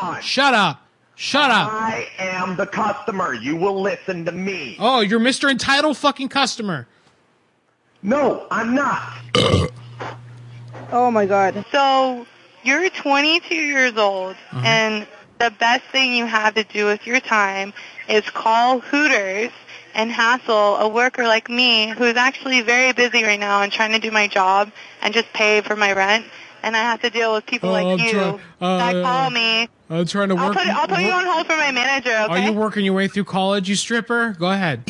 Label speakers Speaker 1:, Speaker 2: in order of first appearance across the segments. Speaker 1: on.
Speaker 2: Shut up. Shut up.
Speaker 1: I am the customer. You will listen to me.
Speaker 2: Oh, you're Mr. Entitled fucking customer.
Speaker 1: No, I'm not.
Speaker 3: Oh my god.
Speaker 4: So you're 22 years old,
Speaker 2: Mm-hmm.
Speaker 4: and the best thing you have to do with your time is call Hooters and hassle a worker like me who's actually very busy right now and trying to do my job and just pay for my rent. And I have to deal with people
Speaker 2: Oh,
Speaker 4: like
Speaker 2: I'm
Speaker 4: you
Speaker 2: trying- uh,
Speaker 4: that call me.
Speaker 2: I'm trying to
Speaker 4: I'll
Speaker 2: work.
Speaker 4: put, I'll put you on hold for my manager,
Speaker 2: Are
Speaker 4: okay?
Speaker 2: you working your way through college, you stripper? Go ahead.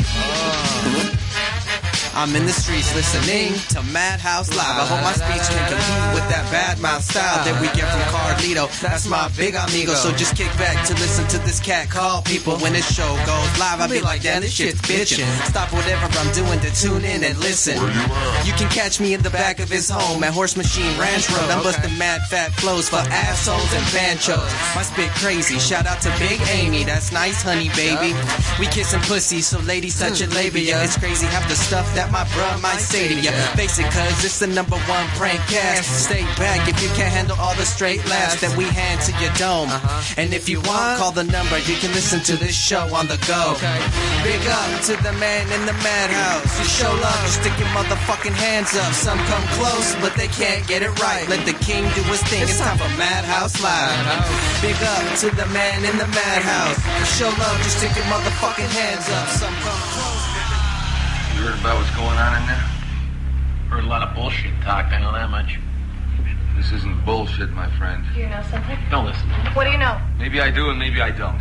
Speaker 5: I'm in the streets listening to Madhouse Live. I hope my speech can compete with that bad mouth style that we get from Carlito. That's my big amigo. So just kick back to listen to this cat call people. When this show goes live, I'll be like, damn, this shit's bitchin'. Stop whatever I'm doing to tune in and listen. You can catch me in the back of his home at Horse Machine Ranch Road. I'm busting mad fat flows for assholes and banchos. My spit crazy. Shout out to Big Amy. That's nice, honey, baby. We kissing pussy, so ladies touch your labia. It's crazy half the stuff that my bruh might say to ya. Face it, cuz it's the number one prank cast. Stay back if you can't handle all the straight laughs that we hand to your dome. And if you want, call the number. You can listen to this show on the go. Big up to the man in the madhouse. You show love, you stick your motherfucking hands up. Some come close, but they can't get it right. Let the king do his thing. It's time for Madhouse Live. Big up to the man in the madhouse. You show love, you stick your motherfucking hands up. Some come close.
Speaker 6: You heard about what's going on in there? Heard a lot of bullshit talk, I know that much.
Speaker 7: This isn't bullshit, my friend.
Speaker 8: Do you know something?
Speaker 6: Don't listen.
Speaker 8: What do you know?
Speaker 7: Maybe I do and maybe I don't.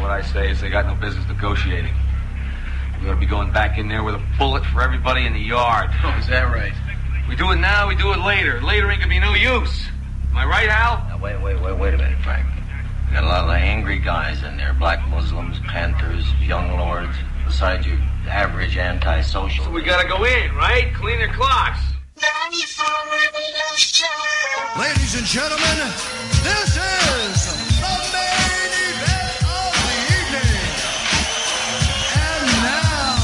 Speaker 7: What I say is they got no business negotiating. We ought to be going back in there with a bullet for everybody in the yard.
Speaker 6: Oh, is that right?
Speaker 7: We do it now, we do it later. Later ain't gonna be no use. Am I right, Al?
Speaker 6: Now, wait, wait, wait, wait a minute, Frank. You got a lot of angry guys in there. Black Muslims, Panthers, young lords. Besides your average antisocial.
Speaker 7: We gotta go in, right? Clean their clocks.
Speaker 5: Ladies and gentlemen, this is the main event of the evening. And now,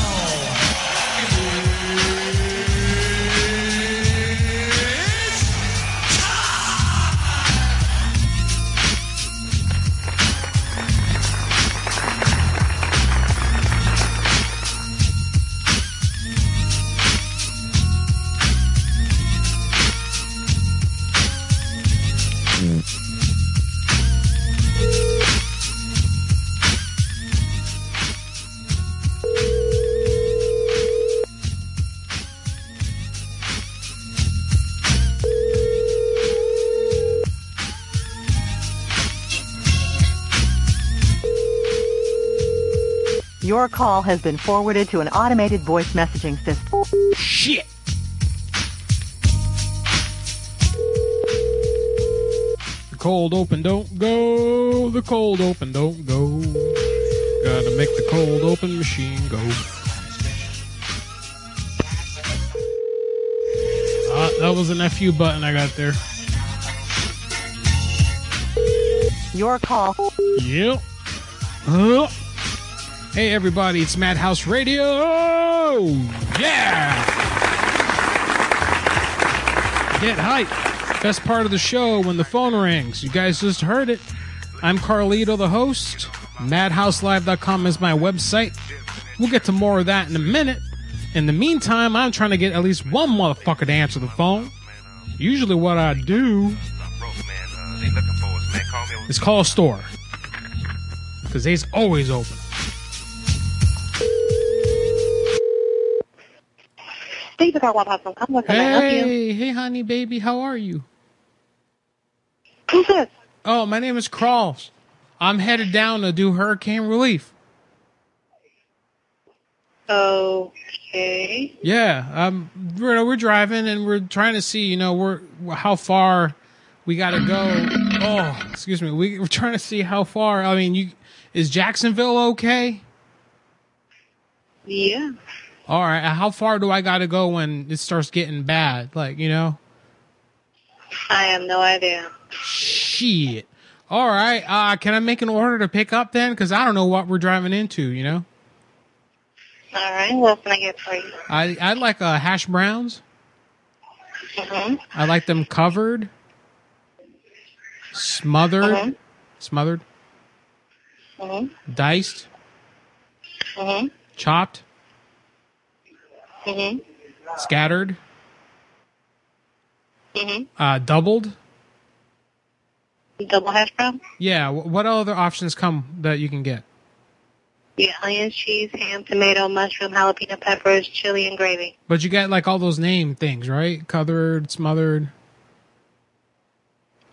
Speaker 9: Mm.
Speaker 10: Your call has been forwarded to an automated voice messaging system.
Speaker 2: Shit. The cold open don't go. The cold open don't go. Gotta make the cold open machine go. Ah, that was an FU button I got there.
Speaker 10: Your call.
Speaker 2: Yep. Uh. Hey everybody, it's Madhouse Radio. Yeah. Get hype. Best part of the show when the phone rings. You guys just heard it. I'm Carlito, the host. MadhouseLive.com is my website. We'll get to more of that in a minute. In the meantime, I'm trying to get at least one motherfucker to answer the phone. Usually, what I do is call a store because they's always open.
Speaker 4: Thank you for calling Waffle House. What can I help you?
Speaker 2: Hey, hey, honey, baby, how are you?
Speaker 4: Who's this?
Speaker 2: Oh, my name is Cross. I'm headed down to do hurricane relief.
Speaker 4: Okay.
Speaker 2: Yeah, um, we're we're driving and we're trying to see, you know, we're how far we got to go. Oh, excuse me, we, we're trying to see how far. I mean, you is Jacksonville okay?
Speaker 4: Yeah.
Speaker 2: All right, how far do I got to go when it starts getting bad? Like, you know.
Speaker 4: I have no idea.
Speaker 2: Shit. All right. Uh, can I make an order to pick up then? Because I don't know what we're driving into. You know,
Speaker 4: All right. What can I get for you?
Speaker 2: I I like uh, hash browns.
Speaker 4: Mm-hmm.
Speaker 2: I like them covered, smothered,
Speaker 4: Mhm.
Speaker 2: Smothered?
Speaker 11: 嗯
Speaker 12: hmm
Speaker 2: Diced?
Speaker 12: hmm
Speaker 2: Chopped?
Speaker 11: 嗯
Speaker 12: hmm
Speaker 2: Scattered?
Speaker 12: hmm
Speaker 4: Mm-hmm.
Speaker 2: Uh, doubled?
Speaker 12: Double hash brown?
Speaker 2: Yeah. wh- What other options come that you can get?
Speaker 12: The alien cheese, ham, tomato, mushroom, jalapeno peppers, chili, and gravy.
Speaker 2: But you get like all those name things, right? Covered, smothered.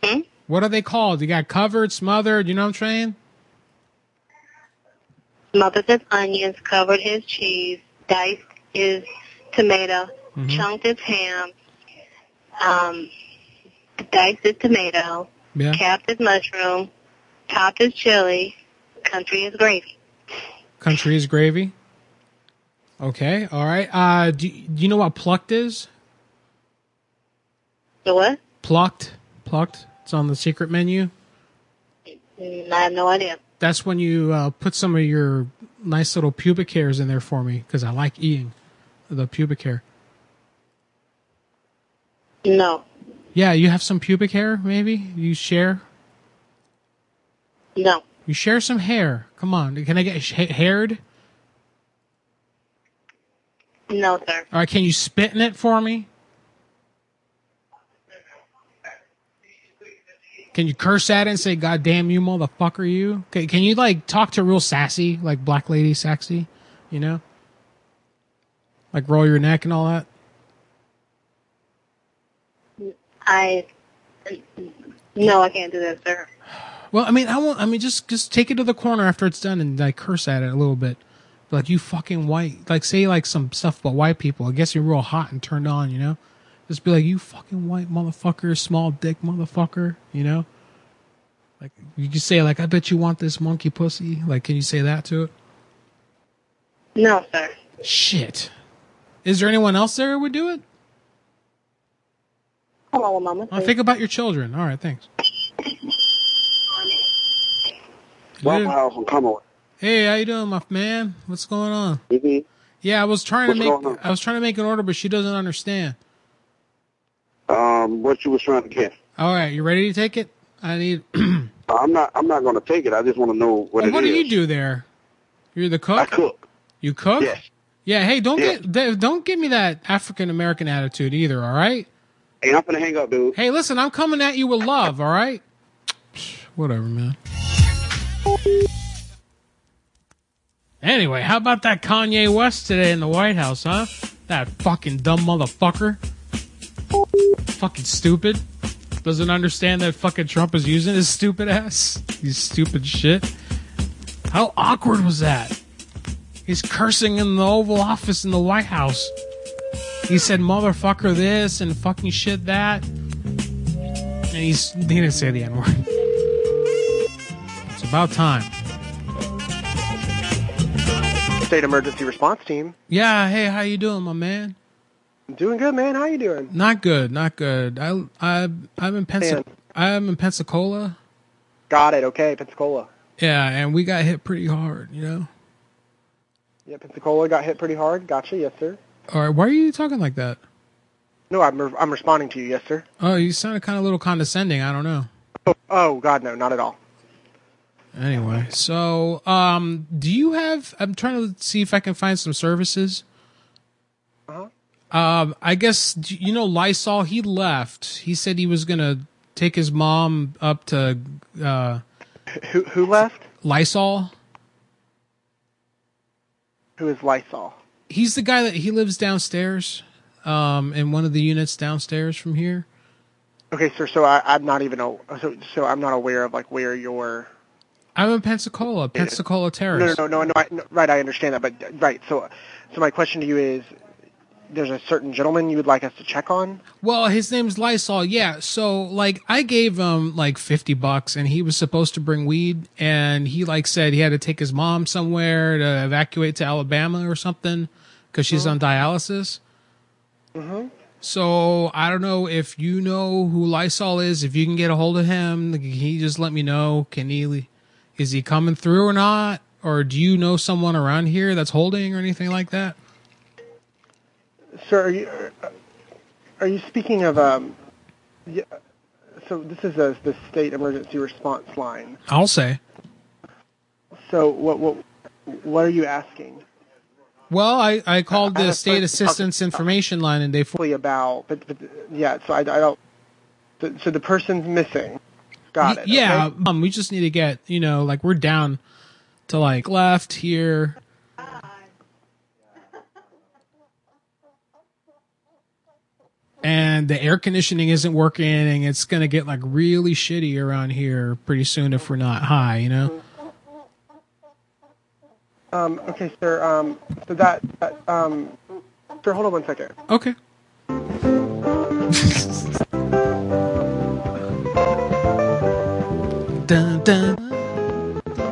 Speaker 12: Hmm?
Speaker 2: What are they called? You got covered, smothered. You know what I'm saying?
Speaker 12: Smothered his onions, covered his cheese, diced his tomato,
Speaker 2: Mhm.
Speaker 12: chunked his ham, um, diced his tomato,
Speaker 2: Yeah.
Speaker 12: capped his mushroom, topped his chili, country his gravy.
Speaker 2: Country is gravy. Okay. All right. Uh, do, do you know what plucked is?
Speaker 12: The what?
Speaker 2: Plucked. Plucked. It's on the secret menu.
Speaker 12: Mm, I have no idea.
Speaker 2: That's when you uh, put some of your nice little pubic hairs in there for me because I like eating the pubic hair.
Speaker 12: No,
Speaker 2: Yeah, you have some pubic hair, maybe? You share?
Speaker 12: no.
Speaker 2: You share some hair. Come on. Can I get sh- haired?
Speaker 12: No, sir.
Speaker 2: All right, can you spit in it for me? Can you curse at it and say, God damn you, motherfucker, you? Okay, can you, like, talk to real sassy, like black lady sassy, you know? Like, roll your neck and all that?
Speaker 12: I no, I can't do that, sir.
Speaker 2: Well, I mean, I won't. I mean, just just take it to the corner after it's done and like curse at it a little bit, Be like you fucking white. Like say like some stuff about white people. I guess you're real hot and turned on, you know. Just be like you fucking white motherfucker, small dick motherfucker, you know. Like you just say like I bet you want this monkey pussy. Like can you say that to it?
Speaker 12: No, sir.
Speaker 2: Shit. Is there anyone else there who would do it?
Speaker 12: Hold on one moment.
Speaker 2: Well,
Speaker 12: please.
Speaker 2: think about your children. All right, thanks.
Speaker 9: Well, house and come on.
Speaker 2: Hey, how you doing, my man? What's going on?
Speaker 9: Mhm.
Speaker 2: Yeah, I was trying
Speaker 9: What's
Speaker 2: to
Speaker 9: going on?
Speaker 2: make I was trying to make an order, but she doesn't understand.
Speaker 9: Um, what you was trying to get?
Speaker 2: All right, you ready to take it? I need.
Speaker 9: I'm not. I'm not going to take it. I just want to know what
Speaker 2: Well,
Speaker 9: it
Speaker 2: what do
Speaker 9: is.
Speaker 2: you do there? You're the cook.
Speaker 9: I cook.
Speaker 2: You cook.
Speaker 9: Yes.
Speaker 2: Yeah. Hey, don't
Speaker 9: Yeah.
Speaker 2: get th- don't give me that African American attitude either. All right.
Speaker 9: Hey, I'm gonna hang up, dude.
Speaker 2: Hey, listen, I'm coming at you with love. All right. Whatever, man. Anyway, how about that Kanye West today in the White House, huh? That fucking dumb motherfucker. Fucking stupid. Doesn't understand that fucking Trump is using his stupid ass. You stupid shit. How awkward was that? He's cursing in the Oval Office in the White House. He said motherfucker this and fucking shit that. And he's, he didn't say the N word. It's about time.
Speaker 13: State emergency response team.
Speaker 2: Yeah, hey, how you doing, my man?
Speaker 13: Doing good, man. How you doing?
Speaker 2: Not good, not good. I I I'm in Pensac- I'm in Pensacola.
Speaker 13: Got it. Okay, Pensacola.
Speaker 2: Yeah, and we got hit pretty hard, you know.
Speaker 13: Yeah, Pensacola got hit pretty hard. Gotcha. Yes, sir.
Speaker 2: All right, why are you talking like that?
Speaker 13: No, I'm re- I'm responding to you. Yes, sir.
Speaker 2: Oh, you sounded kind of a little condescending. I don't know.
Speaker 13: Oh, oh God, no, not at all.
Speaker 2: Anyway, so um, do you have? I'm trying to see if I can find some services.
Speaker 13: Uh-huh.
Speaker 2: Um, I guess do you know Lysol. He left. He said he was gonna take his mom up to uh,
Speaker 13: Who who left?
Speaker 2: Lysol.
Speaker 13: Who is Lysol?
Speaker 2: He's the guy that he lives downstairs, um, in one of the units downstairs from here.
Speaker 13: Okay, sir. So I, I'm not even a, so so I'm not aware of like where your
Speaker 2: I'm in Pensacola, Pensacola
Speaker 13: Eh, no no
Speaker 2: Terrace.
Speaker 13: no no, no, I, no right. I understand that, but right. So so my question to you is, there's a certain gentleman you would like us to check on.
Speaker 2: Well, his name's Lysol. Yeah. So, like, I gave him like 50 bucks and he was supposed to bring weed. And he, like, said he had to take his mom somewhere to evacuate to Alabama or something because she's on dialysis.
Speaker 13: Mhm.
Speaker 2: So, I don't know if you know who Lysol is. If you can get a hold of him, can he just let me know? Can he, is he coming through or not? Or do you know someone around here that's holding or anything like that?
Speaker 13: Sir, are you are you speaking of um? y- so this is a, the state emergency response line.
Speaker 2: I'll say.
Speaker 13: So what what what are you asking?
Speaker 2: Well, I, I called
Speaker 13: Uh, I
Speaker 2: the
Speaker 13: have
Speaker 2: state
Speaker 13: to-
Speaker 2: assistance information line and they for
Speaker 13: Really about but, but yeah. So I, I don't. So, so the person's missing. Got it.
Speaker 2: yeah,
Speaker 13: okay?
Speaker 2: um, we just need to get you know like we're down to like left here. And the air conditioning isn't working, and it's gonna get like really shitty around here pretty soon if we're not high, you know.
Speaker 13: Um. Okay, sir. Um. So that, that um. Sir, hold on one second.
Speaker 2: Okay. Dun, dun.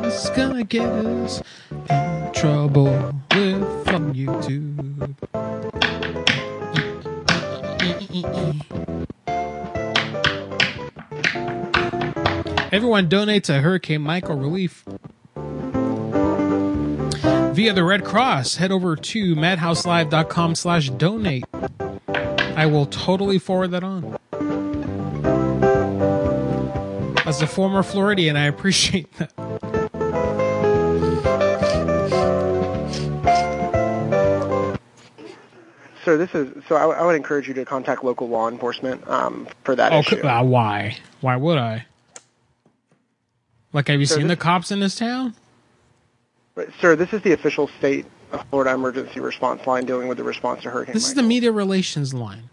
Speaker 2: This is gonna get us in trouble with from YouTube. Everyone donate to Hurricane Michael relief via the Red Cross. Head over to madhouselive.com slash donate. I will totally forward that on. As a former Floridian, I appreciate that.
Speaker 13: Sir, this is so. I, I would encourage you to contact local law enforcement um, for that
Speaker 2: Oh,
Speaker 13: issue.
Speaker 2: c- uh, why? Why would I? Like, have you
Speaker 13: Sir,
Speaker 2: seen the
Speaker 13: this-
Speaker 2: cops in this town?
Speaker 13: But, sir, this is the official state of Florida emergency response line dealing with the response to Hurricane
Speaker 2: This is the media relations line.
Speaker 13: Mike.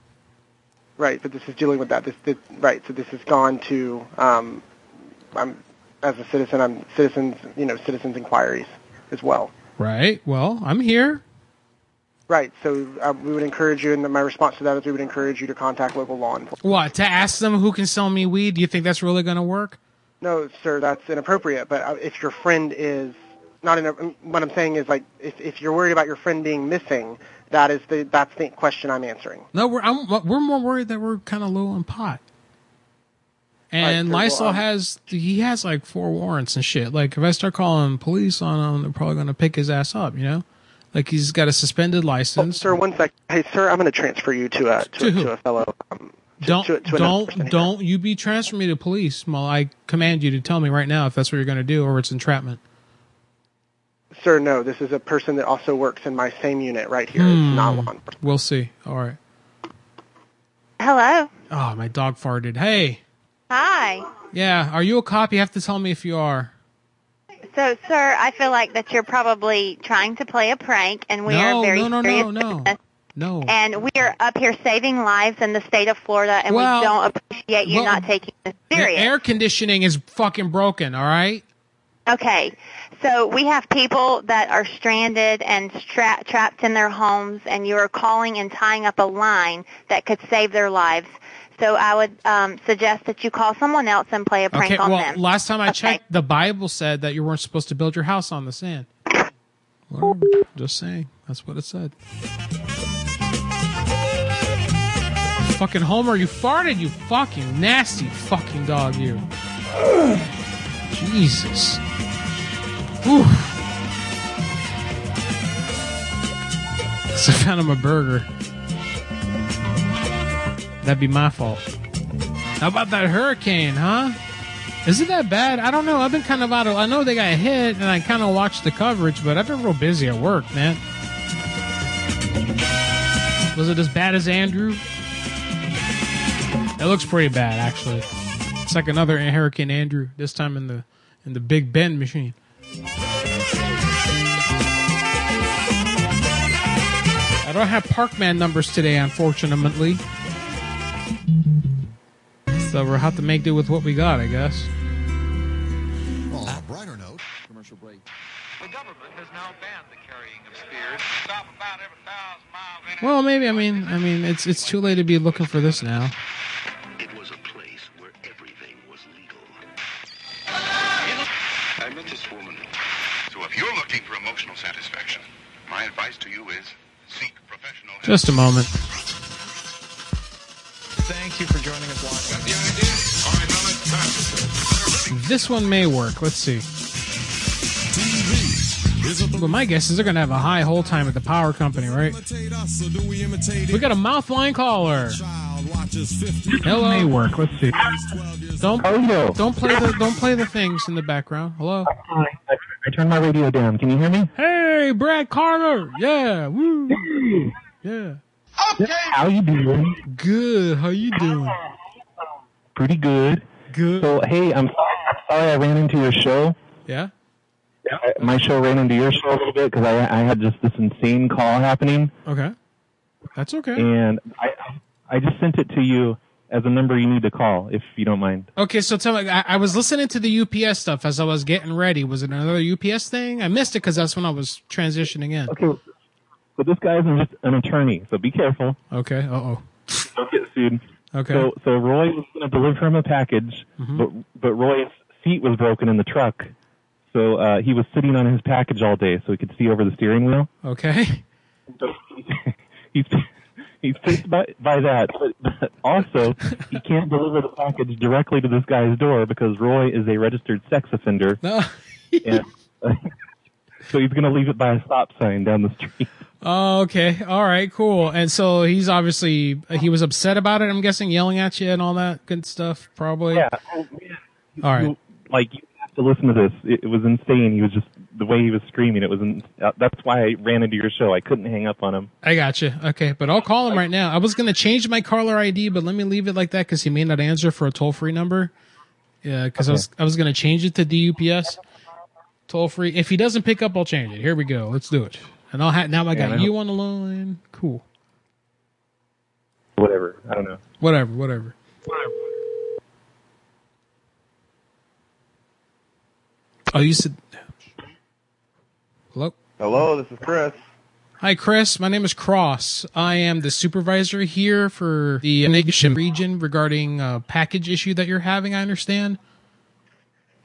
Speaker 13: Right, but this is dealing with that. This, this right. So this has gone to. Um, I'm as a citizen. I'm citizens. You know, citizens inquiries as well.
Speaker 2: Right? Well, I'm here.
Speaker 13: Right. So uh, we would encourage you, and my response to that is we would encourage you to contact local law enforcement.
Speaker 2: What? To ask them who can sell me weed? Do you think that's really going to work?
Speaker 13: No, sir, that's inappropriate. But uh, if your friend is not in, a, um, what I'm saying is like if, if you're worried about your friend being missing, that is the that's the question I'm answering.
Speaker 2: No, we're I'm, we're more worried that we're kind of low on pot. And
Speaker 13: Alright, sure,
Speaker 2: Lysol
Speaker 13: well, um,
Speaker 2: has he has like four warrants and shit. Like if I start calling police on him, they're probably going to pick his ass up. You know, like he's got a suspended license.
Speaker 13: Sir, one sec. Hey, sir, I'm going to transfer you to a to,
Speaker 2: To
Speaker 13: a-
Speaker 2: who?
Speaker 13: to a fellow. Um,
Speaker 2: don't
Speaker 13: to- to another person
Speaker 2: don't
Speaker 13: here.
Speaker 2: don't you be transferring me to police. Well, I command you to tell me right now if that's what you're going to do or it's entrapment.
Speaker 13: sir, no, this is a person that also works in my same unit right here.
Speaker 2: Hmm.
Speaker 13: It's not law enforcement.
Speaker 2: We'll see. All right.
Speaker 14: Hello.
Speaker 2: Oh, my dog farted. Hey,
Speaker 15: Hi.
Speaker 2: yeah, are you a cop? You have to tell me if you are.
Speaker 15: So, sir, I feel like that you're probably trying to play a prank, and we
Speaker 2: no,
Speaker 15: are very
Speaker 2: no, no,
Speaker 15: serious.
Speaker 2: no, Oh. no,
Speaker 15: business,
Speaker 2: no.
Speaker 15: And we are up here saving lives in the state of Florida, and
Speaker 2: Well,
Speaker 15: we don't appreciate you
Speaker 2: well,
Speaker 15: not taking this
Speaker 2: The
Speaker 15: serious.
Speaker 2: air conditioning is fucking broken. All right.
Speaker 15: Okay, so we have people that are stranded and stra- trapped in their homes, and you are calling and tying up a line that could save their lives. So I would um, suggest that you call someone else and play a prank
Speaker 2: Okay.
Speaker 15: on
Speaker 2: Well,
Speaker 15: them.
Speaker 2: last time I checked, the Bible said that you weren't supposed to build your house on the sand. Whatever. Just saying. That's what it said. Fucking Homer, you farted, you fucking nasty fucking dog, you. Jesus. Whew. So I found him a burger. That'd be my fault. How about that hurricane, huh? Is it that bad? I don't know. I've been kind of out of. I know they got hit, and I kind of watched the coverage, but I've been real busy at work, man. Was it as bad as Andrew? It looks pretty bad, actually. It's like another Hurricane Andrew. This time in the in the Big Bend machine. I don't have Parkman numbers today, unfortunately. So we'll have to make do with what we got, I guess.
Speaker 16: On a brighter note, commercial break.
Speaker 2: Well, maybe. I mean, I mean, it's it's too late to be looking for this now.
Speaker 9: I met this woman. So if you're looking for emotional satisfaction, my advice to you is seek professional help.
Speaker 2: Just a moment.
Speaker 9: Thank you for joining us live. Got the idea? All right, now let's
Speaker 2: This one may work. Let's see. But my guess is they're gonna have a high hold time at the power company, right?
Speaker 16: Imitate us, or do we imitate
Speaker 2: We got a mouth line caller. Hello.
Speaker 17: May work. Let's see.
Speaker 2: Don't
Speaker 17: Hello.
Speaker 2: don't play the don't play the things in the background. Hello.
Speaker 17: Hi. I, I turned my radio down. Can you hear me?
Speaker 2: Hey, Brad Carter. Yeah. Woo. Yeah.
Speaker 17: How you doing?
Speaker 2: Good. How you doing?
Speaker 17: Pretty good.
Speaker 2: Good.
Speaker 17: So hey, I'm sorry. I'm sorry I ran into your show.
Speaker 2: Yeah.
Speaker 17: I, my show ran into your show a little bit because I I had just this insane call happening,
Speaker 2: Okay. That's okay.
Speaker 17: and I I just sent it to you as a number you need to call if you don't mind.
Speaker 2: Okay, so tell me, I, I was listening to the UPS stuff as I was getting ready. Was it another UPS thing? I missed it because that's when I was transitioning in.
Speaker 17: Okay. So this guy's an, an attorney, so be careful.
Speaker 2: Okay. Uh oh.
Speaker 17: Don't get sued.
Speaker 2: Okay.
Speaker 17: So so Roy was going to deliver him a package,
Speaker 2: Mhm.
Speaker 17: but but Roy's seat was broken in the truck, so uh, he was sitting on his package all day, so he could see over the steering wheel.
Speaker 2: Okay.
Speaker 17: He's he's pissed by, by that, but, but also he can't deliver the package directly to this guy's door because Roy is a registered sex offender.
Speaker 2: No.
Speaker 17: and, so he's going to leave it by a stop sign down the street.
Speaker 2: Oh, okay. All right. Cool. And so he's obviously he was upset about it. I'm guessing yelling at you and all that good stuff. Probably. Yeah. All right.
Speaker 17: Like you have to listen to this. It, it was insane. He was just the way he was screaming. It was. In, uh, that's why I ran into your show. I couldn't hang up on him.
Speaker 2: I got you. Okay, but I'll call him right now. I was gonna change my caller ID, but let me leave it like that because he may not answer for a toll free number. Yeah, because I was I was gonna change it to DUPS toll free. If he doesn't pick up, I'll change it. Here we go. Let's do it. And I'll ha- now I got
Speaker 17: Yeah, I
Speaker 2: you on the line. Cool.
Speaker 17: Whatever. I don't know.
Speaker 2: Whatever. Whatever. Oh, you said. Hello.
Speaker 1: Hello, this is Chris.
Speaker 2: Hi, Chris. My name is Cross. I am the supervisor here for the Nation region regarding a package issue that you're having, I understand.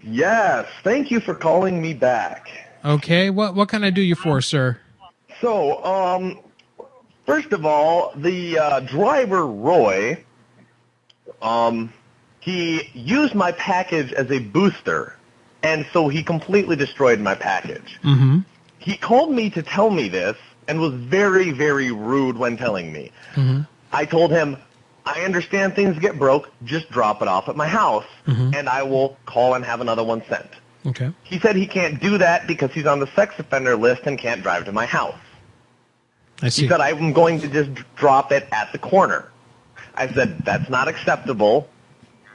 Speaker 1: Yes, thank you for calling me back.
Speaker 2: Okay, what what can I do you for, sir?
Speaker 1: So, um, first of all, the uh, driver Roy, um, he used my package as a booster, and so he completely destroyed my package.
Speaker 2: Mm-hmm.
Speaker 1: He called me to tell me this and was very, very rude when telling me.
Speaker 10: Mm-hmm.
Speaker 1: I told him, I understand things get broke. Just drop it off at my house, and I will call and have another one sent.
Speaker 2: Okay.
Speaker 1: He said he can't do that because he's on the sex offender list and can't drive to my house.
Speaker 2: I
Speaker 1: He
Speaker 2: see.
Speaker 1: said, I'm going to just drop it at the corner. I said, that's not acceptable.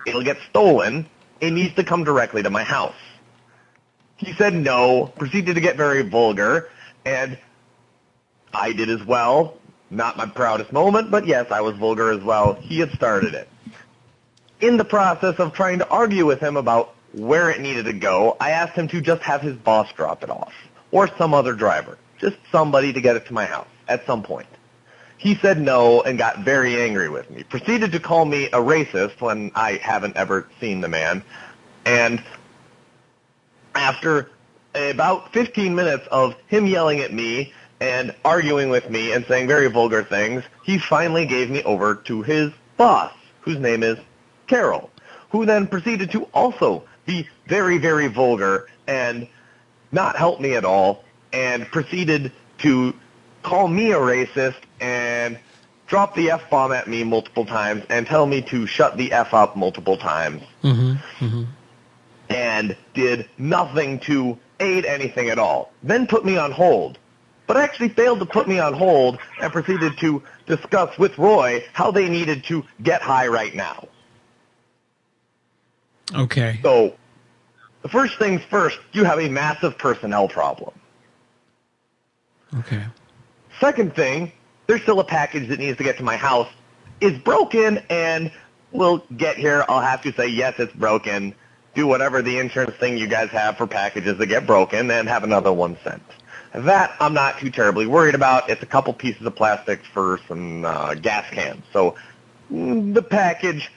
Speaker 1: It'll get stolen. It needs to come directly to my house. He said no, proceeded to get very vulgar, and I did as well. Not my proudest moment, but yes, I was vulgar as well. He had started it. In the process of trying to argue with him about where it needed to go, I asked him to just have his boss drop it off, or some other driver, just somebody to get it to my house at some point. He said no and got very angry with me, proceeded to call me a racist when I haven't ever seen the man, and after about 15 minutes of him yelling at me and arguing with me and saying very vulgar things, he finally gave me over to his boss, whose name is Carol, who then proceeded to also be very, very vulgar and not help me at all, and proceeded to call me a racist and drop the F-bomb at me multiple times and tell me to shut the F up multiple times
Speaker 2: Mm-hmm. Mm-hmm.
Speaker 1: and did nothing to aid anything at all. Then put me on hold, but actually failed to put me on hold and proceeded to discuss with Roy how they needed to get high right now.
Speaker 2: Okay.
Speaker 1: So, the first things first, you have a massive personnel problem.
Speaker 2: Okay.
Speaker 1: Second thing, there's still a package that needs to get to my house. It's broken and we'll get here. I'll have to say, yes, it's broken. Do whatever the insurance thing you guys have for packages that get broken and have another one sent. That I'm not too terribly worried about. It's a couple pieces of plastic for some uh, gas cans. So mm, the package,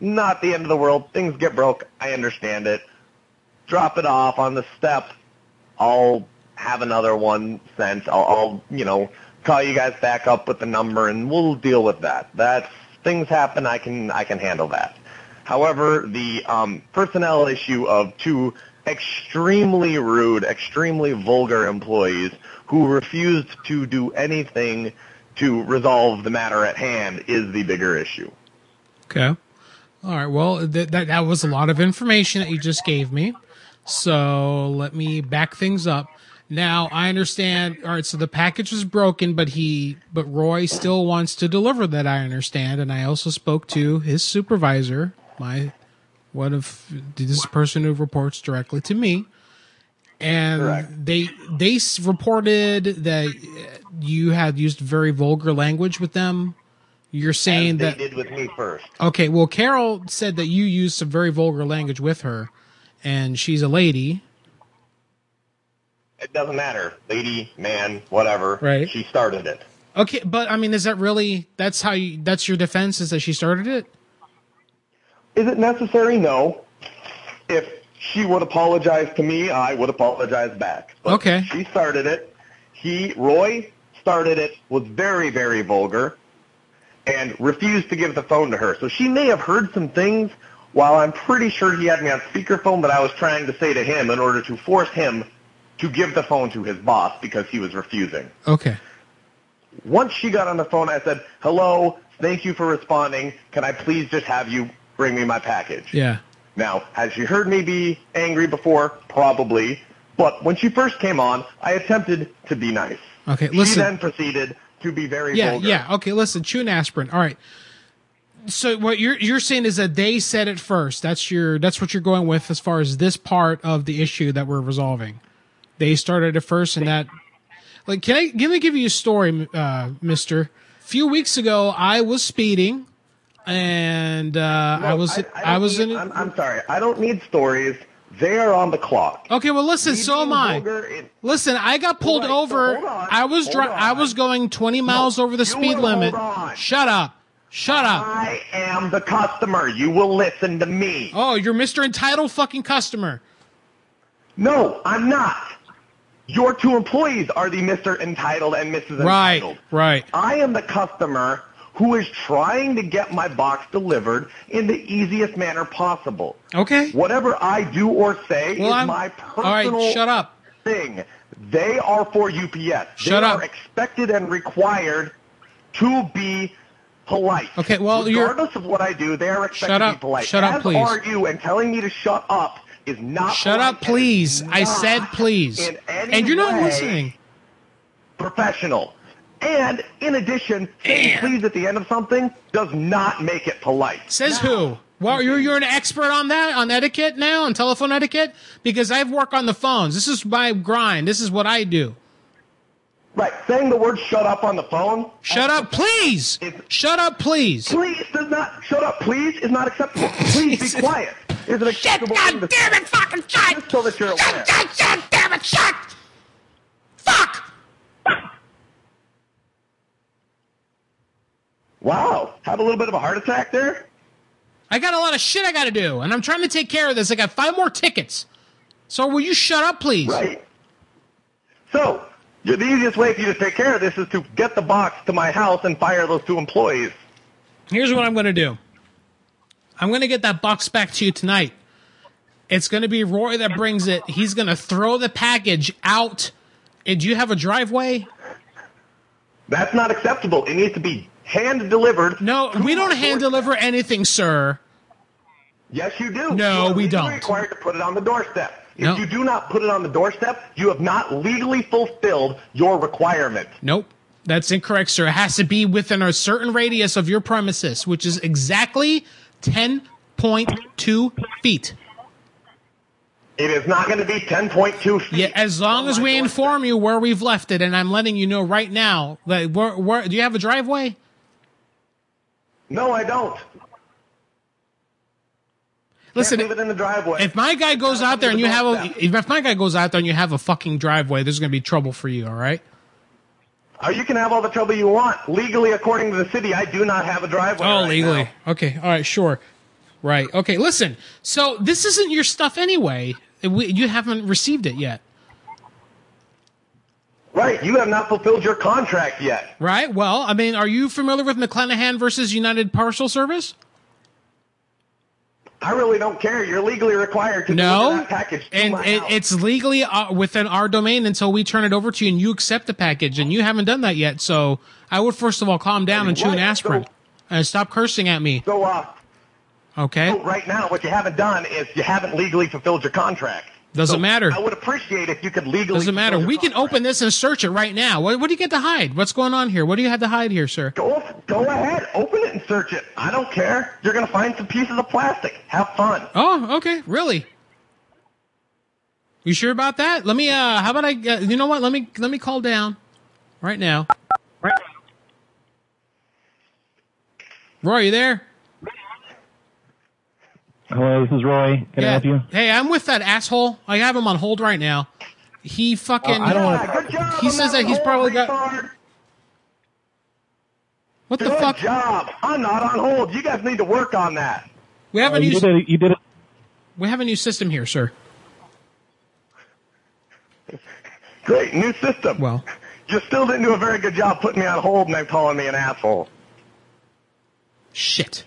Speaker 1: not the end of the world. Things get broke. I understand it. Drop it off on the step. I'll have another one sent. I'll, I'll, you know, call you guys back up with the number, and we'll deal with that. That's things happen. I can I can handle that. However, the um, personnel issue of two extremely rude, extremely vulgar employees who refused to do anything to resolve the matter at hand is the bigger issue.
Speaker 2: Okay. All right. Well, th- that that was a lot of information that you just gave me. So let me back things up. Now I understand. All right. So the package was broken, but he, but Roy still wants to deliver that. I understand. And I also spoke to his supervisor, my one of this person who reports directly to me, and
Speaker 10: Correct.
Speaker 2: they they s- reported that uh, you had used very vulgar language with them. You're saying
Speaker 1: they
Speaker 2: that
Speaker 1: did with me first.
Speaker 2: Okay, well, Carol said that you used some very vulgar language with her, and she's a lady.
Speaker 1: It doesn't matter, lady, man, whatever.
Speaker 2: Right.
Speaker 1: She started it.
Speaker 2: Okay, but I mean, is that really? That's how you. That's your defense is that she started it.
Speaker 1: Is it necessary? No. If she would apologize to me, I would apologize back. But
Speaker 2: Okay.
Speaker 1: She started it. He, Roy, started it, was very, very vulgar, and refused to give the phone to her. So she may have heard some things while I'm pretty sure he had me on speakerphone that I was trying to say to him in order to force him to give the phone to his boss because he was refusing.
Speaker 2: Okay.
Speaker 1: Once she got on the phone, I said, hello, thank you for responding. Can I please just have you bring me my package?
Speaker 2: Yeah.
Speaker 1: Now, has she heard me be angry before? Probably. But when she first came on, I attempted to be nice.
Speaker 2: Okay.
Speaker 1: She
Speaker 2: Listen.
Speaker 1: then proceeded to be very
Speaker 2: yeah.
Speaker 1: vulgar.
Speaker 2: Yeah. Okay. Listen. Chew an aspirin. All right. So what you're you're saying is that they said it first. That's your. That's what you're going with as far as this part of the issue that we're resolving. They started it first, and that. Like, can I let me give you a story, uh, Mister? A few weeks ago, I was speeding, and uh, I was I, was in.
Speaker 1: I'm, I'm sorry. I don't need stories. They are on the clock.
Speaker 2: Okay, well, listen.
Speaker 1: Me
Speaker 2: So am
Speaker 1: being
Speaker 2: I.
Speaker 1: vulgar is-
Speaker 2: Listen, I got pulled
Speaker 1: Right, so
Speaker 2: over.
Speaker 1: hold on,
Speaker 2: I was dri-
Speaker 1: hold
Speaker 2: I was going 20 miles over the speed
Speaker 1: will
Speaker 2: limit.
Speaker 1: hold on.
Speaker 2: Shut up. Shut up.
Speaker 1: I am the customer. You will listen to me.
Speaker 2: Oh, you're Mr. Entitled fucking customer.
Speaker 1: No, I'm not. Your two employees are the Mr. Entitled and Mrs.
Speaker 2: Right,
Speaker 1: Entitled.
Speaker 2: Right.
Speaker 1: I am the customer who is trying to get my box delivered in the easiest manner possible.
Speaker 2: Okay.
Speaker 1: Whatever I do or say
Speaker 2: Well,
Speaker 1: is
Speaker 2: I'm-
Speaker 1: my
Speaker 2: all right,
Speaker 1: personal
Speaker 2: shut up.
Speaker 1: thing. They are for UPS.
Speaker 2: Shut
Speaker 1: they
Speaker 2: up.
Speaker 1: are expected and required to be polite.
Speaker 2: Okay, well, you're-
Speaker 1: regardless of what I do, they are expected
Speaker 2: Shut
Speaker 1: to
Speaker 2: up.
Speaker 1: be polite.
Speaker 2: Shut up,
Speaker 1: As
Speaker 2: please.
Speaker 1: are you, and telling me to shut up is not
Speaker 2: Shut
Speaker 1: polite
Speaker 2: up, please. I said please.
Speaker 1: in any
Speaker 2: And you're not
Speaker 1: way
Speaker 2: listening.
Speaker 1: professional. And in addition, saying please at the end of something does not make it polite.
Speaker 2: Says who? Well, you're you're an expert on that on etiquette now on telephone etiquette because I work on the phones. This is my grind. This is what I do.
Speaker 1: Right, saying the word shut up on the phone.
Speaker 2: Shut up, please. Shut up, please.
Speaker 1: Please does not shut up, please is not acceptable. Please be quiet. Is an acceptable Shit, God damn it, fucking shut! Just so that you're aware.
Speaker 10: damn it, shut! Fuck!
Speaker 1: Wow, have a little bit of a heart attack there?
Speaker 2: I got a lot of shit I got to do, and I'm trying to take care of this. I got five more tickets. So will you shut up, please?
Speaker 1: Right. So, the easiest way for you to take care of this is to get the box to my house and fire those two employees.
Speaker 2: Here's what I'm going to do. I'm going to get that box back to you tonight. It's going to be Roy that brings it. He's going to throw the package out. And do you have a driveway?
Speaker 1: That's not acceptable. It needs to be hand delivered.
Speaker 2: No, we don't hand deliver anything, sir.
Speaker 1: Yes, you do.
Speaker 2: No,
Speaker 1: You are
Speaker 2: we
Speaker 1: legally
Speaker 2: don't.
Speaker 1: Required to put it on the doorstep. If
Speaker 2: No.
Speaker 1: you do not put it on the doorstep, you have not legally fulfilled your requirement.
Speaker 2: Nope. That's incorrect, sir. It has to be within a certain radius of your premises, which is exactly 10.2 feet.
Speaker 1: It is not going to be 10.2 feet.
Speaker 2: Yeah, as
Speaker 1: Oh
Speaker 2: long as we inform you where we've left it, and I'm letting you know right now that where, where do you have a driveway?
Speaker 1: No, I don't.
Speaker 2: Listen,
Speaker 1: Can't leave it in the driveway.
Speaker 2: If my guy goes out there and you have a, if my guy goes out there and you have a fucking driveway, there's gonna be trouble for you. All right.
Speaker 1: Oh, you can have all the trouble you want. Legally, according to the city, I do not have a driveway.
Speaker 2: Oh,
Speaker 1: right
Speaker 2: legally.
Speaker 1: now.
Speaker 2: Okay. All right. Sure. Right. Okay. Listen. So this isn't your stuff anyway. We, you haven't received it yet.
Speaker 1: Right. You have not fulfilled your contract yet.
Speaker 2: Right. Well, I mean, are you familiar with McClanahan versus United Parcel Service?
Speaker 1: I really don't care. You're legally required to deliver
Speaker 2: No.
Speaker 1: that package to
Speaker 2: And
Speaker 1: my
Speaker 2: it,
Speaker 1: house.
Speaker 2: it's legally uh, within our domain until we turn it over to you and you accept the package. And you haven't done that yet. So I would first of all calm down and chew an
Speaker 1: Right,
Speaker 2: aspirin
Speaker 1: so-
Speaker 2: and stop cursing at me.
Speaker 1: So, uh,
Speaker 2: Okay.
Speaker 1: So right now, what you haven't done is you haven't legally fulfilled your contract.
Speaker 2: Doesn't matter.
Speaker 1: I would appreciate if you could legally.
Speaker 2: Doesn't matter. We can open this and search it right now. What, what do you get to hide? What's going on here? What do you have to hide here, sir?
Speaker 1: Go, go ahead, open it and search it. I don't care. You're gonna find some pieces of plastic. Have fun.
Speaker 2: Oh, okay. Really? You sure about that? Let me. Uh, how about I? Uh, you know what? Let me. Let me call down, right now. Right. Roy, you there?
Speaker 17: Hello, this is Roy. Can I help you?
Speaker 2: Hey, I'm with that asshole. I have him on hold right now. He fucking.
Speaker 17: Uh, I don't wanna-
Speaker 2: He says that he's probably got. What
Speaker 1: the fuck? job. I'm not on hold. You guys need to work on that.
Speaker 2: We have a
Speaker 17: Uh,
Speaker 2: new.
Speaker 17: you did it- you did it.
Speaker 2: We have a new system here, sir.
Speaker 1: Great new system.
Speaker 2: Well,
Speaker 1: you still didn't do a very good job putting me on hold and then calling me an asshole.
Speaker 2: Shit.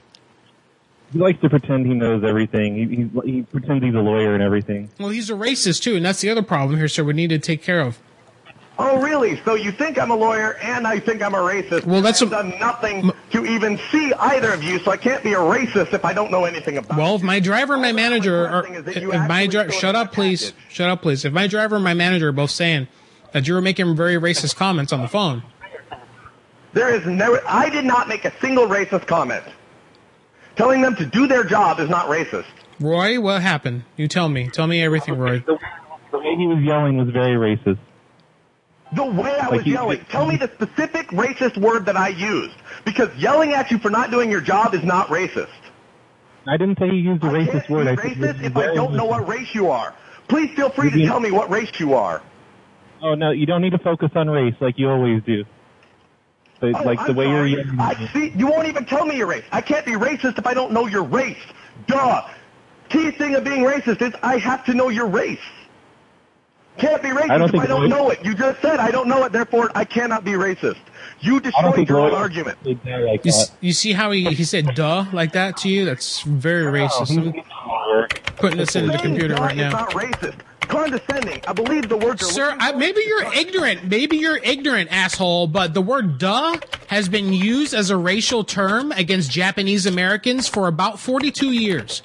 Speaker 17: He likes to pretend he knows everything. He, he, he pretends he's a lawyer and everything.
Speaker 2: Well, he's a racist too, and that's the other problem here, sir. We need to take care of.
Speaker 1: Oh, really? So you think I'm a lawyer and I think I'm a racist? Well, that's I've done nothing to even see either of you, so I can't be a racist if I don't know anything about.
Speaker 2: Well, Oh, if my driver and my manager are, if my driver, shut up, please, shut up, please. If my driver and my manager are both saying that you were making very racist comments on the phone,
Speaker 1: There is never. I did not make a single racist comment. Telling them to do their job is not racist.
Speaker 2: Roy, what happened? You tell me. Tell me everything, Roy.
Speaker 17: The way he was yelling was very racist.
Speaker 1: The way I was
Speaker 17: you-
Speaker 1: yelling. Tell me the specific racist word that I used, because yelling at you for not doing your job is not racist.
Speaker 17: I didn't say he used a racist word. I said he was
Speaker 1: Racist if I don't know what race you are. Please feel free to
Speaker 17: being-
Speaker 1: tell me what race you are.
Speaker 17: Oh no, you don't need to focus on race like you always do. But
Speaker 1: Oh,
Speaker 17: like the
Speaker 1: I'm
Speaker 17: way you're
Speaker 1: sorry.
Speaker 17: yelling.
Speaker 1: I see. You won't even tell me your race. I can't be racist if I don't know your race. Duh. Key thing of being racist is I have to know your race. Can't be racist
Speaker 17: I don't
Speaker 1: if
Speaker 17: think
Speaker 1: I don't
Speaker 17: race-
Speaker 1: know it. You just said I don't know it, therefore I cannot be racist. You
Speaker 17: I don't
Speaker 1: destroyed
Speaker 17: think
Speaker 1: your own
Speaker 17: lawyers
Speaker 1: argument.
Speaker 17: would say like
Speaker 2: You, s-
Speaker 17: that.
Speaker 2: you see how he, he said "duh" like that to you? That's very racist. I'm putting this into the
Speaker 1: Saying
Speaker 2: computer
Speaker 1: duh
Speaker 2: right
Speaker 1: is
Speaker 2: now.
Speaker 1: not racist. Condescending. I believe the word.
Speaker 2: Sir, I, maybe you're ignorant. Maybe you're ignorant, asshole. But the word "duh" has been used as a racial term against Japanese Americans for about 42 years.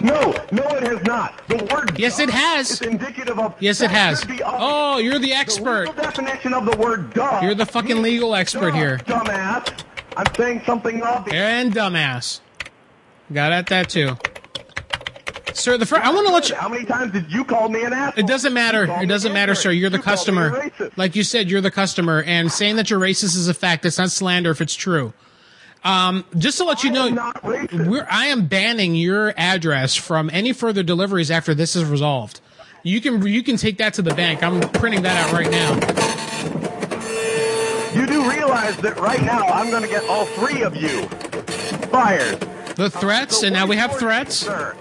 Speaker 1: No, no, it has not. The word.
Speaker 2: Yes, it has.
Speaker 1: Is indicative of.
Speaker 2: Yes, it
Speaker 1: that
Speaker 2: has.
Speaker 1: should be obvious.
Speaker 2: Oh, you're the expert.
Speaker 1: The definition of the word duh.
Speaker 2: You're the fucking legal expert here.
Speaker 1: Dumbass. I'm saying something obvious.
Speaker 2: And dumbass. Got at that too. Sir, the fir- I want to let you.
Speaker 1: How many times did you call me an asshole?
Speaker 2: It doesn't matter. It doesn't matter, sir. You're the customer. Like you said, you're the customer, and saying that you're racist is a fact. It's not slander if it's true. Um, just to let you know, we're, I am banning your address from any further deliveries after this is resolved. You can you can take that to the bank. I'm printing that out right now.
Speaker 1: You do realize that right now I'm going to get all three of you fired.
Speaker 2: The threats, and now we have threats.
Speaker 1: Sir,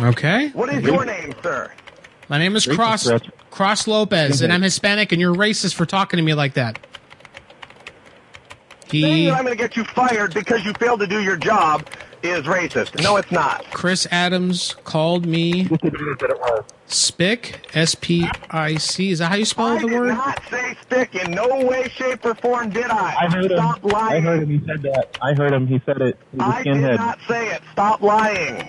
Speaker 2: Okay.
Speaker 1: what is your name, sir?
Speaker 2: My name is
Speaker 1: Racist
Speaker 2: Cross
Speaker 1: threats.
Speaker 2: Cross Lopez, and I'm Hispanic, and you're racist for talking to me like that.
Speaker 1: Saying
Speaker 2: He,
Speaker 1: that I'm going to get you fired because you failed to do your job is racist. No, it's not.
Speaker 2: Chris Adams, called me Spick, S P I C. Is that how you spell the word?
Speaker 1: Say stick in no way, shape, or form did I.
Speaker 17: I heard him.
Speaker 1: Stop
Speaker 17: I
Speaker 1: lying.
Speaker 17: heard him. He said that. I heard him. He said it. He's a
Speaker 1: I did
Speaker 17: skinhead.
Speaker 1: not say it. Stop lying.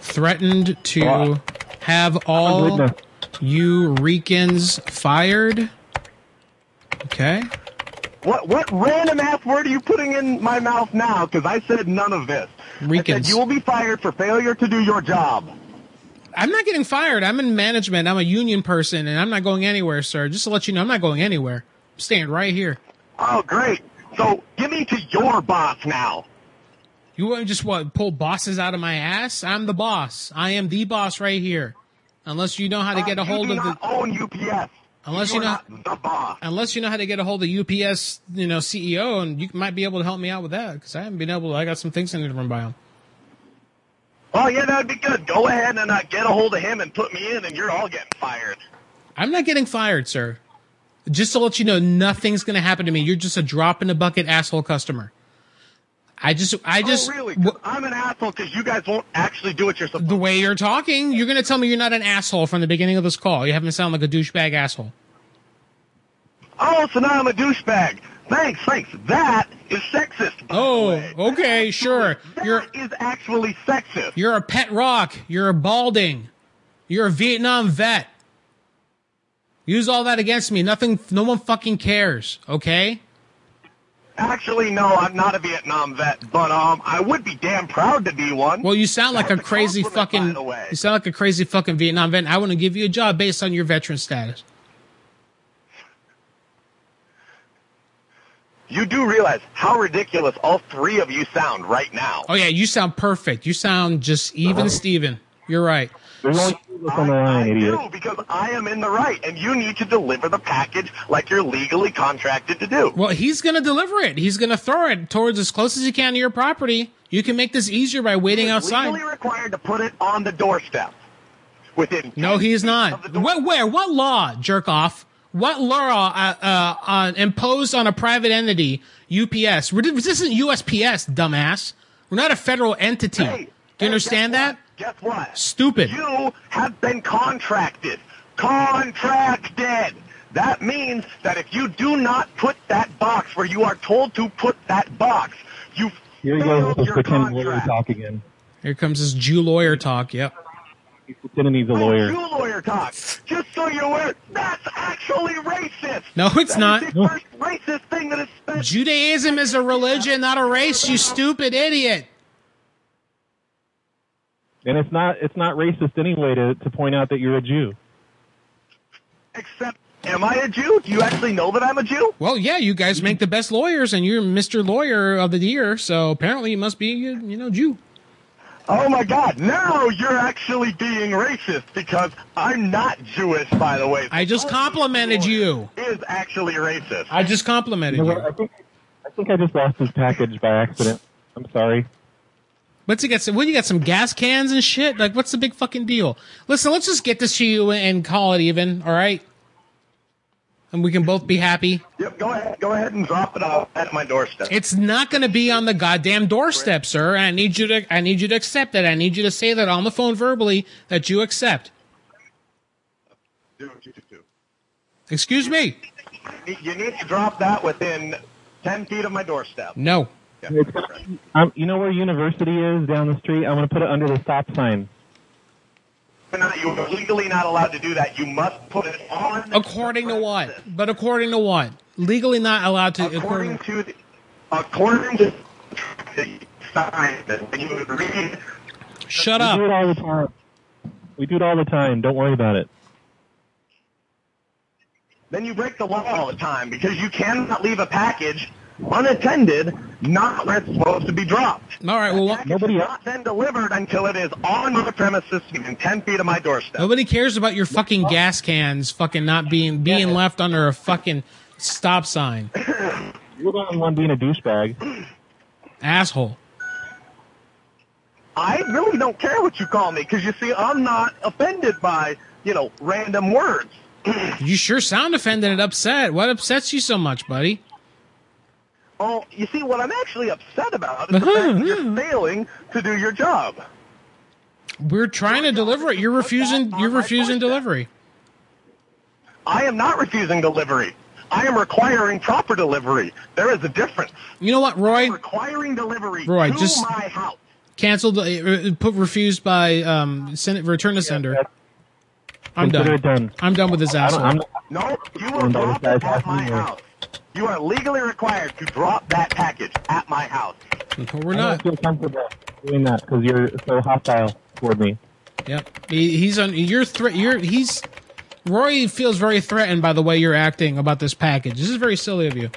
Speaker 2: Threatened to
Speaker 17: Oh,
Speaker 2: have all
Speaker 17: witness.
Speaker 2: Euricans fired. Okay.
Speaker 1: What what random ass word are you putting in my mouth now? Because I said none of this. I said
Speaker 2: Ricans.
Speaker 1: you will be fired for failure to do your job.
Speaker 2: I'm not getting fired. I'm in management. I'm a union person, and I'm not going anywhere, sir. Just to let you know, I'm not going anywhere. I'm staying right here.
Speaker 1: Oh great. So give me to your boss now.
Speaker 2: You want to just what pull bosses out of my ass? I'm the boss. I am the boss right here. Unless you know how to get a hold
Speaker 1: Uh, you do
Speaker 2: of the
Speaker 1: not own UPS.
Speaker 2: unless you,
Speaker 1: are
Speaker 2: know
Speaker 1: not the boss.
Speaker 2: unless you know how to get a hold of UPS, you know CEO, and you might be able to help me out with that because I haven't been able. to. I got some things I need to run by him.
Speaker 1: Oh yeah, that'd be good. Go ahead and uh, get a hold of him and put me in, and you're all getting fired.
Speaker 2: I'm not getting fired, sir. Just to let you know, nothing's going to happen to me. You're just a drop in the bucket asshole customer. I just, I just,
Speaker 1: oh really? 'Cause I'm an asshole because you guys won't actually do what you're supposed.
Speaker 2: the way you're talking, you're going to tell me you're not an asshole from the beginning of this call. You haven't sound like a douchebag asshole.
Speaker 1: Oh, so now I'm a douchebag. Thanks, thanks. That is sexist.
Speaker 2: Oh, okay, sure. You're
Speaker 1: is actually sexist.
Speaker 2: You're a pet rock. You're a balding. You're a Vietnam vet. Use all that against me. Nothing. No one fucking cares. Okay.
Speaker 1: Actually, no, I'm not a Vietnam vet, but um, I would be damn proud to be one.
Speaker 2: Well, you sound like a crazy fucking. You sound like a crazy fucking Vietnam vet. and I wouldn't give you a job based on your veteran status.
Speaker 1: You do realize how ridiculous all three of you sound right now.
Speaker 2: Oh yeah, you sound perfect. You sound just
Speaker 1: Uh-huh.
Speaker 2: even, Steven. You're right.
Speaker 17: There's only two of us on the line, idiot.
Speaker 1: No, because I am in the right, and you need to deliver the package like you're legally contracted to do.
Speaker 2: Well, he's going to deliver it. He's going to throw it towards as close as he can to your property. You can make this easier by waiting outside.
Speaker 1: Legally required to put it on the doorstep. Within
Speaker 2: No, he's not. Where, where? What law, jerk off? What law uh, uh, uh, imposed on a private entity, UPS? We're- This isn't USPS, dumbass. We're not a federal entity. Do you understand that?
Speaker 1: Guess what?
Speaker 2: Stupid.
Speaker 1: You have been contracted. Contracted. That means that if you do not put that box where you are told to put that box, you
Speaker 17: Here he goes with his pretend lawyer talk again.
Speaker 2: Here comes this Jew lawyer talk. Yep.
Speaker 17: Pretending he's a lawyer.
Speaker 1: do lawyer talk. Just so you're aware, that's actually racist.
Speaker 2: No, it's not.
Speaker 1: Racist thing that is
Speaker 2: Judaism is a religion, not a race. You stupid idiot.
Speaker 17: And it's not it's not racist anyway to, to point out that you're a Jew.
Speaker 1: except. Am I a Jew? Do you actually know that I'm a Jew?
Speaker 2: Well, yeah, you guys make the best lawyers, and you're Mr. Lawyer of the Year, so apparently you must be, you know, Jew.
Speaker 1: Oh my God! Now you're actually being racist because I'm not Jewish, by the way.
Speaker 2: I just complimented you.
Speaker 1: Is actually racist.
Speaker 2: I just complimented
Speaker 17: You know
Speaker 2: you.
Speaker 17: what? I think I think I just lost his package by accident. I'm sorry.
Speaker 2: What's he got? Some, what you got? Some gas cans and shit. Like, what's the big fucking deal? Listen, let's just get this to you and call it even. All right, and we can both be happy.
Speaker 1: Yep, go ahead, go ahead and drop it off at my doorstep.
Speaker 2: It's not going to be on the goddamn doorstep, sir. I need you to. I need you to accept that. I need you to say that on the phone verbally that you accept. Excuse me.
Speaker 1: You need to drop that within ten feet of my doorstep.
Speaker 2: No.
Speaker 17: Um, you know where University is down the street? I'm going to put it under the stop sign.
Speaker 1: You're not- You are legally not allowed to do that. You must put it on.
Speaker 2: According to what? But according to what? Legally not allowed to. According,
Speaker 1: to the, according to sign that when you read.
Speaker 2: Shut
Speaker 17: we
Speaker 2: up.
Speaker 17: Do it all the time. We do it all the time. Don't worry about it.
Speaker 1: Then you break the law all the time because you cannot leave a package unattended, not where it's supposed to be dropped.
Speaker 2: All right. Well,
Speaker 1: nobody not then delivered until it is on the premises within ten feet of my doorstep.
Speaker 2: Nobody cares about your fucking gas cans fucking not being being left under a fucking stop sign.
Speaker 17: You're the only one being a douchebag.
Speaker 2: Asshole.
Speaker 1: I really don't care what you call me because you see, I'm not offended by you know random words.
Speaker 2: You sure sound offended and upset. What upsets you so much, buddy?
Speaker 1: Oh, you see, what I'm actually upset about is the fact that you're failing to do your job.
Speaker 2: We're trying to deliver it. You're refusing you're refusing delivery.
Speaker 1: I am not refusing delivery. I am requiring proper delivery. There is a difference.
Speaker 2: You know what, Roy?
Speaker 1: Requiring delivery
Speaker 2: Roy,
Speaker 1: to
Speaker 2: just-
Speaker 1: my house.
Speaker 2: Canceled uh, put refused by um send, return to sender. I'm
Speaker 17: Consider
Speaker 2: done.
Speaker 17: it done.
Speaker 2: I'm done with this
Speaker 17: I don't- I'm
Speaker 2: asshole.
Speaker 17: not-
Speaker 1: No, you
Speaker 17: I'm
Speaker 1: are
Speaker 17: done with
Speaker 1: dropped
Speaker 17: this
Speaker 1: at
Speaker 17: guy's
Speaker 1: my
Speaker 17: asshole.
Speaker 1: house. You are legally required to drop that package at my house.
Speaker 17: I
Speaker 2: We're
Speaker 17: don't
Speaker 2: not.
Speaker 17: feel comfortable doing that because you're so hostile toward me.
Speaker 2: Yep. He, he's on you're threat you're he's Roy feels very threatened by the way you're acting about this package. This is very silly of you.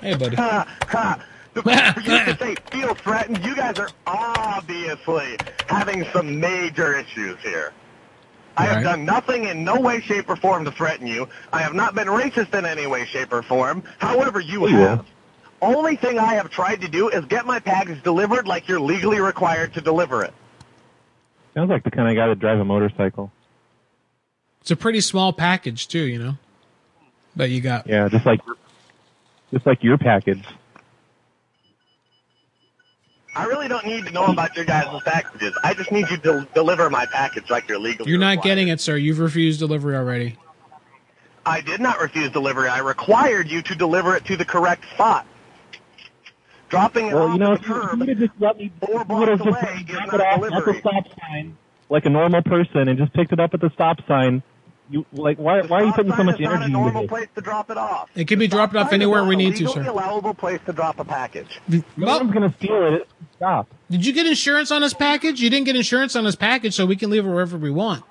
Speaker 2: Hey, buddy.
Speaker 1: Ha, ha. The fact that you say feel threatened, you guys are obviously having some major issues here. I have done nothing in no way, shape, or form to threaten you. I have not been racist in any way, shape, or form. However, Oh, you have. Only thing I have tried to do is get my package delivered like you're legally required to deliver it.
Speaker 17: Sounds like the kind of guy that drive a motorcycle.
Speaker 2: It's a pretty small package too, you know. But you got
Speaker 17: Yeah, just like just like your package.
Speaker 1: I really don't need to know about your guys' packages. I just need you to deliver my package like you're legally
Speaker 2: You're not getting it, sir. You've refused delivery already.
Speaker 1: I did not refuse delivery. I
Speaker 18: required you to deliver it to the correct spot. Dropping it
Speaker 17: Well,
Speaker 18: off
Speaker 17: you know,
Speaker 18: at the
Speaker 17: if you- if
Speaker 18: curb
Speaker 17: you would've just let me,
Speaker 18: four
Speaker 17: you would
Speaker 18: blocks
Speaker 17: have just
Speaker 18: away is
Speaker 17: dropped
Speaker 18: not
Speaker 17: it off at the
Speaker 18: delivery.
Speaker 17: stop sign like a normal person and just picked it up at the stop sign. You like why why are you putting so much energy into this?
Speaker 1: place to drop it off.
Speaker 2: It can be dropped off anywhere we need to,
Speaker 1: Legally
Speaker 2: sir.
Speaker 1: allowable place to drop a package.
Speaker 17: Mom's gonna steal it. Stop.
Speaker 2: Did you get insurance on this package? You didn't get insurance on this package, so we can leave it wherever we want.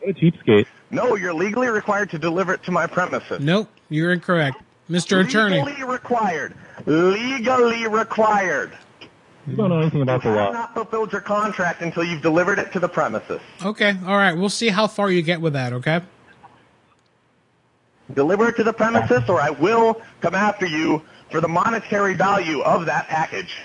Speaker 17: What a cheapskate.
Speaker 1: No, you're legally required to deliver it to my premises.
Speaker 2: Nope, you're incorrect, Mr. Attorney.
Speaker 1: Legally required. Legally required.
Speaker 17: You don't know anything about the
Speaker 1: I've
Speaker 17: law.
Speaker 1: not fulfilled your contract until you've delivered it to the premises.
Speaker 2: Okay, all right. We'll see how far you get with that. Okay.
Speaker 1: Deliver it to the premises, or I will come after you for the monetary value of that package.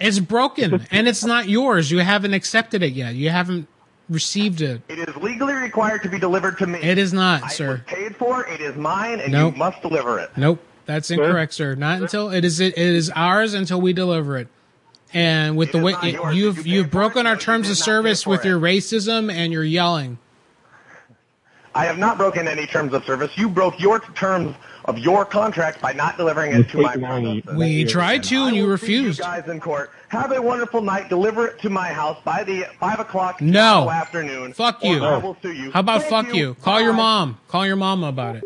Speaker 2: It's broken and it's not yours. You haven't accepted it yet. You haven't received it.
Speaker 1: It is legally required to be delivered to me.
Speaker 2: It is not, sir.
Speaker 1: Paid for. It is mine, and
Speaker 2: Nope.
Speaker 1: you must deliver it.
Speaker 2: Nope, that's incorrect, sir. Not until it is it is ours until we deliver it. And with the way you've you've broken our terms of service with your racism and your yelling.
Speaker 1: I have not broken any terms of service. You broke your terms of your contract by not delivering it to my premises.
Speaker 2: We tried to and you
Speaker 1: You
Speaker 2: refused.
Speaker 1: guys in court. Have a wonderful night. Deliver it to my house by the five o'clock tomorrow
Speaker 2: No.
Speaker 1: afternoon.
Speaker 2: Fuck
Speaker 1: or
Speaker 2: you.
Speaker 1: I will sue you.
Speaker 2: How about
Speaker 1: Thank
Speaker 2: fuck you? Call your mom. Call your mom about it.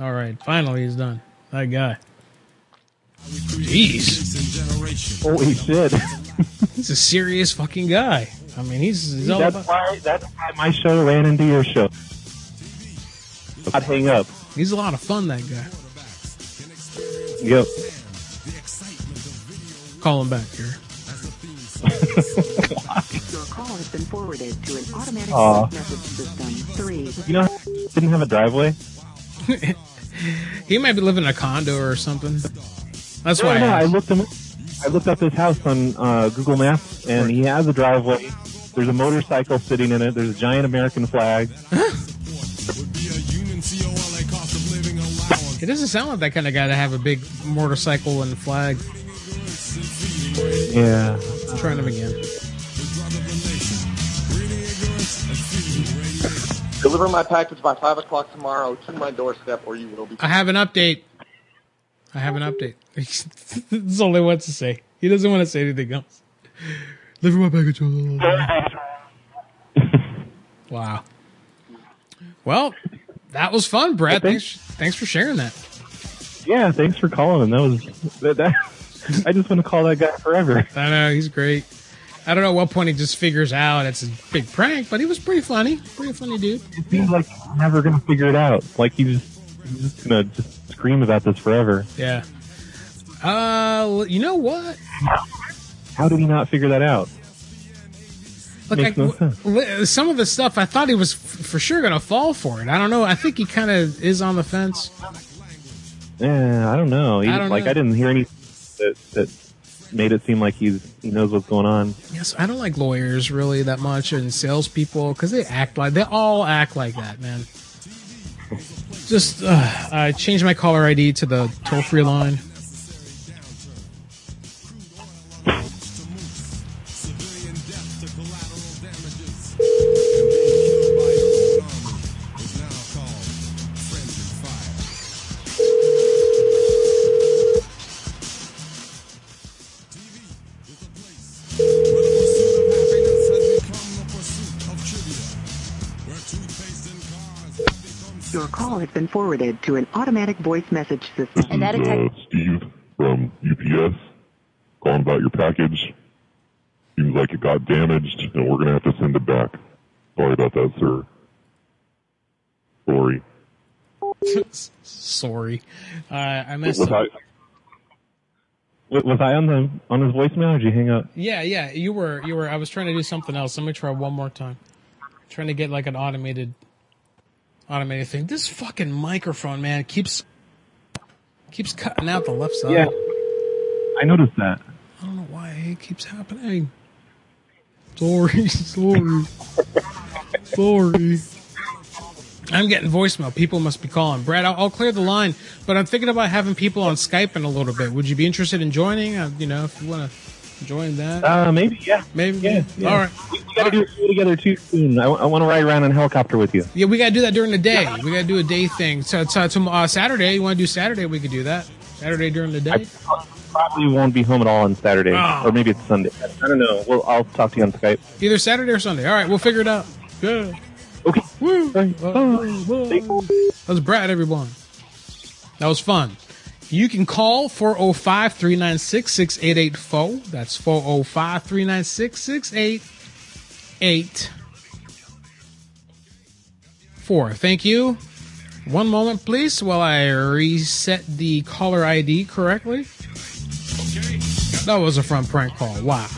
Speaker 2: All right. Finally, he's done. That guy. Jeez.
Speaker 17: Holy shit.
Speaker 2: he's a serious fucking guy. I mean, he's, he's all
Speaker 17: That's
Speaker 2: about-
Speaker 17: why that's why my show ran into your show. I'd hang up.
Speaker 2: He's a lot of fun, that guy.
Speaker 17: Yep.
Speaker 2: Call him back here.
Speaker 9: Your call has been forwarded to an automatic
Speaker 17: Aw.
Speaker 9: message system. Three.
Speaker 17: You know how didn't have a driveway?
Speaker 2: He might be living in a condo or something. That's
Speaker 17: no,
Speaker 2: why.
Speaker 17: no,
Speaker 2: I
Speaker 17: I
Speaker 2: asked.
Speaker 17: looked him I looked up his house on uh, Google Maps and he has a driveway. There's a motorcycle sitting in it, there's a giant American flag.
Speaker 2: It doesn't sound like that kind of guy to have a big motorcycle and flag.
Speaker 17: Yeah.
Speaker 2: Trying him again.
Speaker 1: Deliver my package by five o'clock tomorrow to my doorstep, or you will be.
Speaker 2: I have an update. I have an update. That's all he wants to say. He doesn't want to say anything else. Deliver my package. Wow. Well, that was fun, Brad. Thanks, thanks for sharing that.
Speaker 17: Yeah, thanks for calling him. That was that, that I just want to call that guy forever.
Speaker 2: I know he's great. I don't know at what point he just figures out it's a big prank, but he was pretty funny. Pretty funny dude.
Speaker 17: It seems like he's never gonna figure it out. Like he's just he's just gonna just scream about this forever.
Speaker 2: Yeah. Uh, you know what?
Speaker 17: How did he not figure that out?
Speaker 2: Look,
Speaker 17: Makes
Speaker 2: I-
Speaker 17: no sense.
Speaker 2: li- some of the stuff I thought he was f- for sure gonna fall for it. I don't know. I think he kind of is on the fence.
Speaker 17: Yeah, Eh, I don't know. He,
Speaker 2: I don't
Speaker 17: like
Speaker 2: know.
Speaker 17: I didn't hear any that that made it seem like he's he knows what's going on.
Speaker 2: Yes, I don't like lawyers really that much and salespeople because they act like they all act like that, man. Just uh, I changed my caller ID to the toll free line.
Speaker 9: Your call has been forwarded to an automatic voice message system. And that
Speaker 15: uh, Steve from UPS calling about your package. Seems like it got damaged, and we're going to have to send it back. Sorry about that, sir. Sorry.
Speaker 2: Sorry, uh, I
Speaker 17: Was
Speaker 2: messed up.
Speaker 17: I, was I on the on his voicemail? Or did you hang up?
Speaker 2: Yeah, yeah, you were, you were. I was trying to do something else. Let me try one more time. Trying to get like an automated, automated thing. This fucking microphone, man, keeps keeps cutting out the left side.
Speaker 17: Yeah. I noticed that.
Speaker 2: I don't know why it keeps happening. Sorry, sorry, sorry. I'm getting voicemail. People must be calling. Brad, I'll, I'll clear the line, but I'm thinking about having people on Skype in a little bit. Would you be interested in joining? Uh, you know, if you want to Join that.
Speaker 17: Uh, maybe, yeah.
Speaker 2: Maybe,
Speaker 17: yeah. yeah.
Speaker 2: All right.
Speaker 17: We, we gotta do a show together too soon. I, want to ride around in a helicopter with you.
Speaker 2: Yeah, we gotta do that during the day. We gotta do a day thing. So, so tomorrow, uh, Saturday. You want to do Saturday? We could do that. Saturday during the day.
Speaker 17: Probably won't be home at all on Saturday,
Speaker 2: Oh.
Speaker 17: or maybe it's Sunday. I don't know. Well, I'll talk to you on Skype.
Speaker 2: Either Saturday or Sunday. All right, we'll figure it out. Good.
Speaker 17: Okay.
Speaker 2: Woo. That was Brad, everyone. That was fun. You can call 405 396 6884. That's 405 396 6884. Thank you. One moment, please, while I reset the caller ID correctly. That was a front prank call. Wow.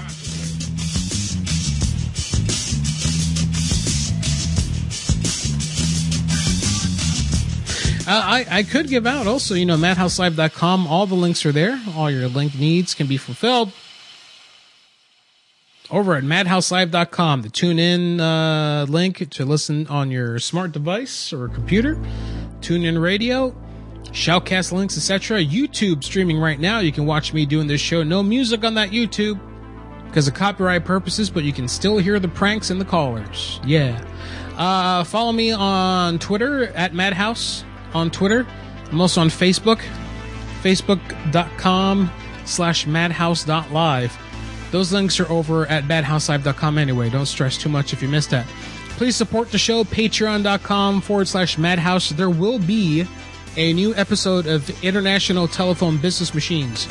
Speaker 2: Uh, I, I I could give out also, you know, madhouselive.com. All the links are there. All your link needs can be fulfilled over at madhouselive.com. The tune in uh, link to listen on your smart device or computer, tune in radio, shoutcast links, etc. YouTube streaming right now. You can watch me doing this show. No music on that YouTube because of copyright purposes, but you can still hear the pranks and the callers. Yeah. Uh, follow me on Twitter at Madhouse on Twitter. I'm also on Facebook, facebook.com slash madhouse.live. Those links are over at madhouselive.com anyway. Don't stress too much if you missed that. Please support the show, patreon.com forward slash madhouse. There will be a new episode of International Telephone Business Machines.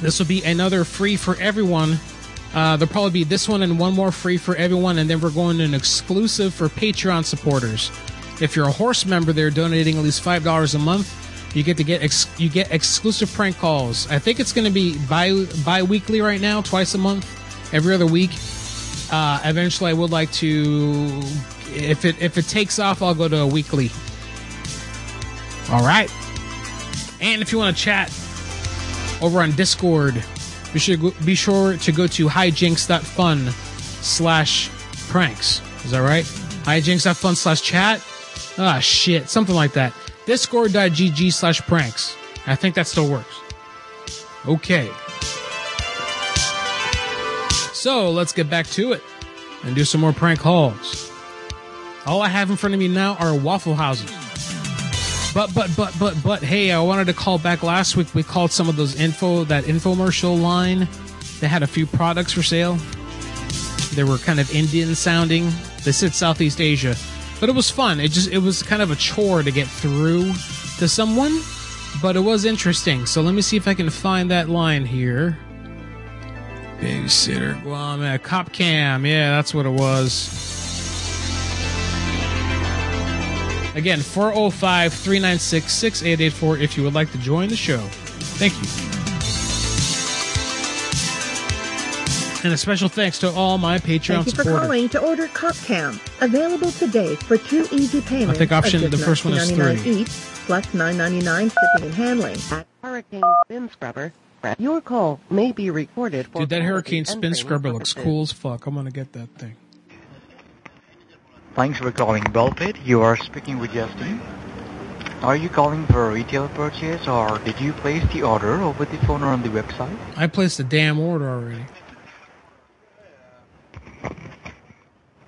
Speaker 2: This will be another free for everyone. Uh, there'll probably be this one and one more free for everyone, and then we're going to an exclusive for Patreon supporters. If you're a horse member, they're donating at least five dollars a month. You get to get ex- you get exclusive prank calls. I think it's going to be bi bi-weekly right now, twice a month, every other week. Uh, eventually, I would like to, if it if it takes off, I'll go to a weekly. All right. And if you want to chat over on Discord, be sure be sure to go to hijinks.fun slash pranks. Is that right? Hijinks.fun slash chat. Ah, shit, something like that. Discord.gg slash pranks. I think that still works. Okay. So let's get back to it and do some more prank hauls. All I have in front of me now are waffle houses. But but but but but hey, I wanted to call back last week. We called some of those info that infomercial line. They had a few products for sale. They were kind of Indian sounding. They said Southeast Asia, but it was fun. It just it was kind of a chore to get through to someone, but it was interesting. So let me see if I can find that line here. Babysitter Guam, uh, cop cam. Yeah, that's what it was. Again, 405 396 6884 if you would like to join the show. Thank you. And a special thanks to all my Patreon
Speaker 19: Thank you for
Speaker 2: supporters.
Speaker 19: calling to order CopCam. Available today for two easy payments.
Speaker 2: think option-
Speaker 19: of just
Speaker 2: the first one is
Speaker 19: $19.99
Speaker 2: three.
Speaker 19: Each, plus nine ninety nine shipping and handling. At Hurricane Spin Scrubber, your call may be recorded for.
Speaker 2: Dude, that Hurricane Spin Scrubber looks cool as fuck. I'm going to get that thing.
Speaker 6: Thanks for calling Belpit. You are speaking with Justin. Are you calling for a retail purchase or did you place the order over the phone or on the website?
Speaker 2: I placed a damn order already.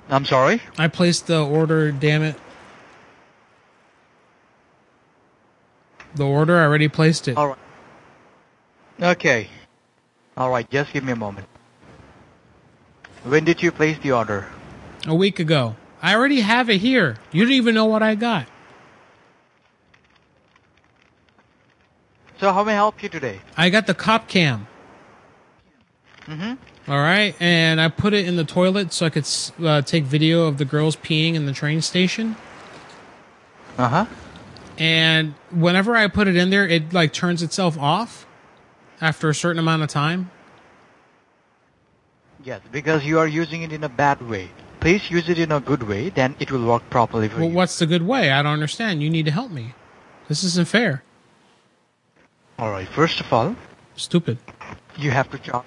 Speaker 6: I'm sorry?
Speaker 2: I placed the order, damn it. The order, I already placed it.
Speaker 6: Alright. Okay. Alright, just give me a moment. When did you place the order?
Speaker 2: A week ago. I already have it here. You don't even know what I got.
Speaker 6: So how may I help you today?
Speaker 2: I got the cop cam.
Speaker 6: Mm-hmm.
Speaker 2: All right, and I put it in the toilet so I could s- uh, take video of the girls peeing in the train station.
Speaker 6: Uh huh.
Speaker 2: And whenever I put it in there, it like turns itself off after a certain amount of time.
Speaker 6: Yes, because you are using it in a bad way. Please use it in a good way, then it will work properly for
Speaker 2: Well,
Speaker 6: you.
Speaker 2: what's the good way? I don't understand. You need to help me. This isn't fair.
Speaker 6: Alright, first of all,
Speaker 2: Stupid.
Speaker 6: you have to charge.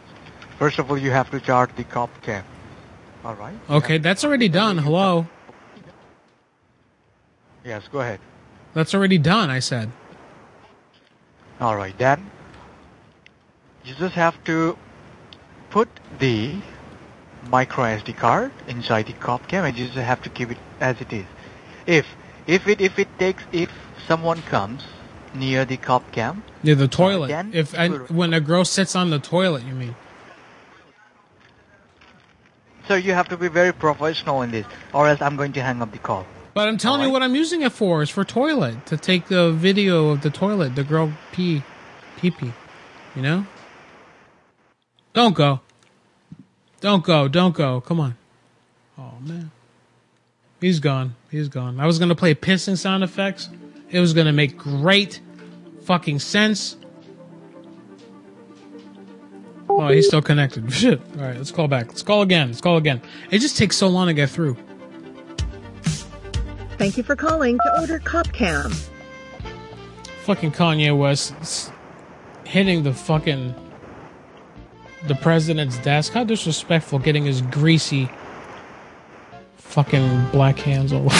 Speaker 6: First of all, you have to charge the cop cam. Alright?
Speaker 2: Okay, that's already done. Hello.
Speaker 6: Yes, go ahead.
Speaker 2: That's already done, I said.
Speaker 6: All right, then you just have to put the micro SD card inside the cop cam. I just have to keep it as it is. If if it if it takes if someone comes near the cop cam,
Speaker 2: Yeah, the toilet.
Speaker 6: Again?
Speaker 2: if and when a girl sits on the toilet, you mean?
Speaker 6: so you have to be very professional in this, or else I'm going to hang up the call.
Speaker 2: But I'm telling you what I'm using it for. It's for toilet to take the video of the toilet, the girl pee, pee pee. You know. Don't go. Don't go. Don't go. Come on. Oh man. He's gone. He's gone. I was gonna play pissing sound effects. It was gonna make great fucking sense. Oh, he's still connected. Shit. All right, let's call back. Let's call again. Let's call again. It just takes so long to get through.
Speaker 9: Thank you for calling to order CopCam.
Speaker 2: Fucking Kanye West s- hitting the fucking the president's desk. How disrespectful! Getting his greasy fucking black hands all.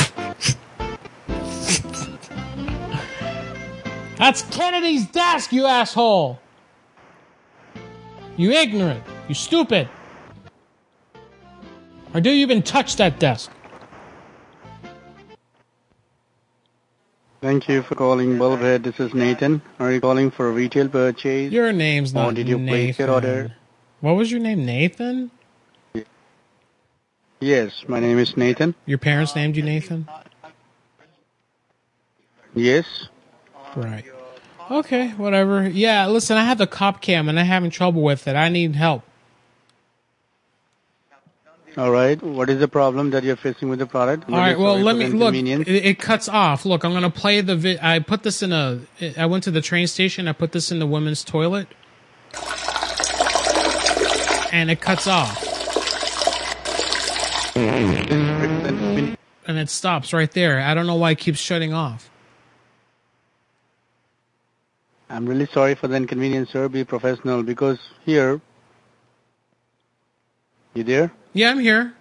Speaker 2: That's Kennedy's desk, you asshole. You ignorant. You stupid. Or do you even touch that desk?
Speaker 20: Thank you for calling Bulbhead. This is Nathan. Are you calling for a retail purchase?
Speaker 2: Your name's
Speaker 20: Or
Speaker 2: not
Speaker 20: did you
Speaker 2: Nathan.
Speaker 20: place your order?
Speaker 2: What was your name, Nathan?
Speaker 20: Yes, my name is Nathan.
Speaker 2: Your parents named you Nathan?
Speaker 20: Yes.
Speaker 2: Right. Okay, whatever. Yeah, listen, I have the cop cam and I'm having trouble with it. I need help.
Speaker 20: All right. What is the problem that you're facing with the product?
Speaker 2: All right.
Speaker 20: Really
Speaker 2: Well,
Speaker 20: sorry
Speaker 2: let
Speaker 20: for
Speaker 2: me
Speaker 20: the
Speaker 2: look.
Speaker 20: inconvenience.
Speaker 2: It, it cuts off. Look, I'm gonna play the. Vi- I put this in a. I went to the train station. I put this in the women's toilet, and it cuts off, and it stops right there. I don't know why it keeps shutting off.
Speaker 20: I'm really sorry for the inconvenience, sir. Be professional because here. You there?
Speaker 2: Yeah, I'm here.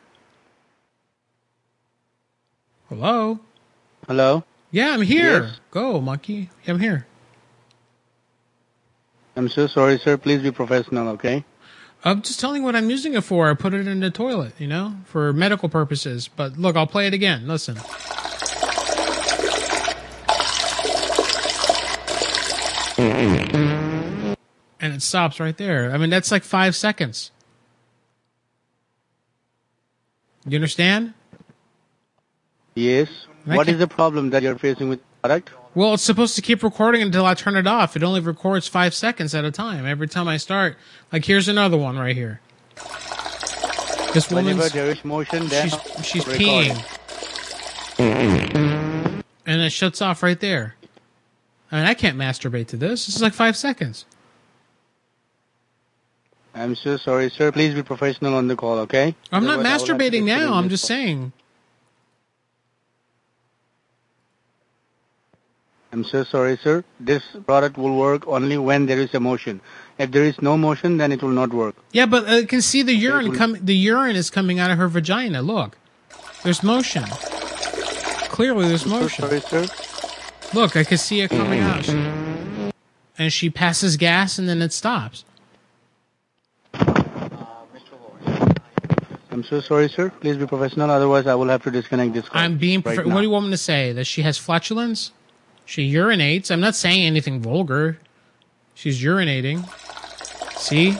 Speaker 2: Hello.
Speaker 20: Hello.
Speaker 2: Yeah, I'm here.
Speaker 20: Yes.
Speaker 2: Go, monkey. I'm here.
Speaker 20: I'm so sorry, sir. Please be professional, okay?
Speaker 2: I'm just telling you what I'm using it for. I put it in the toilet, you know, for medical purposes. But look, I'll play it again. Listen. And it stops right there. I mean, that's like five seconds. You understand?
Speaker 20: Yes.
Speaker 2: I
Speaker 20: What
Speaker 2: can-
Speaker 20: is the problem that you're facing with the product?
Speaker 2: Well, it's supposed to keep recording until I turn it off. It only records five seconds at a time. Every time I start, like here's another one right here. This
Speaker 20: Whenever
Speaker 2: woman's
Speaker 20: there is motion, then
Speaker 2: she's, she's
Speaker 20: record it.
Speaker 2: peeing. And it shuts off right there. I mean, I can't masturbate to this. This is like five seconds.
Speaker 20: I'm so sorry, sir. Please be professional on the call, okay?
Speaker 2: I'm not
Speaker 20: Otherwise, I will have to
Speaker 2: masturbating
Speaker 20: disconnect
Speaker 2: now. I'm
Speaker 20: this
Speaker 2: just
Speaker 20: call.
Speaker 2: saying.
Speaker 20: I'm so sorry, sir. This product will work only when there is a motion. If there is no motion, then it will not work.
Speaker 2: Yeah, but I can see the urine come. The urine is coming out of her vagina. Look, there's motion. Clearly, there's motion. Look, I can see
Speaker 20: Mm-hmm.
Speaker 2: it coming out. And she passes gas, and then it stops.
Speaker 20: I'm so sorry, sir. Please be professional. Otherwise, I will have to disconnect this call.
Speaker 2: I'm being.
Speaker 20: Right
Speaker 2: prof-
Speaker 20: now.
Speaker 2: what do you want me to say? That she has flatulence? She urinates. I'm not saying anything vulgar. She's urinating. See?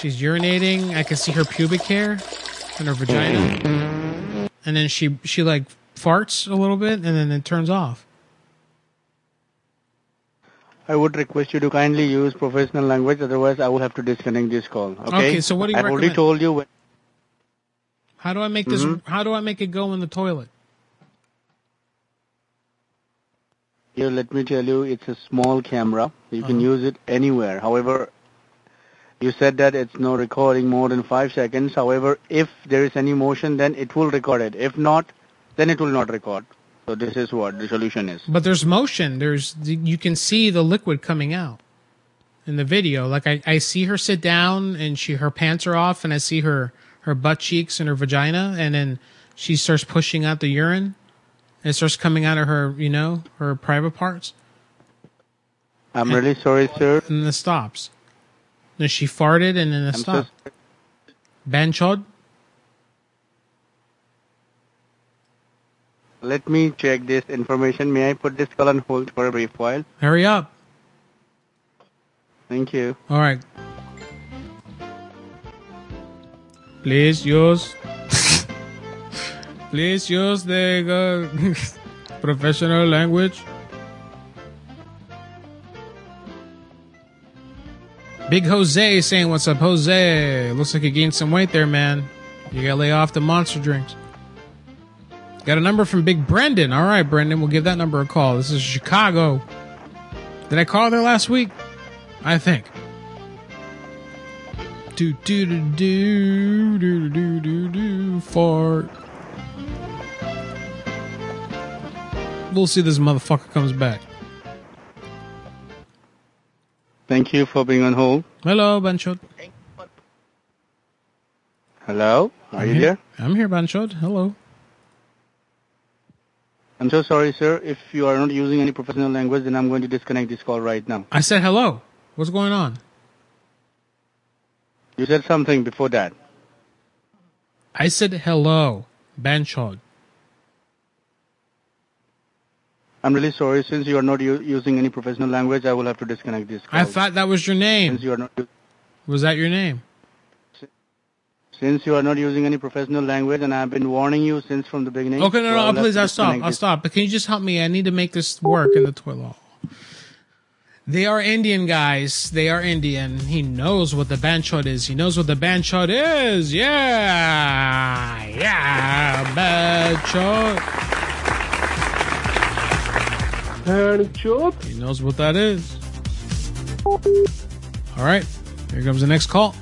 Speaker 2: She's urinating. I can see her pubic hair and her
Speaker 20: Mm-hmm.
Speaker 2: vagina. And then she she like farts a little bit, and then it turns off.
Speaker 20: I would request you to kindly use professional language. Otherwise, I will have to disconnect this call. Okay.
Speaker 2: Okay, so what do you
Speaker 20: I've already
Speaker 2: recommend?
Speaker 20: told you. When-
Speaker 2: How do I make this?
Speaker 20: Mhm.
Speaker 2: How do I make it go in the toilet?
Speaker 20: Here, let me tell you, it's a small camera. You can use it anywhere. However, you said that it's no recording more than five seconds. However, if there is any motion, then it will record it. If not, then it will not record. So this is what the solution is.
Speaker 2: But there's motion. There's you can see the liquid coming out in the video. Like I, I see her sit down and she her pants are off and I see her her butt cheeks and her vagina and then she starts pushing out the urine. And it starts coming out of her, you know, her private parts.
Speaker 20: I'm really sorry, sir.
Speaker 2: And then it stops. Then she farted and then
Speaker 20: I'm
Speaker 2: it
Speaker 20: so
Speaker 2: stopped. Banchod?
Speaker 20: Let me check this information. May I put this call on hold for a brief while?
Speaker 2: Hurry up.
Speaker 20: Thank you.
Speaker 2: All right. Please use. Please use the uh, professional language. Big Jose saying, What's up, Jose? Looks like you gained some weight there, man. You gotta lay off the monster drinks. Got a number from Big Brendan. All right, Brendan, we'll give that number a call. This is Chicago. Did I call there last week? I think. Do do do do do do do do fart. We'll see this motherfucker comes back.
Speaker 20: Thank you for being on hold.
Speaker 2: Hello, Banchod.
Speaker 20: Hello, are
Speaker 2: I'm
Speaker 20: you
Speaker 2: here.
Speaker 20: there?
Speaker 2: I'm here, Banchod. Hello.
Speaker 20: I'm so sorry, sir. If you are not using any professional language, then I'm going to disconnect this call right now.
Speaker 2: I said hello. What's going on?
Speaker 20: You said something before that.
Speaker 2: I said hello, Banchod.
Speaker 20: I'm really sorry. Since you are not u- using any professional language, I will have to disconnect this call.
Speaker 2: I thought that was your name.
Speaker 20: Since you are not, u-
Speaker 2: Was that your name?
Speaker 20: since you are not using any professional language, and I've been warning you since from the beginning.
Speaker 2: Okay,
Speaker 20: so
Speaker 2: no, no,
Speaker 20: I'll have
Speaker 2: please,
Speaker 20: to
Speaker 2: I'll stop.
Speaker 20: disconnect
Speaker 2: I'll
Speaker 20: this-
Speaker 2: stop. But can you just help me? I need to make this work in the toilet. They are Indian guys. They are Indian. He knows what the banchot is. He knows what the banchot is. Yeah, yeah, banchot. Banchot. He knows what that is. All right, here comes the next call.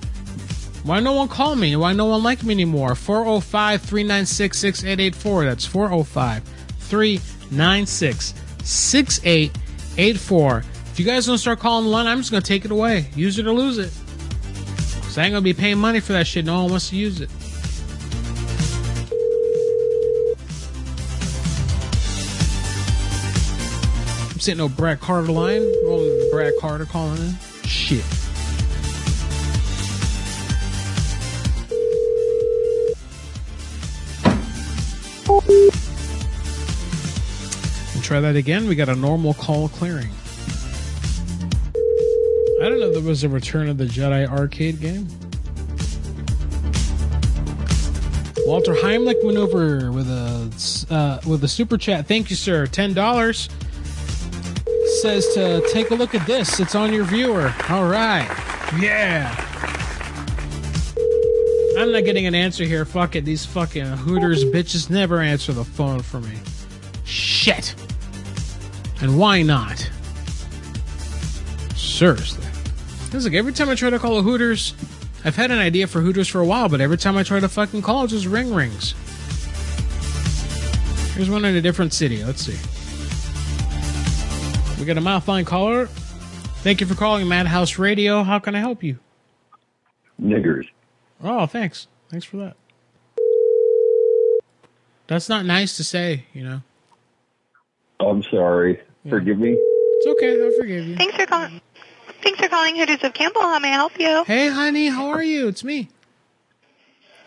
Speaker 2: Why no one call me? Why no one like me anymore? 405 396 6884. That's 405 396 6884. If you guys don't start calling the line, I'm just going to take it away. Use it or lose it. So I ain't going to be paying money for that shit. No one wants to use it. I'm sitting on Brad Carter line. Rolling Brad Carter calling in. Shit. And try that again. We got a normal call clearing. I don't know if there was a Return of the Jedi arcade game. Walter Heimlich maneuver with a uh, with a super chat. Thank you, sir. Ten dollars says to take a look at this. It's on your viewer. All right. Yeah. I'm not getting an answer here. Fuck it. These fucking Hooters bitches never answer the phone for me. Shit. And why not? Seriously. It's like every time I try to call a Hooters, I've had an idea for Hooters for a while, but every time I try to fucking call, it just ring rings. Here's one in a different city. Let's see. We got a mouthline caller. Thank you for calling Madhouse Radio. How can I help you?
Speaker 21: Niggers.
Speaker 2: Oh, thanks. Thanks for that. That's not nice to say, you know.
Speaker 21: I'm sorry. Forgive me.
Speaker 2: It's okay. I forgive you.
Speaker 4: Thanks for calling. Thanks for calling Hooters of Campbell. How may I help you?
Speaker 2: Hey, honey, how are you? It's me.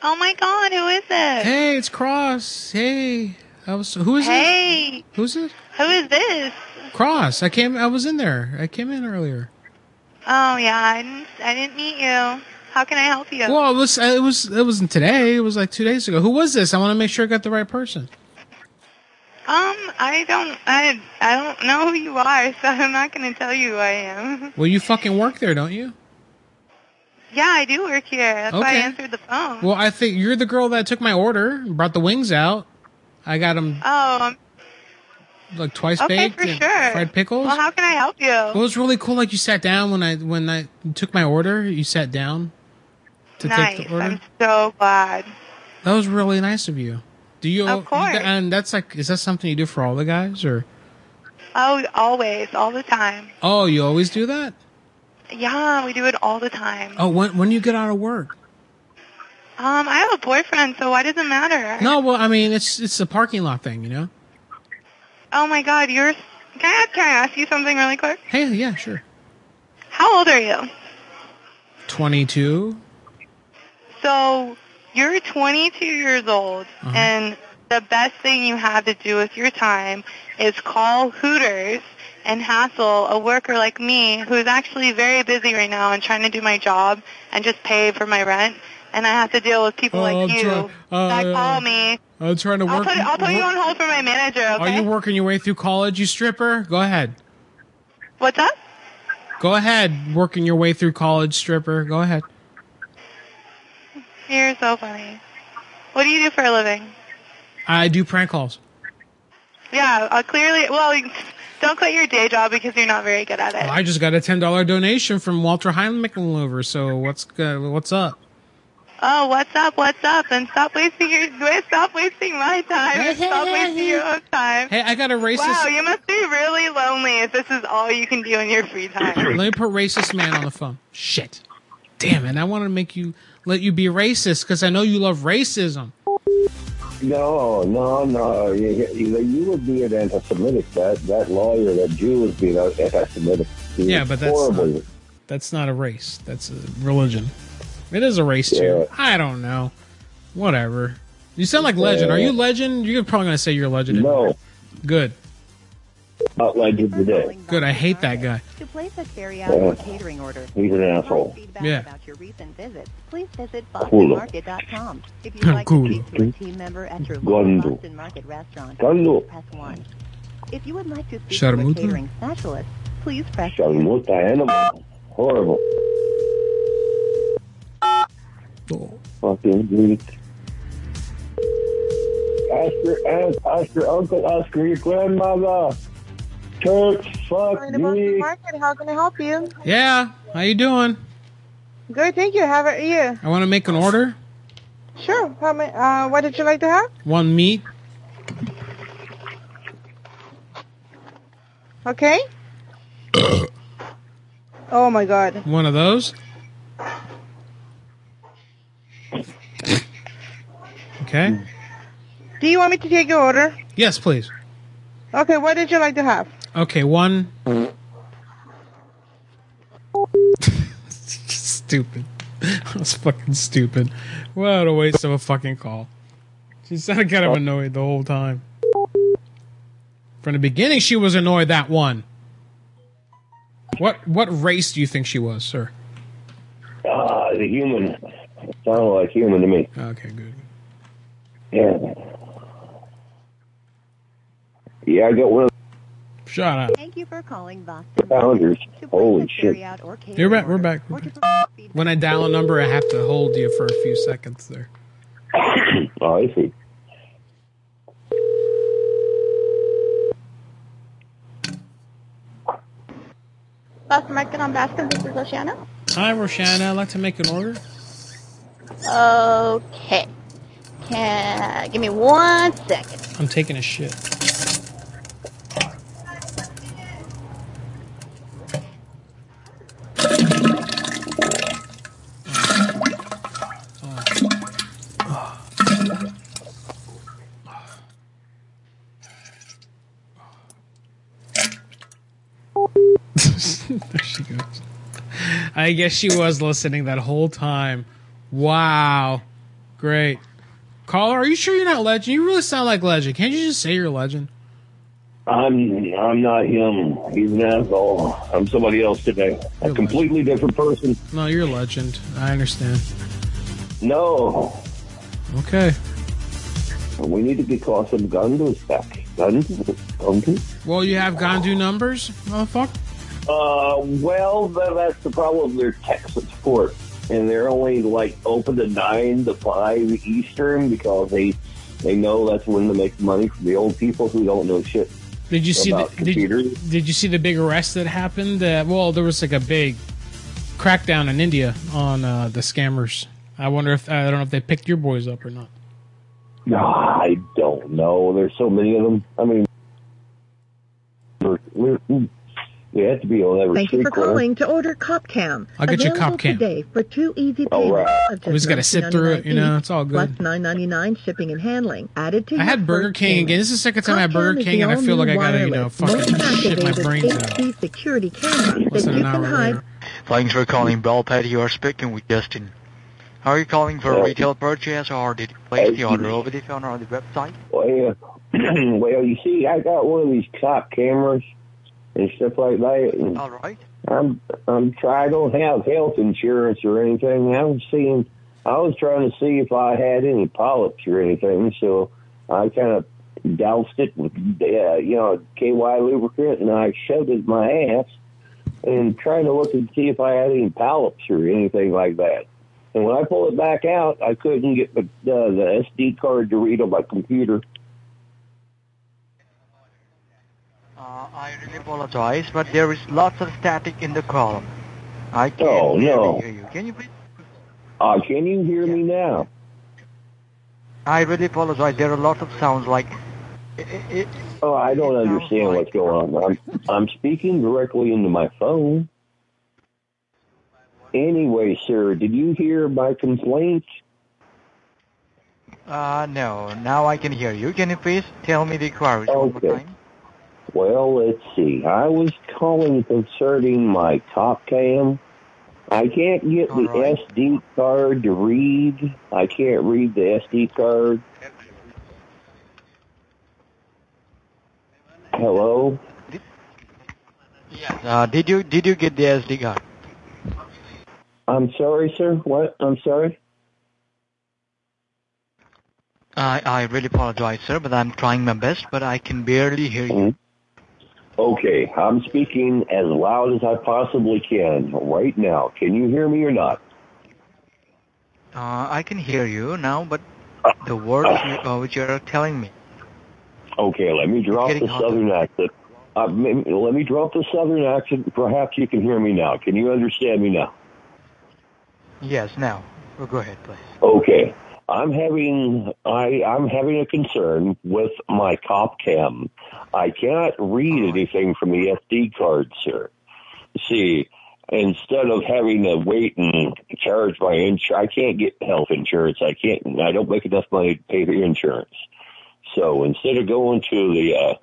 Speaker 4: Oh my God, who is this?
Speaker 2: Hey, it's Cross. Hey, I was. Who is
Speaker 4: Hey,
Speaker 2: it? Who's it?
Speaker 4: who is this?
Speaker 2: Cross. I came. I was in there. I came in earlier.
Speaker 4: Oh yeah, I didn't, I didn't meet you. How can I help you?
Speaker 2: Well, it was. It was. It wasn't today. It was like two days ago. Who was this? I want to make sure I got the right person.
Speaker 4: Um, I don't, I, I don't know who you are, so I'm not going to tell you who I am.
Speaker 2: Well, you fucking work there, don't you?
Speaker 4: Yeah, I do work here. That's why I
Speaker 2: Okay.
Speaker 4: answered the phone.
Speaker 2: Well, I think you're the girl that took my order and brought the wings out. I got them
Speaker 4: oh, um,
Speaker 2: like twice
Speaker 4: okay,
Speaker 2: baked
Speaker 4: for
Speaker 2: and
Speaker 4: sure.
Speaker 2: fried pickles.
Speaker 4: Well, how can I help you?
Speaker 2: It was really cool. Like you sat down when I when I took my order. You sat down to
Speaker 4: nice.
Speaker 2: take the order.
Speaker 4: I'm so glad.
Speaker 2: That was really nice of you. Do you?
Speaker 4: Of
Speaker 2: you-
Speaker 4: course.
Speaker 2: and that's like, is that something you do for all the guys, or?
Speaker 4: Oh, always, all the time.
Speaker 2: Oh, you always do that.
Speaker 4: Yeah, we do it all the time.
Speaker 2: Oh, when when you get out of work?
Speaker 4: Um, I have a boyfriend, so why does it matter?
Speaker 2: No, well, I mean, it's it's the parking lot thing, you know.
Speaker 4: Oh my God, you're. Can I, can I ask you something really quick?
Speaker 2: Hey, yeah, sure.
Speaker 4: How old are you?
Speaker 2: Twenty two.
Speaker 4: So So you're 22 years old,
Speaker 2: Mm-hmm.
Speaker 4: and the best thing you have to do with your time is call Hooters and hassle a worker like me who's actually very busy right now and trying to do my job and just pay for my rent. And I have to deal with people
Speaker 2: Oh,
Speaker 4: like
Speaker 2: I'm
Speaker 4: you
Speaker 2: trying- uh,
Speaker 4: that
Speaker 2: uh,
Speaker 4: call me.
Speaker 2: I'm trying to work.
Speaker 4: I'll put, I'll put you on hold for my manager,
Speaker 2: Are
Speaker 4: okay?
Speaker 2: you working your way through college, you stripper? Go ahead.
Speaker 4: What's up?
Speaker 2: Go ahead. Working your way through college, stripper. Go ahead.
Speaker 4: You're so funny. What do you do for a living?
Speaker 2: I do prank calls.
Speaker 4: Yeah, uh, clearly, well, you- don't quit your day job because you're not very good at it.
Speaker 2: I just got a ten dollar donation from Walter Heimlichenlover. So what's uh, what's up?
Speaker 4: Oh, what's up? What's up? And stop wasting your wait, stop wasting my time. and stop wasting your own time.
Speaker 2: Hey, I got a racist.
Speaker 4: Wow, you must be really lonely if this is all you can do in your free time.
Speaker 2: Let me put racist man on the phone. Shit. Damn it! I wanted to make you let you be racist because I know you love racism.
Speaker 21: No, no, no. You, you, you were being anti-Semitic. That that lawyer, that Jew, was being anti-Semitic. He
Speaker 2: Yeah,
Speaker 21: was
Speaker 2: but that's
Speaker 21: horrible.
Speaker 2: not- That's not a race. That's a religion. It is a race too. I don't know. Whatever. You sound like legend. Are you legend? You're probably gonna say you're legend. No. Good.
Speaker 21: Not legend today.
Speaker 2: Good. I hate that guy.
Speaker 9: To place a carry
Speaker 21: out or
Speaker 9: catering order,
Speaker 21: He's an asshole.
Speaker 2: Yeah.
Speaker 9: about your recent visit, please visit
Speaker 21: Cool.
Speaker 9: bostonmarket.com. If you'd
Speaker 21: Hmm,
Speaker 9: like
Speaker 21: cool.
Speaker 9: to speak to a team member at your local
Speaker 21: Gondo.
Speaker 9: Boston Market restaurant,
Speaker 21: Gondo.
Speaker 9: press 1. If you would like to speak to a
Speaker 21: Sharmuta.
Speaker 9: catering specialist, please press
Speaker 21: Charlotte animal. Horrible. Fucking dude. Oscar, ask Oscar, Uncle Oscar, your grandmother. Church, fuck me.
Speaker 22: Market, how can I help you?
Speaker 2: Yeah. How you doing?
Speaker 22: Good, thank you. How are you?
Speaker 2: I want to make an order.
Speaker 22: Sure. How may, uh, what did you like to have?
Speaker 2: One meat,
Speaker 22: Okay. oh my God.
Speaker 2: one of those. Okay.
Speaker 22: Do you want me to take your order?
Speaker 2: Yes, please.
Speaker 22: Okay. What did you like to have?
Speaker 2: Okay, one. stupid. That's fucking stupid. What a waste of a fucking call. She sounded kind of annoyed the whole time. From the beginning, she was annoyed that one. What what race do you think she was, sir?
Speaker 21: Ah, the human. Sounded like human to me.
Speaker 2: Okay, good.
Speaker 21: Yeah. Yeah, I got one of
Speaker 2: Shut up.
Speaker 9: Thank you for calling Boston.
Speaker 21: the founders. Holy shit.
Speaker 2: You're back. We're back. We're back. When I dial a number, I have to hold you for a few seconds there.
Speaker 21: oh, I see.
Speaker 23: Boston Market on Baskin. This is Oceana.
Speaker 2: Hi, Roshana. I'd like to make an order.
Speaker 23: Okay. Can give me one second.
Speaker 2: I'm taking a shit. there she goes. I guess she was listening that whole time. Wow. Great. Caller, are you sure you're not legend? You really sound like legend. Can't you just say you're legend?
Speaker 21: I'm I'm not him. He's an asshole. I'm somebody else today. A completely different person.
Speaker 2: No, you're legend. I understand.
Speaker 21: No.
Speaker 2: Okay.
Speaker 21: We need to get call some Gundus back. Gundus? Gundus?
Speaker 2: Well, you have Gandu numbers, motherfucker?
Speaker 21: Uh, well, tha- that's the problem. They're Texas Fort, and they're only like open to nine to five Eastern because they they know that's when to make money from the old people who don't know shit.
Speaker 2: Did you see the
Speaker 21: about
Speaker 2: did,
Speaker 21: computers.
Speaker 2: you- did you see the big arrest that happened? Uh, well, there was like a big crackdown in India on uh, the scammers. I wonder if I don't know if they picked your boys up or not.
Speaker 21: Ah, I don't know. There's so many of them. I mean, we're, we're, they have to be on every
Speaker 19: Thank you
Speaker 21: street
Speaker 19: for
Speaker 21: corner.
Speaker 19: calling to order CopCam.
Speaker 21: I'll get you
Speaker 19: Available
Speaker 21: Cop Cam.
Speaker 19: today for two easy payments.
Speaker 21: All right.
Speaker 19: of
Speaker 2: We just gotta sit through it, you
Speaker 19: $19.99
Speaker 2: know, it's all
Speaker 19: Plus
Speaker 2: good.
Speaker 19: nine ninety nine shipping and handling added to.
Speaker 2: I
Speaker 19: your
Speaker 2: had Burger
Speaker 19: first
Speaker 2: King
Speaker 19: payment.
Speaker 2: again. This is the second time I had
Speaker 19: Cop
Speaker 2: Burger
Speaker 19: Cam is
Speaker 2: King,
Speaker 19: the
Speaker 2: and I feel
Speaker 19: all-new
Speaker 2: like I gotta, you know,
Speaker 19: wireless,
Speaker 2: fucking
Speaker 19: motion
Speaker 2: shit my
Speaker 19: activated
Speaker 2: brains out.
Speaker 19: 8P security cameras
Speaker 2: Less
Speaker 19: that
Speaker 2: than
Speaker 19: you
Speaker 2: an
Speaker 19: can
Speaker 2: hour
Speaker 19: hide
Speaker 2: later.
Speaker 6: Thanks for calling Bell Patty. You're speaking with Justin.
Speaker 24: Are you calling for
Speaker 21: Uh,
Speaker 24: a retail purchase or did you place the order over the phone or on the website?
Speaker 21: Well, well, you see, I got one of these cop cameras and stuff like that. And
Speaker 24: All right.
Speaker 21: I'm I'm try. I don't have health insurance or anything. I was seeing. I was trying to see if I had any polyps or anything, so I kind of doused it with uh, you know KY lubricant and I shoved it in my ass and trying to look and see if I had any polyps or anything like that. And when I pulled it back out, I couldn't get the uh, the SD card to read on my computer.
Speaker 24: Uh, I really apologize, but there is lots of static in the column. I can't
Speaker 21: Oh,
Speaker 24: really
Speaker 21: no.
Speaker 24: hear you. Can you please?
Speaker 21: Uh, can you hear me now?
Speaker 24: I really apologize. There are lots of sounds like it,
Speaker 21: Oh, I don't understand what's going on. I'm I'm speaking directly into my phone. Anyway, sir, did you hear my complaint?
Speaker 24: Uh, no. Now I can hear you. Can you please tell me the queries one more
Speaker 21: Okay.
Speaker 24: time?
Speaker 21: Well, let's see. I was calling concerning my cop cam. I can't get the SD card to read. I can't read the SD card. Hello?
Speaker 24: Uh, did you did you get the SD card?
Speaker 21: I'm sorry, sir. What? I'm sorry.
Speaker 24: I I really apologize, sir, but I'm trying my best, but I can barely hear
Speaker 21: Mm-hmm.
Speaker 24: you.
Speaker 21: Okay, I'm speaking as loud as I possibly can right now. Can you hear me or not?
Speaker 24: Uh, I can hear you now, but the words you, uh, which you're telling me.
Speaker 21: Okay, let me drop
Speaker 24: getting
Speaker 21: the
Speaker 24: hotter.
Speaker 21: southern accent. Uh, m- let me drop the southern accent. Perhaps you can hear me now. Can you understand me now?
Speaker 24: Yes, now. Oh, go ahead, please.
Speaker 21: Okay. I'm having I, I'm having a concern with my cop cam. I cannot read anything from the SD card, sir. See, instead of having to wait and charge my ins, I can't get health insurance. I can't. I don't make enough money to pay for insurance. So instead of going to the, uh,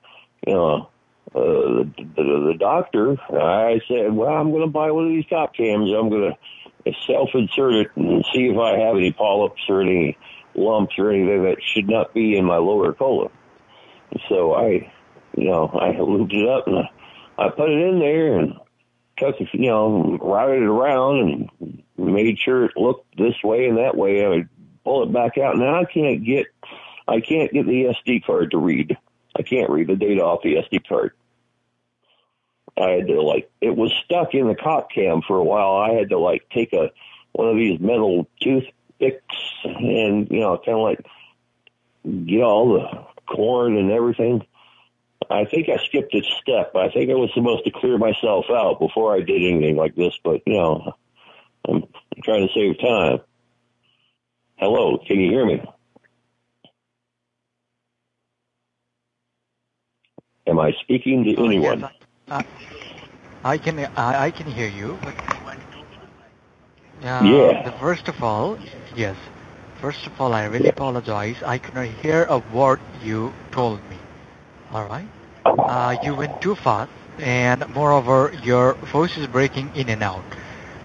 Speaker 21: you know, uh, the, the, the doctor, I said, well, I'm going to buy one of these cop cams. I'm going to self-insert it and see if I have any polyps or any lumps or anything that should not be in my lower colon. So I, you know, I lubed it up and I, I put it in there and took, it, you know, routed it around and made sure it looked this way and that way. I would pull it back out. Now I can't get, I can't get the SD card to read. I can't read the data off the SD card. I had to like it was stuck in the cop cam for a while. I had to like take a one of these metal toothpicks and you know kind of like get all the corn and everything. I think I skipped a step. I think I was supposed to clear myself out before I did anything like this, but you know I'm trying to save time. Hello, can you hear me? Am I speaking to anyone?
Speaker 24: Uh, I can I, I can hear you, but uh,
Speaker 21: Yeah.
Speaker 24: The, first of all, yes. First of all, I really apologize. I could not hear a word you told me. All right. Uh, you went too fast, and moreover, your voice is breaking in and out.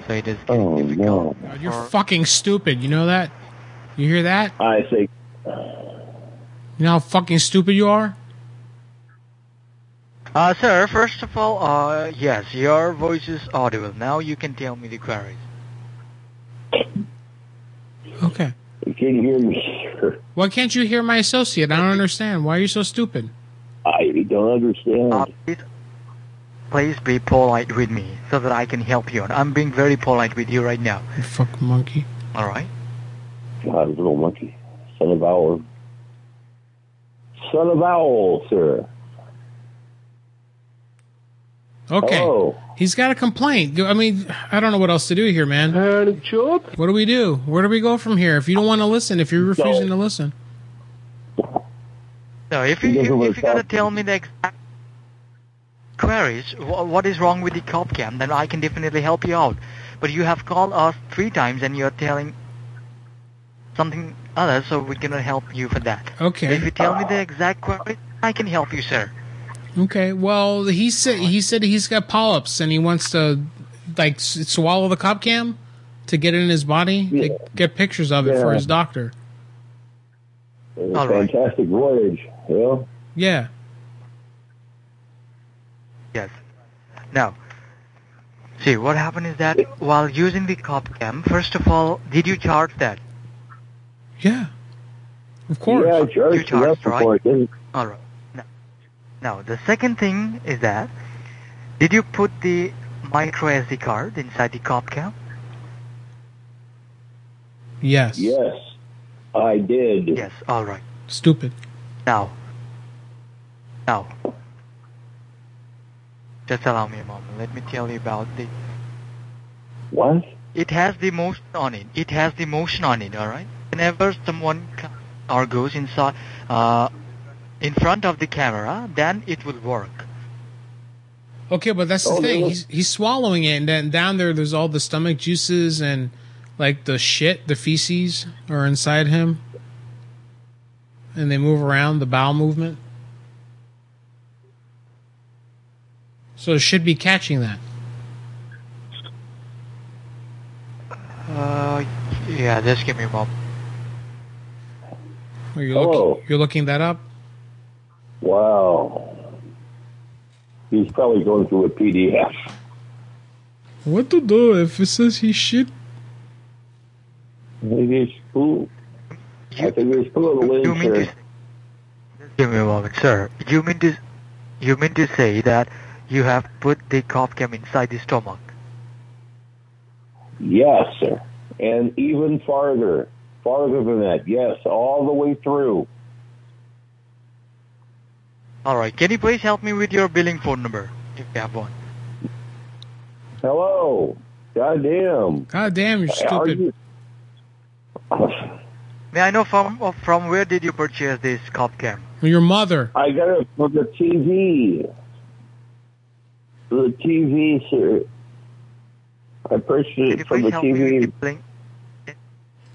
Speaker 24: So it is getting difficult.
Speaker 2: You're fucking stupid. You know that? You hear that?
Speaker 21: I think.
Speaker 2: You know how fucking stupid you are?
Speaker 24: Uh, sir, first of all, uh, yes, your voice is audible. Now you can tell me the queries.
Speaker 2: Okay.
Speaker 21: You can't hear me. sir.
Speaker 2: Why can't you hear my associate? I don't understand. Why are you so stupid?
Speaker 21: I don't understand.
Speaker 24: Uh, Please be polite with me so that I can help you. And I'm being very polite with you right now.
Speaker 2: Fuck monkey.
Speaker 24: All right.
Speaker 21: God, little monkey. Son of owl. Son of owl, sir.
Speaker 2: Okay. He's got a complaint. Do- I mean, I don't know what else to do here, man. What do we do? Where do we go from here? If you don't want to listen, if you're refusing to listen.
Speaker 24: So if you, if, if you gotta tell me the exact queries, wh- what is wrong with the cop cam, then I can definitely help you out. But you have called us three times and you're telling something other, so we cannot help you for that.
Speaker 2: Okay.
Speaker 24: If you tell me the exact query, I can help you, sir.
Speaker 2: Okay. Well, he said he said he's got polyps and he wants to like s- swallow the cop cam to get it in his body. They get pictures of it for
Speaker 21: Yeah.
Speaker 2: his doctor.
Speaker 21: It was
Speaker 2: All
Speaker 21: a
Speaker 2: right.
Speaker 21: fantastic voyage. Yeah.
Speaker 2: Yeah.
Speaker 24: Yes. Now, see, what happened is that while using the cop cam, first of all, did you charge that?
Speaker 2: Yeah. Of course.
Speaker 21: Yeah, sure.
Speaker 24: You charged, right?
Speaker 21: Report. This-
Speaker 24: All right. Now, now, the second thing is that did you put the micro SD card inside the cop cam?
Speaker 2: Yes.
Speaker 21: Yes. I did.
Speaker 24: Yes. All right.
Speaker 2: Stupid.
Speaker 24: Now. Now. Just allow me a moment. Let me tell you about the.
Speaker 21: What?
Speaker 24: It has the motion on it. It has the motion on it. All right. Whenever someone comes or goes inside, uh, in front of the camera, then it will work.
Speaker 2: Okay, but that's the
Speaker 24: Oh,
Speaker 2: thing.
Speaker 24: no.
Speaker 2: He's he's swallowing it, and then down there, there's all the stomach juices and like the shit, the feces are inside him, and they move around the bowel movement. So it should be catching that.
Speaker 24: Uh, yeah. Just give me a moment.
Speaker 2: Are you looking, you're looking that up?
Speaker 21: Wow. He's probably going through a PDF.
Speaker 2: What to do if it says he shit?
Speaker 21: It is cool. I think it's cool. The
Speaker 24: You mean to
Speaker 21: literature.
Speaker 24: say, just give me a moment, sir. You mean to, you mean to say that you have put the cough cam inside the stomach?
Speaker 21: Yes, sir. And even farther, farther than that. Yes, all the way through.
Speaker 24: All right. Can you please help me with your billing phone number if you have one?
Speaker 21: Hello. God damn.
Speaker 2: God damn, you're
Speaker 21: stupid.
Speaker 24: May I know from from where did you purchase this cough cam?
Speaker 2: Your mother.
Speaker 21: I got it for the TV. The TV, sir. uh, I purchased it from the TV.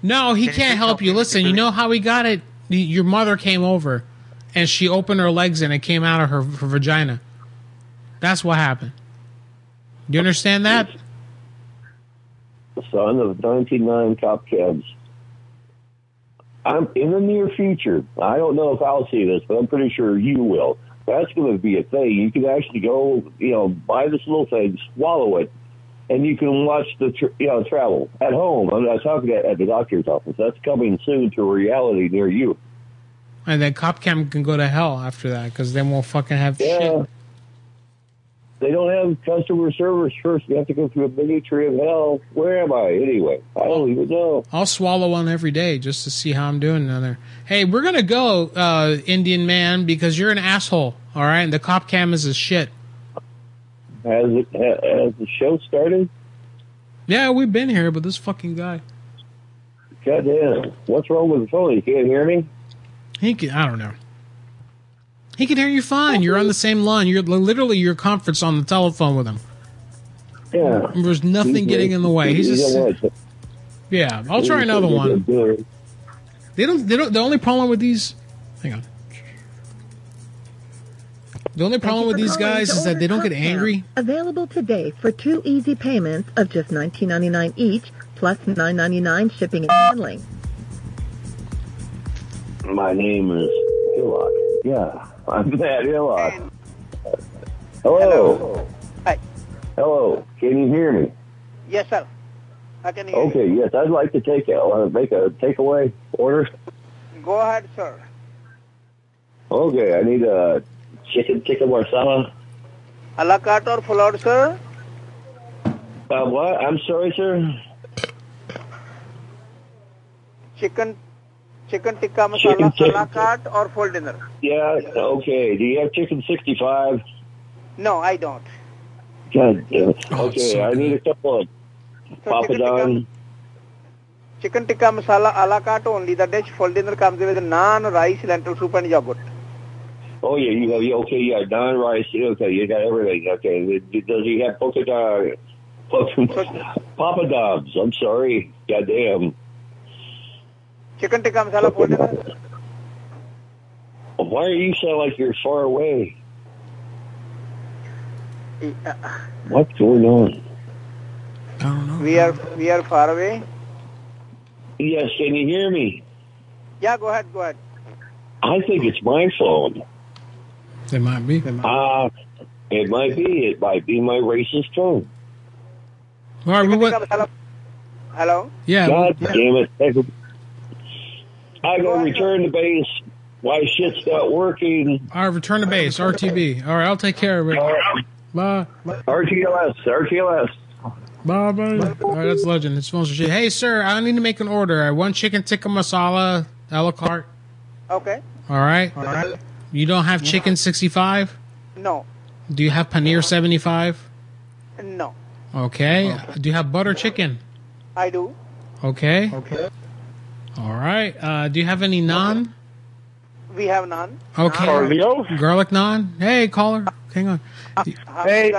Speaker 2: No, he can't help you. Listen, you know how he got it? Y- Your mother came over, and she opened her legs, and it came out of her, her vagina. That's what happened. You understand that?
Speaker 21: son of 99 cop cabs. I'm in the near future. I don't know if I'll see this, but I'm pretty sure you will. That's going to be a thing. You can actually go, you know, buy this little thing, swallow it, and you can watch the, tr you know, travel at home. I'm not talking at, at the doctor's office. That's coming soon to a reality near you.
Speaker 2: And then cop cam can go to hell after that because they won't fucking have shit.
Speaker 21: They don't have customer service first. You have to go through a bigotry of hell. Where am I anyway? I don't even know.
Speaker 2: I'll swallow one every day just to see how I'm doing down there. Hey, we're gonna go, uh, Indian man, because you're an asshole. All right, and the cop cam is a shit.
Speaker 21: Has it ha- has the show started?
Speaker 2: Yeah, we've been here, but this fucking guy.
Speaker 21: Goddamn! What's wrong with the phone? You can't hear me?
Speaker 2: He can, I don't know. He can hear you fine. You're on the same line. You're li- literally your comfort's on the telephone with him.
Speaker 21: Yeah.
Speaker 2: There's nothing
Speaker 21: He's
Speaker 2: getting
Speaker 21: like-
Speaker 2: in the way. He's
Speaker 21: you
Speaker 2: just
Speaker 21: know what?
Speaker 2: yeah. I'll try
Speaker 21: He's
Speaker 2: another
Speaker 21: like,
Speaker 2: one.
Speaker 21: "Good."
Speaker 2: They don't. They don't. The only problem with these. Hang on. The only problem with these guys is that they don't get angry.
Speaker 10: Available today for two easy payments of just $19.99 each, plus $9.99 shipping and handling.
Speaker 21: My name is Hillock. Yeah, I'm Matt Hillock. Hello.
Speaker 9: Hi.
Speaker 21: Hello. Can you hear me?
Speaker 9: Yes, sir. I can hear
Speaker 21: Okay. Yes, I'd like to take a uh, make a takeaway order.
Speaker 9: you. Go ahead, sir.
Speaker 21: Okay, I need a chicken tikka marsala.
Speaker 9: A la carte or full order, sir?
Speaker 21: Uh, what? I'm sorry, sir.
Speaker 9: Chicken, chicken tikka masala, a la carte or full dinner?
Speaker 21: Yeah. Okay. Do you have chicken sixty-five?
Speaker 9: No, I don't.
Speaker 21: God damn it.
Speaker 9: Oh,
Speaker 2: Oh,
Speaker 21: Okay, I need a couple of Papa Don.
Speaker 9: Chicken tikka masala, a la carte only. The dish full dinner comes with naan, rice, lentil soup, and yogurt.
Speaker 21: Oh yeah, you have yeah, okay, yeah, Don Rice. Okay, you got everything. Okay, does he have polka dot? polka- Papa Dom's. I'm sorry. God damn.
Speaker 9: Chicken tikka masala, full dinner.
Speaker 21: Why are you sound like you're far away? What's going on?
Speaker 2: I don't know.
Speaker 25: We are we are far away.
Speaker 21: Yes, can you hear me?
Speaker 25: Yeah, go ahead, go ahead.
Speaker 21: I think it's my phone.
Speaker 2: They might be.
Speaker 21: Uh, it might be. It might be my racist phone.
Speaker 2: All right, we went,
Speaker 25: Hello.
Speaker 2: yeah,
Speaker 21: God damn it. I go- I go return to base. Why shit's not working?
Speaker 2: all right, return to base, RTB. All right, I'll take care of it. Bye.
Speaker 21: RTLS, RTLS.
Speaker 2: Bye, bye. All right, that's legend. It's sponsorship. Hey, sir, I need to make an order. I want chicken tikka masala, a la carte.
Speaker 25: Okay.
Speaker 2: All right. All right. You don't have chicken 65?
Speaker 25: No.
Speaker 2: Do you have paneer 75?
Speaker 25: No.
Speaker 2: Okay. Do you have butter chicken?
Speaker 25: I do.
Speaker 2: Okay. Okay. All right. Uh, do you have any naan?
Speaker 25: We have none.
Speaker 2: Okay.
Speaker 25: Carlio?
Speaker 2: Garlic naan. Hey, caller. Hang on.
Speaker 25: Hey.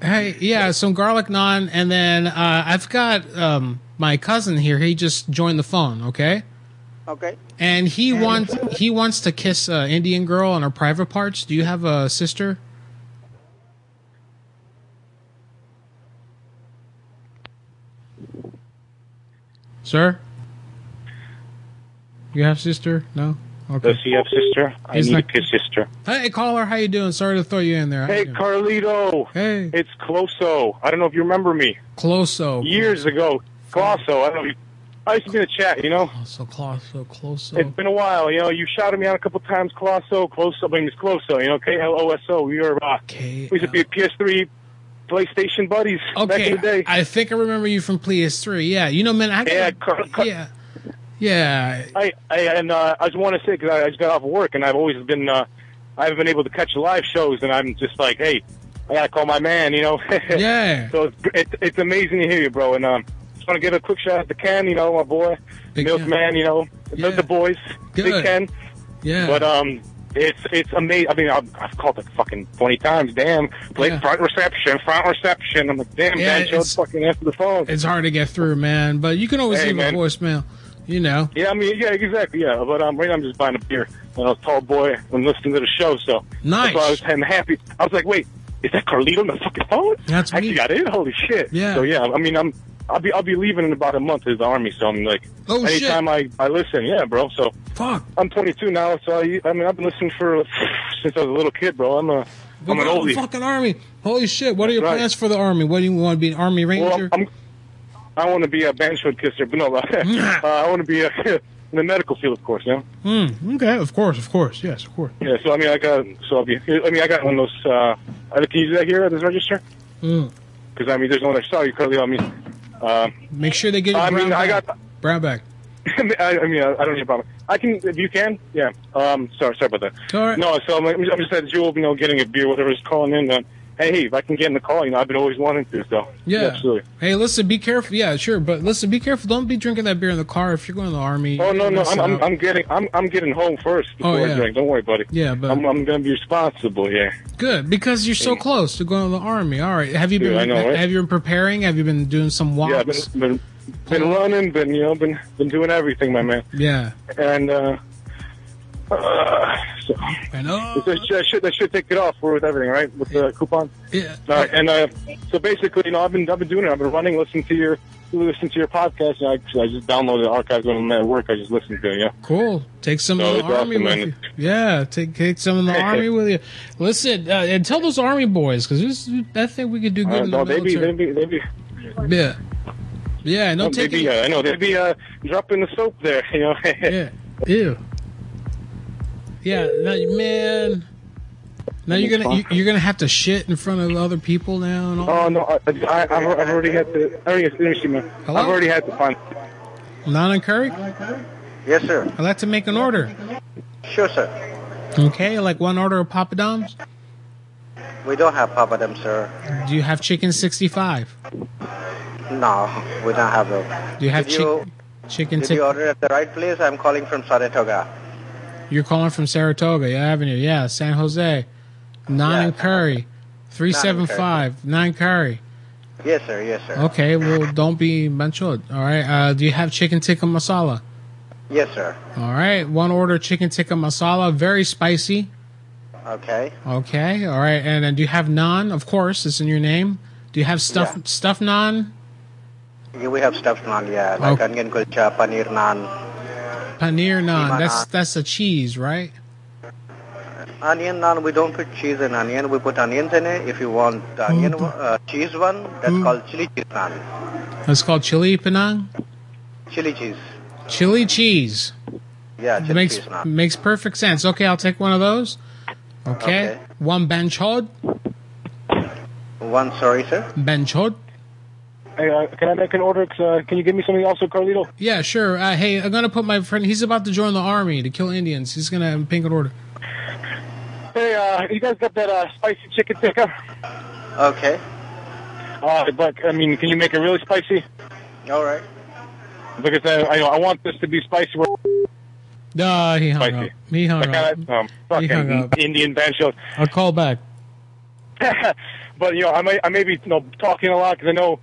Speaker 2: Hey, yeah, some garlic naan, and then uh, I've got um, my cousin here. He just joined the phone. Okay.
Speaker 25: Okay.
Speaker 2: And he wants he wants to kiss an Indian girl on her private parts. Do you have a sister? Sir? You have sister? No? Okay.
Speaker 26: Does he have sister? I
Speaker 2: He's
Speaker 26: need
Speaker 2: not-
Speaker 26: to kiss sister.
Speaker 2: Hey caller, how you doing? Sorry to throw you in there. How you
Speaker 26: Hey,
Speaker 2: doing?
Speaker 26: Carlito.
Speaker 2: Hey.
Speaker 26: It's Closo. I don't know if you remember me.
Speaker 2: Closo.
Speaker 26: Years ago. Closo. I don't know. if you- I used to be in the chat, you know?
Speaker 2: So close, so close. so-
Speaker 26: It's been a while, you know. You shouted me out a couple times, Closo, Closo. I mean, it's Closo, you know, K L O S O. We were, uh, we used to be PS3, PlayStation buddies back in the day.
Speaker 2: Okay, I think I remember you from PS3. Yeah, you know, man. I got,
Speaker 26: Yeah, Car- Car-
Speaker 2: yeah, yeah.
Speaker 26: I, I and uh, I just want to say because I, I just got off of work and I've always been uh, I haven't been able to catch live shows and I'm just like, hey, I gotta call my man, you know.
Speaker 2: yeah.
Speaker 26: So it's, it's it's amazing to hear you, bro. And um, just want to give a quick shout out to Ken, you know, my boy, Milkman, you know, the- the boys, Big Ken.
Speaker 2: Yeah.
Speaker 26: But um, it's it's amazing. I mean, I've, I've called it fucking twenty times. Damn, late front reception, front reception. I'm like, damn,
Speaker 2: Yeah,
Speaker 26: man, Joe,
Speaker 2: it's-
Speaker 26: fucking answer the phone.
Speaker 2: It's hard to get through, man. But you can always
Speaker 26: Hey,
Speaker 2: leave
Speaker 26: man.
Speaker 2: a voicemail. You know.
Speaker 26: Yeah, I mean, yeah, exactly, yeah. But um, right now I'm just buying a beer, and I was a tall boy and listening to the show, so
Speaker 2: Nice.
Speaker 26: That's why I was I'm happy. I was like, wait, is that Carlito on the fucking phone?
Speaker 2: That's
Speaker 26: I actually
Speaker 2: me.
Speaker 26: got in. Holy shit!
Speaker 2: Yeah.
Speaker 26: So yeah, I mean, I'm I'll be I'll be leaving in about a month as the army, so I'm like,
Speaker 2: Oh, shit.
Speaker 26: anytime I I listen, yeah, bro. So
Speaker 2: fuck.
Speaker 26: I'm 22 now, so I I mean I've been listening for since I was a little kid, bro. I'm a
Speaker 2: We're
Speaker 26: I'm an
Speaker 2: going to the
Speaker 26: oldie.
Speaker 2: fucking army. Holy shit! What are your plans for the army? What do you want to be an army ranger?
Speaker 26: I'm, I want to be a banshee kisser, but no, uh, I want to be a, in the medical field, of course, you know.
Speaker 2: Hmm, okay, of course, of course, yes, of course.
Speaker 26: Yeah, so I mean, I got so I'll be, I mean, I got one of those. Uh, I- can you do that here at this register?
Speaker 2: Hmm.
Speaker 26: Because I mean, there's no one I saw you currently. I mean, uh,
Speaker 2: Make sure they get your
Speaker 26: I
Speaker 2: brown
Speaker 26: mean, I
Speaker 2: bag.
Speaker 26: got.
Speaker 2: brown bag.
Speaker 26: I, I mean, I, I don't need a problem. I can, if you can, yeah. Um, sorry, sorry about that.
Speaker 2: All right.
Speaker 26: No, so I'm, I'm just at Jewel, you know, getting a beer, whatever is calling in. Uh, hey, if I can get in the call, you know, I've been always wanting to. So
Speaker 2: Yeah.
Speaker 26: absolutely.
Speaker 2: Hey, listen, be careful. Yeah, sure, but listen, be careful. Don't be drinking that beer in the car if you're going to the army.
Speaker 26: Oh no, no,
Speaker 2: Mess
Speaker 26: I'm,
Speaker 2: it
Speaker 26: I'm,
Speaker 2: up.
Speaker 26: I'm getting, I'm, I'm getting home first
Speaker 2: Oh,
Speaker 26: before
Speaker 2: yeah.
Speaker 26: I drink. Don't worry, buddy.
Speaker 2: Yeah, but-
Speaker 26: I'm, I'm gonna be responsible. Yeah.
Speaker 2: Good, because you're so close to going to the army. All right, have you been?
Speaker 26: Yeah, I know, right?
Speaker 2: Have you been preparing? Have you been doing some walks?
Speaker 26: Yeah, I've been, been, been running, been you know, been been doing everything, my man.
Speaker 2: Yeah.
Speaker 26: And uh, uh so,
Speaker 2: uh,
Speaker 26: That, should, that, should, that should take it off with everything, right? With the coupon.
Speaker 2: Yeah.
Speaker 26: All right, and uh, so basically, you know, I've been I've been doing it. I've been running, listening to your listening to your podcast, and I, I just downloaded the archives when I'm at work. I just listened to it. Yeah.
Speaker 2: Cool. Take some
Speaker 26: No,
Speaker 2: of
Speaker 26: it's
Speaker 2: the army
Speaker 26: awesome,
Speaker 2: with
Speaker 26: man.
Speaker 2: you. Yeah, take take some of the army with you. Listen, uh, and tell those army boys because I think we could do good
Speaker 26: Uh,
Speaker 2: in the
Speaker 26: no, they be
Speaker 2: military.
Speaker 26: they be they be.
Speaker 2: yeah, yeah. No,
Speaker 26: no, they
Speaker 2: take
Speaker 26: be,
Speaker 2: it.
Speaker 26: uh, I know they be uh, dropping the soap there. You know.
Speaker 2: yeah. Ew. Yeah, that, man. Now you're gonna you, you're gonna have to shit in front of other people now and all.
Speaker 26: Oh no, I, I, I've, I've already had to. I already, excuse me, I've
Speaker 2: Hello?
Speaker 26: already had to find.
Speaker 2: Nana Curry,
Speaker 25: Yes, sir.
Speaker 2: I'd like to make an order.
Speaker 25: Sure, sir.
Speaker 2: Okay, like one order of Papa Dom's.
Speaker 12: We don't have papadum, sir.
Speaker 2: Do you have chicken 65?
Speaker 12: No, we don't have those.
Speaker 2: Do you have
Speaker 12: Did
Speaker 2: chick-
Speaker 12: you-
Speaker 2: chicken
Speaker 12: Did you
Speaker 2: tikka?
Speaker 12: order at the right place? I'm calling from Saratoga.
Speaker 2: You're calling from Saratoga yeah, Avenue. Yeah, San Jose. Nine and curry. 375. Nine curry.
Speaker 12: Yes, sir. Yes, sir.
Speaker 2: Okay, well, don't be manchot. All right. Uh, do you have chicken tikka masala?
Speaker 12: Yes, sir.
Speaker 2: All right. One order chicken tikka masala. Very spicy.
Speaker 12: Okay.
Speaker 2: Okay. All right. And then do you have naan? Of course, it's in your name. Do you have stuff stuffed naan?
Speaker 12: Yeah, we have stuffed naan, yeah. Like
Speaker 2: Okay.
Speaker 12: onion kulcha, paneer naan.
Speaker 2: Paneer naan.
Speaker 12: Keema
Speaker 2: That's
Speaker 12: naan.
Speaker 2: that's a cheese, right?
Speaker 12: Onion naan, we don't put cheese in onion. We put onions in it. If you want the onion one- uh, cheese one, that's called chili cheese naan.
Speaker 2: It's called chili panang.
Speaker 12: Chili cheese.
Speaker 2: Chili cheese.
Speaker 12: Yeah, chili
Speaker 2: makes
Speaker 12: cheese naan.
Speaker 2: makes perfect sense. Okay, I'll take one of those. Okay.
Speaker 12: Okay.
Speaker 2: One banchod.
Speaker 12: One, sorry, sir.
Speaker 2: Banchod.
Speaker 26: Hey, uh, can I make an order? 'Cause, Uh, can you give me something also, Carlito?
Speaker 2: Yeah, sure. Uh, hey, I'm gonna put my friend. He's about to join the army to kill Indians. He's gonna pink an order.
Speaker 26: Hey, uh, you guys got that uh, spicy chicken tikka?
Speaker 12: Okay.
Speaker 26: Uh, but I mean, can you make it really spicy?
Speaker 12: All right.
Speaker 26: Because uh, I I want this to be spicy. We're
Speaker 2: Nah, he hung
Speaker 26: Spicy.
Speaker 2: up. He hung
Speaker 26: like,
Speaker 2: up.
Speaker 26: uh, um, fucking
Speaker 2: hung up.
Speaker 26: Indian banjo.
Speaker 2: I'll call back.
Speaker 26: but you know, I may I may be you know, talking a lot because I know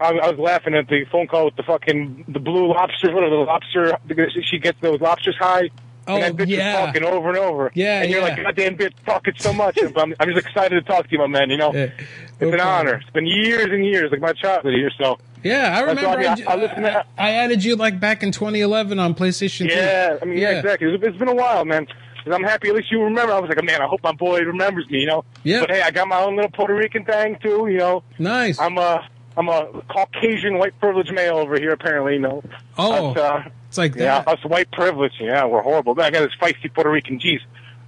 Speaker 26: I, I was laughing at the phone call with the fucking the blue lobster, what are the lobster? Because she gets those lobsters high.
Speaker 2: Oh,
Speaker 26: and that bitch
Speaker 2: yeah.
Speaker 26: is talking over and over.
Speaker 2: Yeah,
Speaker 26: And you're
Speaker 2: yeah.
Speaker 26: like, goddamn bitch, talking so much. but I'm, I'm just excited to talk to you, my man. You know, it's an honor. It's been years and years, like my childhood here. So
Speaker 2: Yeah, I
Speaker 26: That's
Speaker 2: remember.
Speaker 26: all I mean.
Speaker 2: I,
Speaker 26: I-
Speaker 2: ju-
Speaker 26: I listen to-
Speaker 2: I added you like back in 2011 on PlayStation.
Speaker 26: yeah,
Speaker 2: 2.
Speaker 26: I mean, yeah, exactly. It's, it's been a while, man. 'Cause I'm happy at least you remember. I was like, man, I hope my boy remembers me, you know.
Speaker 2: Yeah.
Speaker 26: But hey, I got my own little Puerto Rican thing too, you know.
Speaker 2: Nice.
Speaker 26: I'm a I'm a Caucasian white privileged male over here, apparently, you know.
Speaker 2: Oh,
Speaker 26: Us, uh,
Speaker 2: it's like that.
Speaker 26: yeah, us white privilege. Yeah, we're horrible. I got this feisty Puerto Rican geez.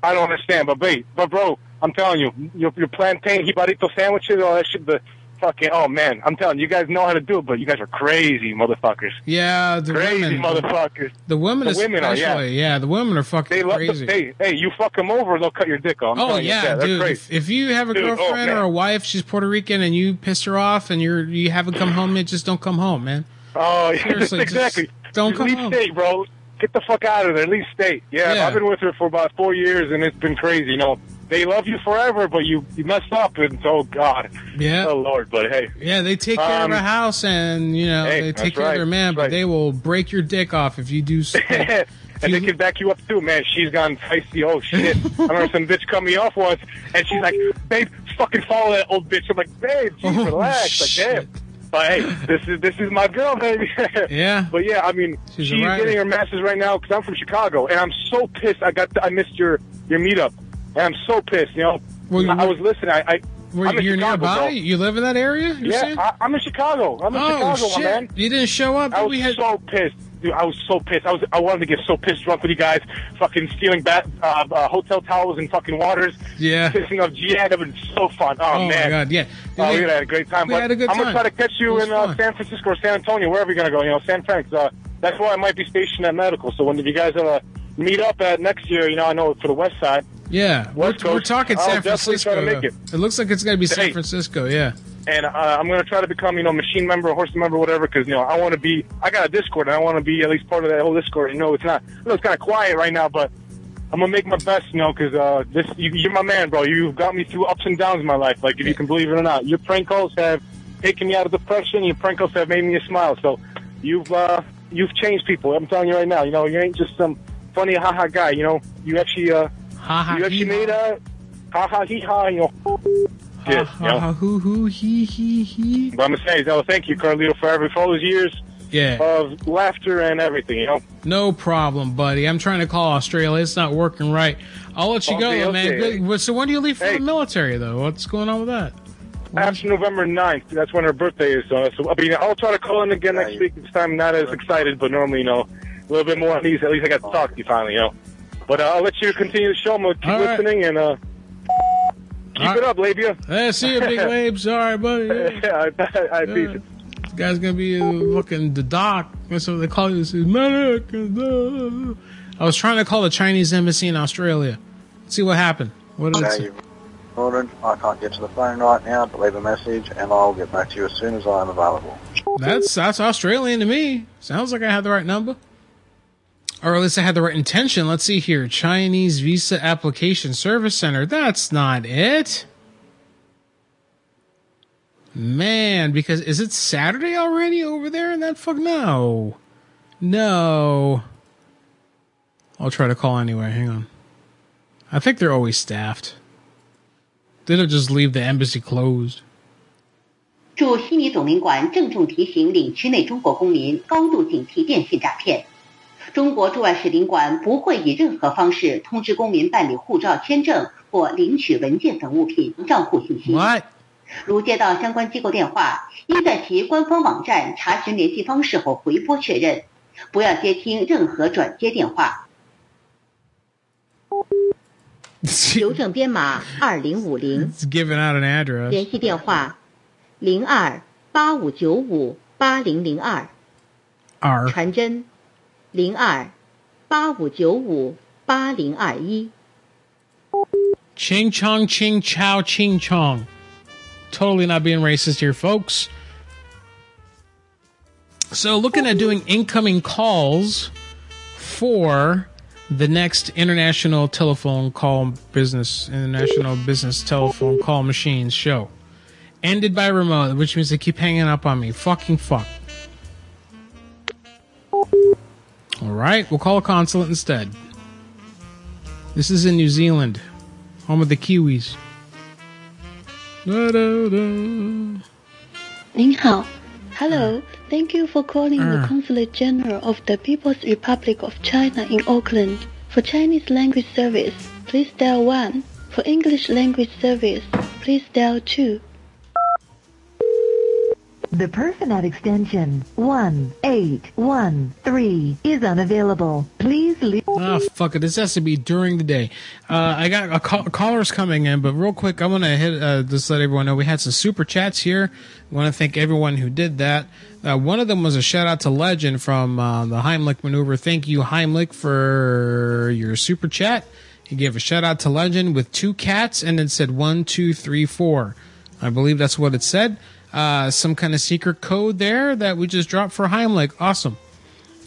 Speaker 26: I don't understand, but babe, but bro, I'm telling you, your, your plantain jibarito sandwiches, all that shit, the fucking oh man, I'm telling you, you guys know how to do it, but you guys are crazy motherfuckers.
Speaker 2: Yeah, the
Speaker 26: Crazy
Speaker 2: women,
Speaker 26: motherfuckers.
Speaker 2: The women,
Speaker 26: The women are,
Speaker 2: especially.
Speaker 26: yeah.
Speaker 2: yeah. the women are fucking
Speaker 26: They love
Speaker 2: crazy.
Speaker 26: the hey, hey, you fuck them over, they'll cut your dick off. I'm
Speaker 2: oh
Speaker 26: telling you,
Speaker 2: yeah,
Speaker 26: they're
Speaker 2: dude.
Speaker 26: crazy.
Speaker 2: If, if you have a
Speaker 26: Dude, oh,
Speaker 2: girlfriend or
Speaker 26: man.
Speaker 2: a wife, she's Puerto Rican, and you piss her off, and you're you haven't come home, yet, just don't come home, man.
Speaker 26: Oh, yeah,
Speaker 2: Seriously, just
Speaker 26: exactly.
Speaker 2: don't
Speaker 26: Just
Speaker 2: come
Speaker 26: leave
Speaker 2: home.
Speaker 26: state, bro. Get the fuck out of there. Leave state. Yeah,
Speaker 2: Yeah.
Speaker 26: I've been with her for about four years, and it's been crazy. You know, they love you forever, but you you messed up, and oh god,
Speaker 2: Yeah.
Speaker 26: oh lord. But hey,
Speaker 2: Yeah, they take care
Speaker 26: Um,
Speaker 2: of a house, and you know
Speaker 26: hey,
Speaker 2: they take
Speaker 26: that's
Speaker 2: care of
Speaker 26: right,
Speaker 2: their man, but they will break your dick off if you do. s-
Speaker 26: and they can back you up too, man. She's gone feisty. Oh shit! I remember some bitch cut me off once, and she's like, "Babe, fucking follow that old bitch." I'm like, "Babe,
Speaker 2: Oh,
Speaker 26: geez, relax." Like, damn. But hey, this is this is my girl, baby.
Speaker 2: yeah.
Speaker 26: But yeah, I mean,
Speaker 2: She's
Speaker 26: she's,
Speaker 2: a rider.
Speaker 26: getting her masters right now because I'm from Chicago, and I'm so pissed. I got I missed your your meetup, and I'm so pissed. You know,
Speaker 2: Well,
Speaker 26: I, I was listening. I, I
Speaker 2: Where
Speaker 26: I'm in
Speaker 2: you're
Speaker 26: Chicago,
Speaker 2: nearby?
Speaker 26: bro.
Speaker 2: You live in that area? You're
Speaker 26: yeah,
Speaker 2: saying?
Speaker 26: I, I'm in Chicago. I'm in
Speaker 2: Oh,
Speaker 26: Chicago,
Speaker 2: shit.
Speaker 26: my man.
Speaker 2: You didn't show up.
Speaker 26: I was so pissed, dude. I was so pissed. I was I wanted to get so pissed drunk with you guys, fucking stealing bat, uh, uh, hotel towels and fucking waters.
Speaker 2: Yeah.
Speaker 26: pissing up GM. That would been so fun. Oh,
Speaker 2: Oh, my
Speaker 26: man,
Speaker 2: God, yeah.
Speaker 26: Oh,
Speaker 2: We-
Speaker 26: we had a great time.
Speaker 2: we
Speaker 26: but
Speaker 2: had a good
Speaker 26: I'm gonna
Speaker 2: time.
Speaker 26: try to catch you
Speaker 2: It was
Speaker 26: in uh,
Speaker 2: fun.
Speaker 26: San Francisco or San Antonio, wherever you're gonna go. You know, San Frank's. Uh, that's where I might be stationed at medical. So when you guys uh, meet up at next year, you know, I know for the West Side.
Speaker 2: Yeah,
Speaker 26: West
Speaker 2: we're, we're
Speaker 26: Coast,
Speaker 2: talking
Speaker 26: I'll
Speaker 2: San
Speaker 26: definitely
Speaker 2: Francisco.
Speaker 26: try to make
Speaker 2: though.
Speaker 26: it.
Speaker 2: looks like it's gonna be San
Speaker 26: Hey.
Speaker 2: Francisco. Yeah.
Speaker 26: and uh, I'm going to try to become, you know, machine member, horse member, whatever, because, you know, I want to be, I got a Discord, and I want to be at least part of that whole Discord. You know, it's not, I know it's kind of quiet right now, but I'm going to make my best, you know, because uh, this, you, you're my man, bro. You've got me through ups and downs in my life, like, if you can believe it or not. Your prank calls have taken me out of depression. Your prank calls have made me smile. So you've, uh, you've changed people. I'm telling you right now, you know, you ain't just some funny haha guy, you know. You actually, uh,
Speaker 2: Ha-ha,
Speaker 26: you actually
Speaker 2: hee-haw.
Speaker 26: made a haha hee ha, you know. Shit, you know.
Speaker 2: Ha, hoo hoo he he he.
Speaker 26: But I'm saying, no, thank you, Carlito, for every for all those years
Speaker 2: Yeah.
Speaker 26: of laughter and everything. You know,
Speaker 2: No problem, buddy. I'm trying to call Australia. It's not working right. I'll let you go,
Speaker 26: Okay,
Speaker 2: though, man.
Speaker 26: okay.
Speaker 2: Good- well, So when do you leave for
Speaker 26: Hey.
Speaker 2: the military, though? What's going on with that?
Speaker 26: after November 9th, that's when her birthday is. Uh, so I mean, I'll try to call in again next week. This time, not as excited, but normally, you know, a little bit more at least. At least I got to talk to you finally, you know. But uh, I'll let you continue the show. I'm gonna keep
Speaker 2: All right.
Speaker 26: listening and uh, keep it up, Labia.
Speaker 2: Hey, Eh, see you, big labes. All right, buddy.
Speaker 26: Yeah, I, I
Speaker 2: This guy's gonna be uh, fucking the doc. That's what they call you. This is medic. uh, I was trying to call the Chinese embassy in Australia. see what happened. What did it
Speaker 12: Yeah,
Speaker 2: say?
Speaker 12: you ordered. I can't get to the phone right now, but leave a message, and I'll get back to you as soon as I'm available.
Speaker 2: That's that's Australian to me. Sounds like I had the right number. Or at least I had the right intention. Let's see here. Chinese Visa Application Service Center. That's not it. Man, because is it Saturday already over there in that fuck no. No. I'll try to call anyway. Hang on. I think they're always staffed. They don't just leave the embassy closed.
Speaker 11: 驻悉尼总领馆郑重提醒领区内中国公民高度警惕电信诈骗。中国驻外使领馆不会以任何方式通知公民办理护照、签证或领取文件等物品账户信息。如接到相关机构电话，应在其官方网站查询联系方式后回拨确认，不要接听任何转接电话。邮政编码二零五零，
Speaker 2: It's giving out an address.
Speaker 11: 联系电话零二八五九五八零零二。
Speaker 2: R.
Speaker 11: 传真零二八五九五八零二一。
Speaker 2: Ching chong ching chow ching chong. Totally not being racist here, folks. So, looking at doing incoming calls for the next international telephone call business, international business telephone call machines show. Ended by remote, which means they keep hanging up on me. Fucking fuck. All right, we'll call a consulate instead. This is in New Zealand, home of the Kiwis. Da-da-da.
Speaker 12: 您好，Hello, thank you for calling the
Speaker 2: 嗯
Speaker 12: Consulate General of the People's Republic of China in Auckland. For Chinese language service, please dial one. For English language service, please dial two.
Speaker 10: The person at extension 1813 is unavailable. Please leave.
Speaker 2: Ah, fuck it. This has to be during the day. Uh, I got a call- callers coming in, but real quick, I want to hit uh, just let everyone know we had some super chats here. want to thank everyone who did that. Uh, one of them was a shout out to Legend from uh, the Heimlich maneuver. Thank you, Heimlich, for your super chat. He gave a shout out to Legend with two cats and then said one, two, three, four. I believe that's what it said. Uh, some kind of secret code there that we just dropped for Heimlich. Awesome.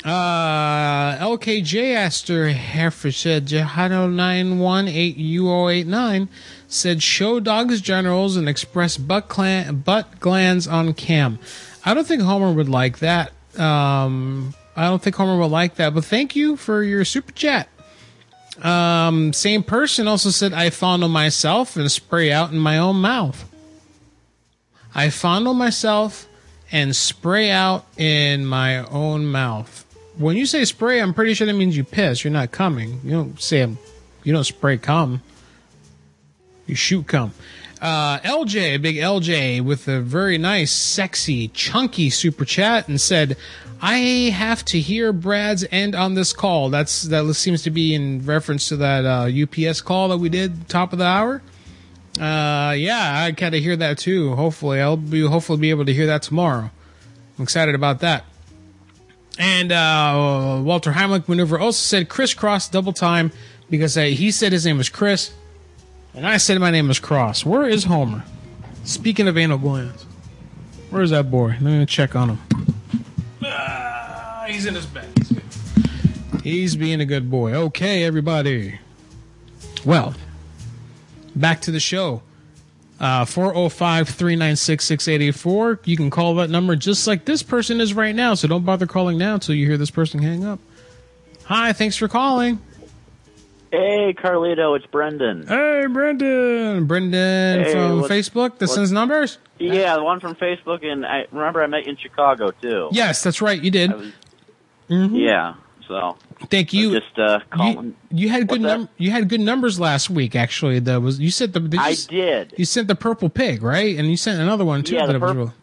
Speaker 2: Uh, LKJ Aster Heifer said Jehado 918UO89 said show dogs generals and express butt, clan- butt glands on cam. I don't think Homer would like that. Um, I don't think Homer would like that, but thank you for your super chat. Um, same person also said I fondle myself and spray out in my own mouth. I fondle myself and spray out in my own mouth. When you say spray, I'm pretty sure that means you piss. You're not coming. You don't say you don't spray cum. You shoot cum. Uh, LJ, big LJ, with a very nice, sexy, chunky super chat, and said, "I have to hear Brad's end on this call." That's that seems to be in reference to that uh, UPS call that we did top of the hour. Uh, yeah, I kind of hear that too. Hopefully, I'll be hopefully be able to hear that tomorrow. I'm excited about that. And uh, Walter Heimlich maneuver also said crisscross double time because uh, he said his name was Chris, and I said my name was Cross. Where is Homer? Speaking of anal glands, where is that boy? Let me check on him. Ah, he's in his bed. He's good. He's being a good boy. Okay, everybody. Well, back to the show. Uh, 405 396 6884. You can call that number just like this person is right now, so don't bother calling now until you hear this person hang up. Hi, thanks for calling.
Speaker 27: Hey, Carlito, it's Brendan.
Speaker 2: Hey, Brendan. Brendan
Speaker 27: Hey,
Speaker 2: from
Speaker 27: what-
Speaker 2: Facebook that
Speaker 27: what-
Speaker 2: sends numbers?
Speaker 27: Yeah, the one from Facebook, and I remember I met you in Chicago too.
Speaker 2: Yes, that's right, you did. Mhm.
Speaker 27: Yeah, so
Speaker 2: Thank you.
Speaker 27: just uh,
Speaker 2: You, you had good num- you had good numbers last week actually. That was you sent the did you,
Speaker 27: I
Speaker 2: s-
Speaker 27: did.
Speaker 2: You sent the purple pig, right? And you sent another one too
Speaker 27: Yeah, the
Speaker 2: that was
Speaker 27: purp-
Speaker 2: real-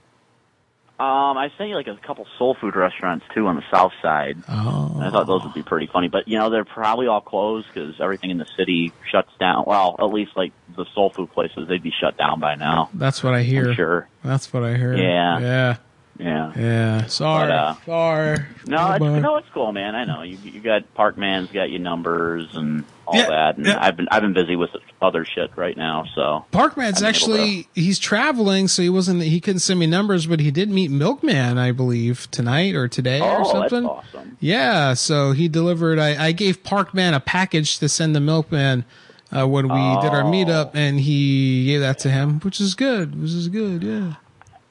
Speaker 27: Um, I sent you like a couple soul food restaurants too on the south side.
Speaker 2: Oh.
Speaker 27: I thought those would be pretty funny, but you know they're probably all closed because everything in the city shuts down. Well, at least like the soul food places, they'd be shut down by now.
Speaker 2: That's what I hear.
Speaker 27: sure.
Speaker 2: That's what I hear.
Speaker 27: Yeah.
Speaker 2: Yeah.
Speaker 27: Yeah.
Speaker 2: Yeah. Sorry.
Speaker 27: But, uh,
Speaker 2: Sorry.
Speaker 27: No,
Speaker 2: Bye-bye.
Speaker 27: it's, no, it's cool, man. I know you. You got Parkman's got your numbers and all that, and I've been I've been busy with other shit right now. So
Speaker 2: Parkman's
Speaker 27: I've been able to-
Speaker 2: actually he's traveling, so he wasn't he couldn't send me numbers, but he did meet Milkman, I believe, tonight or today or
Speaker 27: Oh, that's
Speaker 2: something. Yeah, so he delivered. I, I gave Parkman a package to send the Milkman uh, when we did our
Speaker 27: Oh.
Speaker 2: meetup, and he gave that to him, which is good. Which is good. Yeah.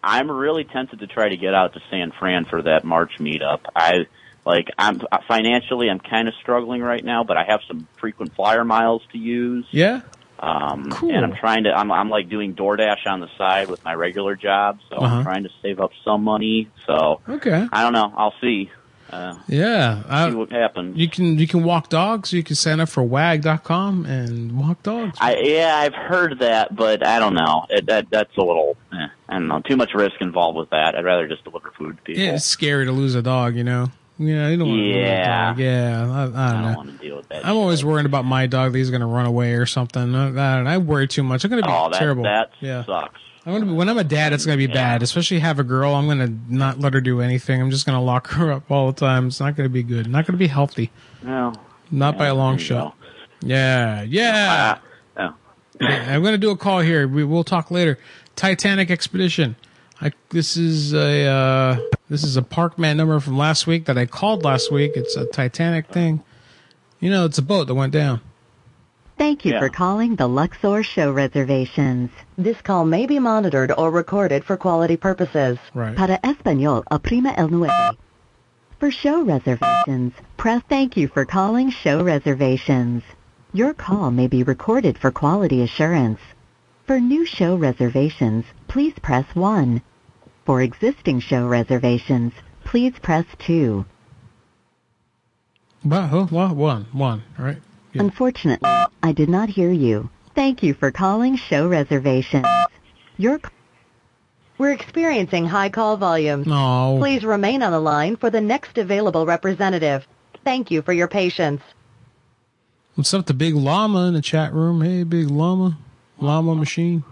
Speaker 27: I'm really tempted to try to get out to San Fran for that March meetup. I like I'm financially I'm kind of struggling right now, but I have some frequent flyer miles to use.
Speaker 2: Yeah.
Speaker 27: Um,
Speaker 2: Cool.
Speaker 27: And I'm trying to. I'm, I'm like doing DoorDash on the side with my regular job, so
Speaker 2: Uh-huh.
Speaker 27: I'm trying to save up some money. So
Speaker 2: Okay.
Speaker 27: I don't know. I'll see. Uh,
Speaker 2: Yeah. I-
Speaker 27: see what happens.
Speaker 2: you can you can walk dogs. You can sign up for wag.com and walk dogs.
Speaker 27: I, yeah, I've heard that, but I don't know. It, that that's a little. Eh, I don't know. Too much risk involved with that. I'd rather just deliver food to people.
Speaker 2: Yeah, it's scary to lose a dog, you know. Yeah, you don't want to lose a
Speaker 27: Yeah.
Speaker 2: dog. Yeah, I, I don't, know.
Speaker 27: want to deal with that.
Speaker 2: I'm always worried about my dog that he's going to run away or something. I, I, I worry too much. I'm going to be
Speaker 27: oh, that
Speaker 2: terrible.
Speaker 27: that sucks.
Speaker 2: I'm gonna be, when I'm a dad, it's going to be bad, especially have a girl. I'm going to not let her do anything. I'm just going to lock her up all the time. It's not going to be good. Not going to be healthy.
Speaker 27: No.
Speaker 2: Not
Speaker 27: Yeah,
Speaker 2: by a long
Speaker 27: there you Ah, oh.
Speaker 2: shot. Yeah, yeah.
Speaker 27: no.
Speaker 2: Yeah, I'm going to do a call here. We, we'll talk later. Titanic Expedition. I, this is a uh, this is a Parkman number from last week that I called last week. It's a Titanic thing. You know, it's a boat that went down.
Speaker 28: Thank you
Speaker 2: Yeah.
Speaker 28: for calling the Luxor Show Reservations.
Speaker 29: This call may be monitored or recorded for quality purposes.
Speaker 28: Right. Para español, oprima el nueve. For show reservations, press thank you for calling show reservations. Your call may be recorded for quality assurance. For new show reservations, please press 1. For existing show reservations, please press 2.
Speaker 2: Wow, oh, wow, one, one. All right.
Speaker 28: Unfortunately, I did not hear you. Thank you for calling show reservations. Your c-
Speaker 23: We're experiencing high call volumes.
Speaker 2: No.
Speaker 23: Please remain on the line for the next available representative. Thank you for your patience.
Speaker 2: What's up to Big Llama in the chat room? Hey, Big Llama, Llama Machine.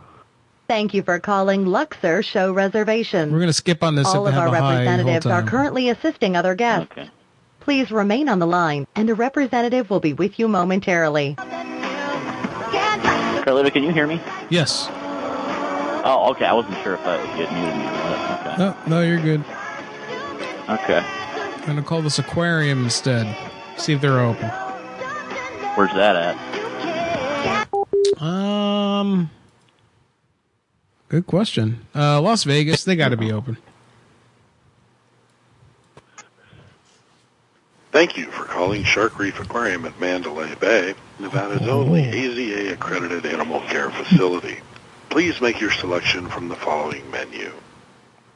Speaker 23: Thank you for calling Luxor Show Reservations.
Speaker 2: We're going to skip on this.
Speaker 23: All of
Speaker 2: if they have
Speaker 23: our
Speaker 2: a high
Speaker 23: representatives
Speaker 2: hold
Speaker 23: are
Speaker 2: time.
Speaker 23: currently assisting other guests. Please remain on the line, and a representative will be with you momentarily.
Speaker 27: Carlita, can you hear me?
Speaker 2: Yes.
Speaker 27: Oh, okay. I wasn't sure if I if you had muted me. or
Speaker 2: No, no, you're good.
Speaker 27: not. Okay. Okay.
Speaker 2: I'm going to call this aquarium instead. See if they're open.
Speaker 27: Where's that at?
Speaker 2: Um, good question. Uh, Las Vegas, they got to be open.
Speaker 16: Thank you for calling Shark Reef Aquarium at Mandalay Bay, Nevada's only AZA accredited animal care facility. Please make your selection from the following menu.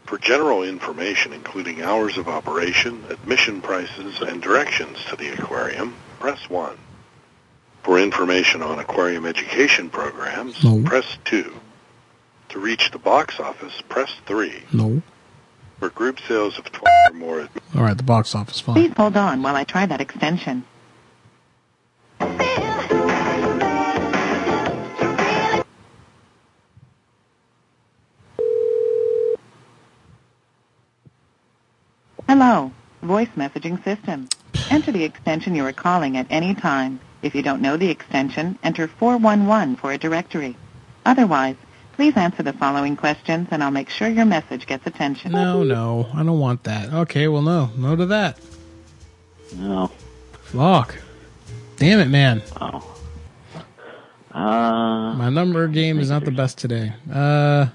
Speaker 16: For general information including hours of operation, admission prices, and directions to the aquarium, press 1. For information on aquarium education programs, press 2. To reach the box office, press 3.
Speaker 2: No.
Speaker 16: For group sales of 12 or more admissions,
Speaker 2: All right, the box office fine.
Speaker 29: Please hold on while I try that extension. Hello, voice messaging system. Enter the extension you are calling at any time. If you don't know the extension, enter 411 for a directory. Otherwise, please answer the following questions and I'll make sure your message gets attention.
Speaker 2: No, no, I don't want that. Okay, well, no, no to that.
Speaker 27: No.
Speaker 2: Fuck. Damn it, man.
Speaker 27: Oh. Uh,
Speaker 2: My number game is not the best today. Uh,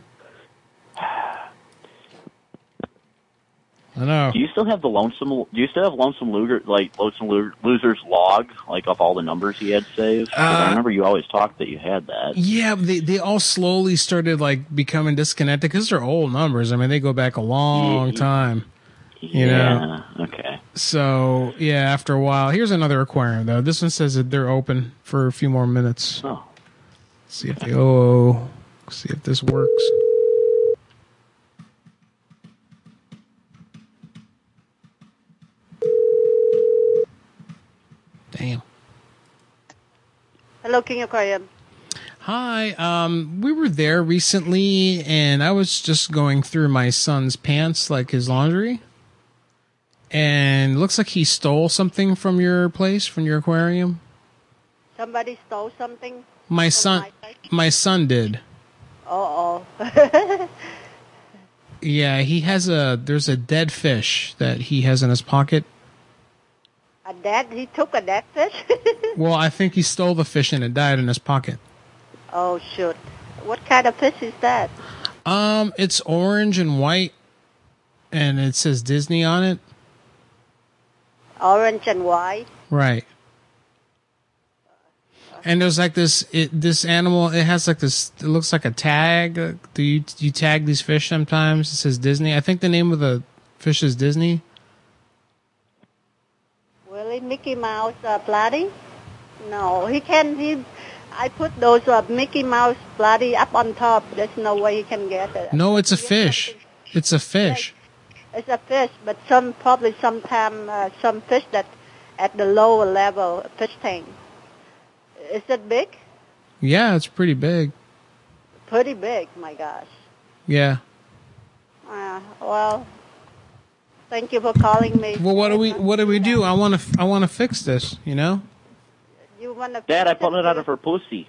Speaker 2: I know.
Speaker 27: Do you still have the lonesome? Do you still have lonesome Luger, like lonesome Lu- losers log, like of all the numbers he had saved? 'Cause
Speaker 2: Uh,
Speaker 27: I remember you always talked that you had that.
Speaker 2: Yeah, but they they all slowly started like becoming disconnected because they're old numbers. I mean, they go back a long time. You know.
Speaker 27: Mm-hmm. Yeah. Okay.
Speaker 2: So yeah, after a while, here's another aquarium though. This one says that they're open for a few more minutes.
Speaker 27: Oh.
Speaker 2: See if they oh, see if this works. Damn.
Speaker 30: Hello, King Aquarium.
Speaker 2: Hi. Um, we were there recently, and I was just going through my son's pants, like his laundry, and it looks like he stole something from your place, from your aquarium.
Speaker 31: Somebody stole something?
Speaker 2: My son, my son did.
Speaker 31: Uh oh.
Speaker 2: Yeah, he has a. There's a dead fish that he has in his pocket.
Speaker 31: a dead? He took a dead fish?
Speaker 2: Well, I think he stole the fish and it died in his pocket.
Speaker 31: oh, shoot. What kind of fish is that?
Speaker 2: Um, it's orange and white, and it says Disney on it.
Speaker 31: Orange and white?
Speaker 2: Right. and there's like this it, this animal. It has like this. It looks like a tag. uh, Do you you tag these fish sometimes? It says Disney. I think the name of the fish is Disney.
Speaker 31: Really, Mickey Mouse uh, bloody? No, he can. He, I put those uh, Mickey Mouse bloody up on top. There's no way he can get it.
Speaker 2: No, it's a fish. It's a fish.
Speaker 31: It's a fish, but some probably sometime uh, some fish that at the lower level fish tank. Is it big?
Speaker 2: Yeah, it's pretty big.
Speaker 31: Pretty big. My gosh.
Speaker 2: Yeah.
Speaker 31: Uh, well, thank you for calling me.
Speaker 2: Well, what do we what do we do? I want to I want to fix this. You know.
Speaker 31: You want to?
Speaker 27: Dad, I pulled it out of her pussy.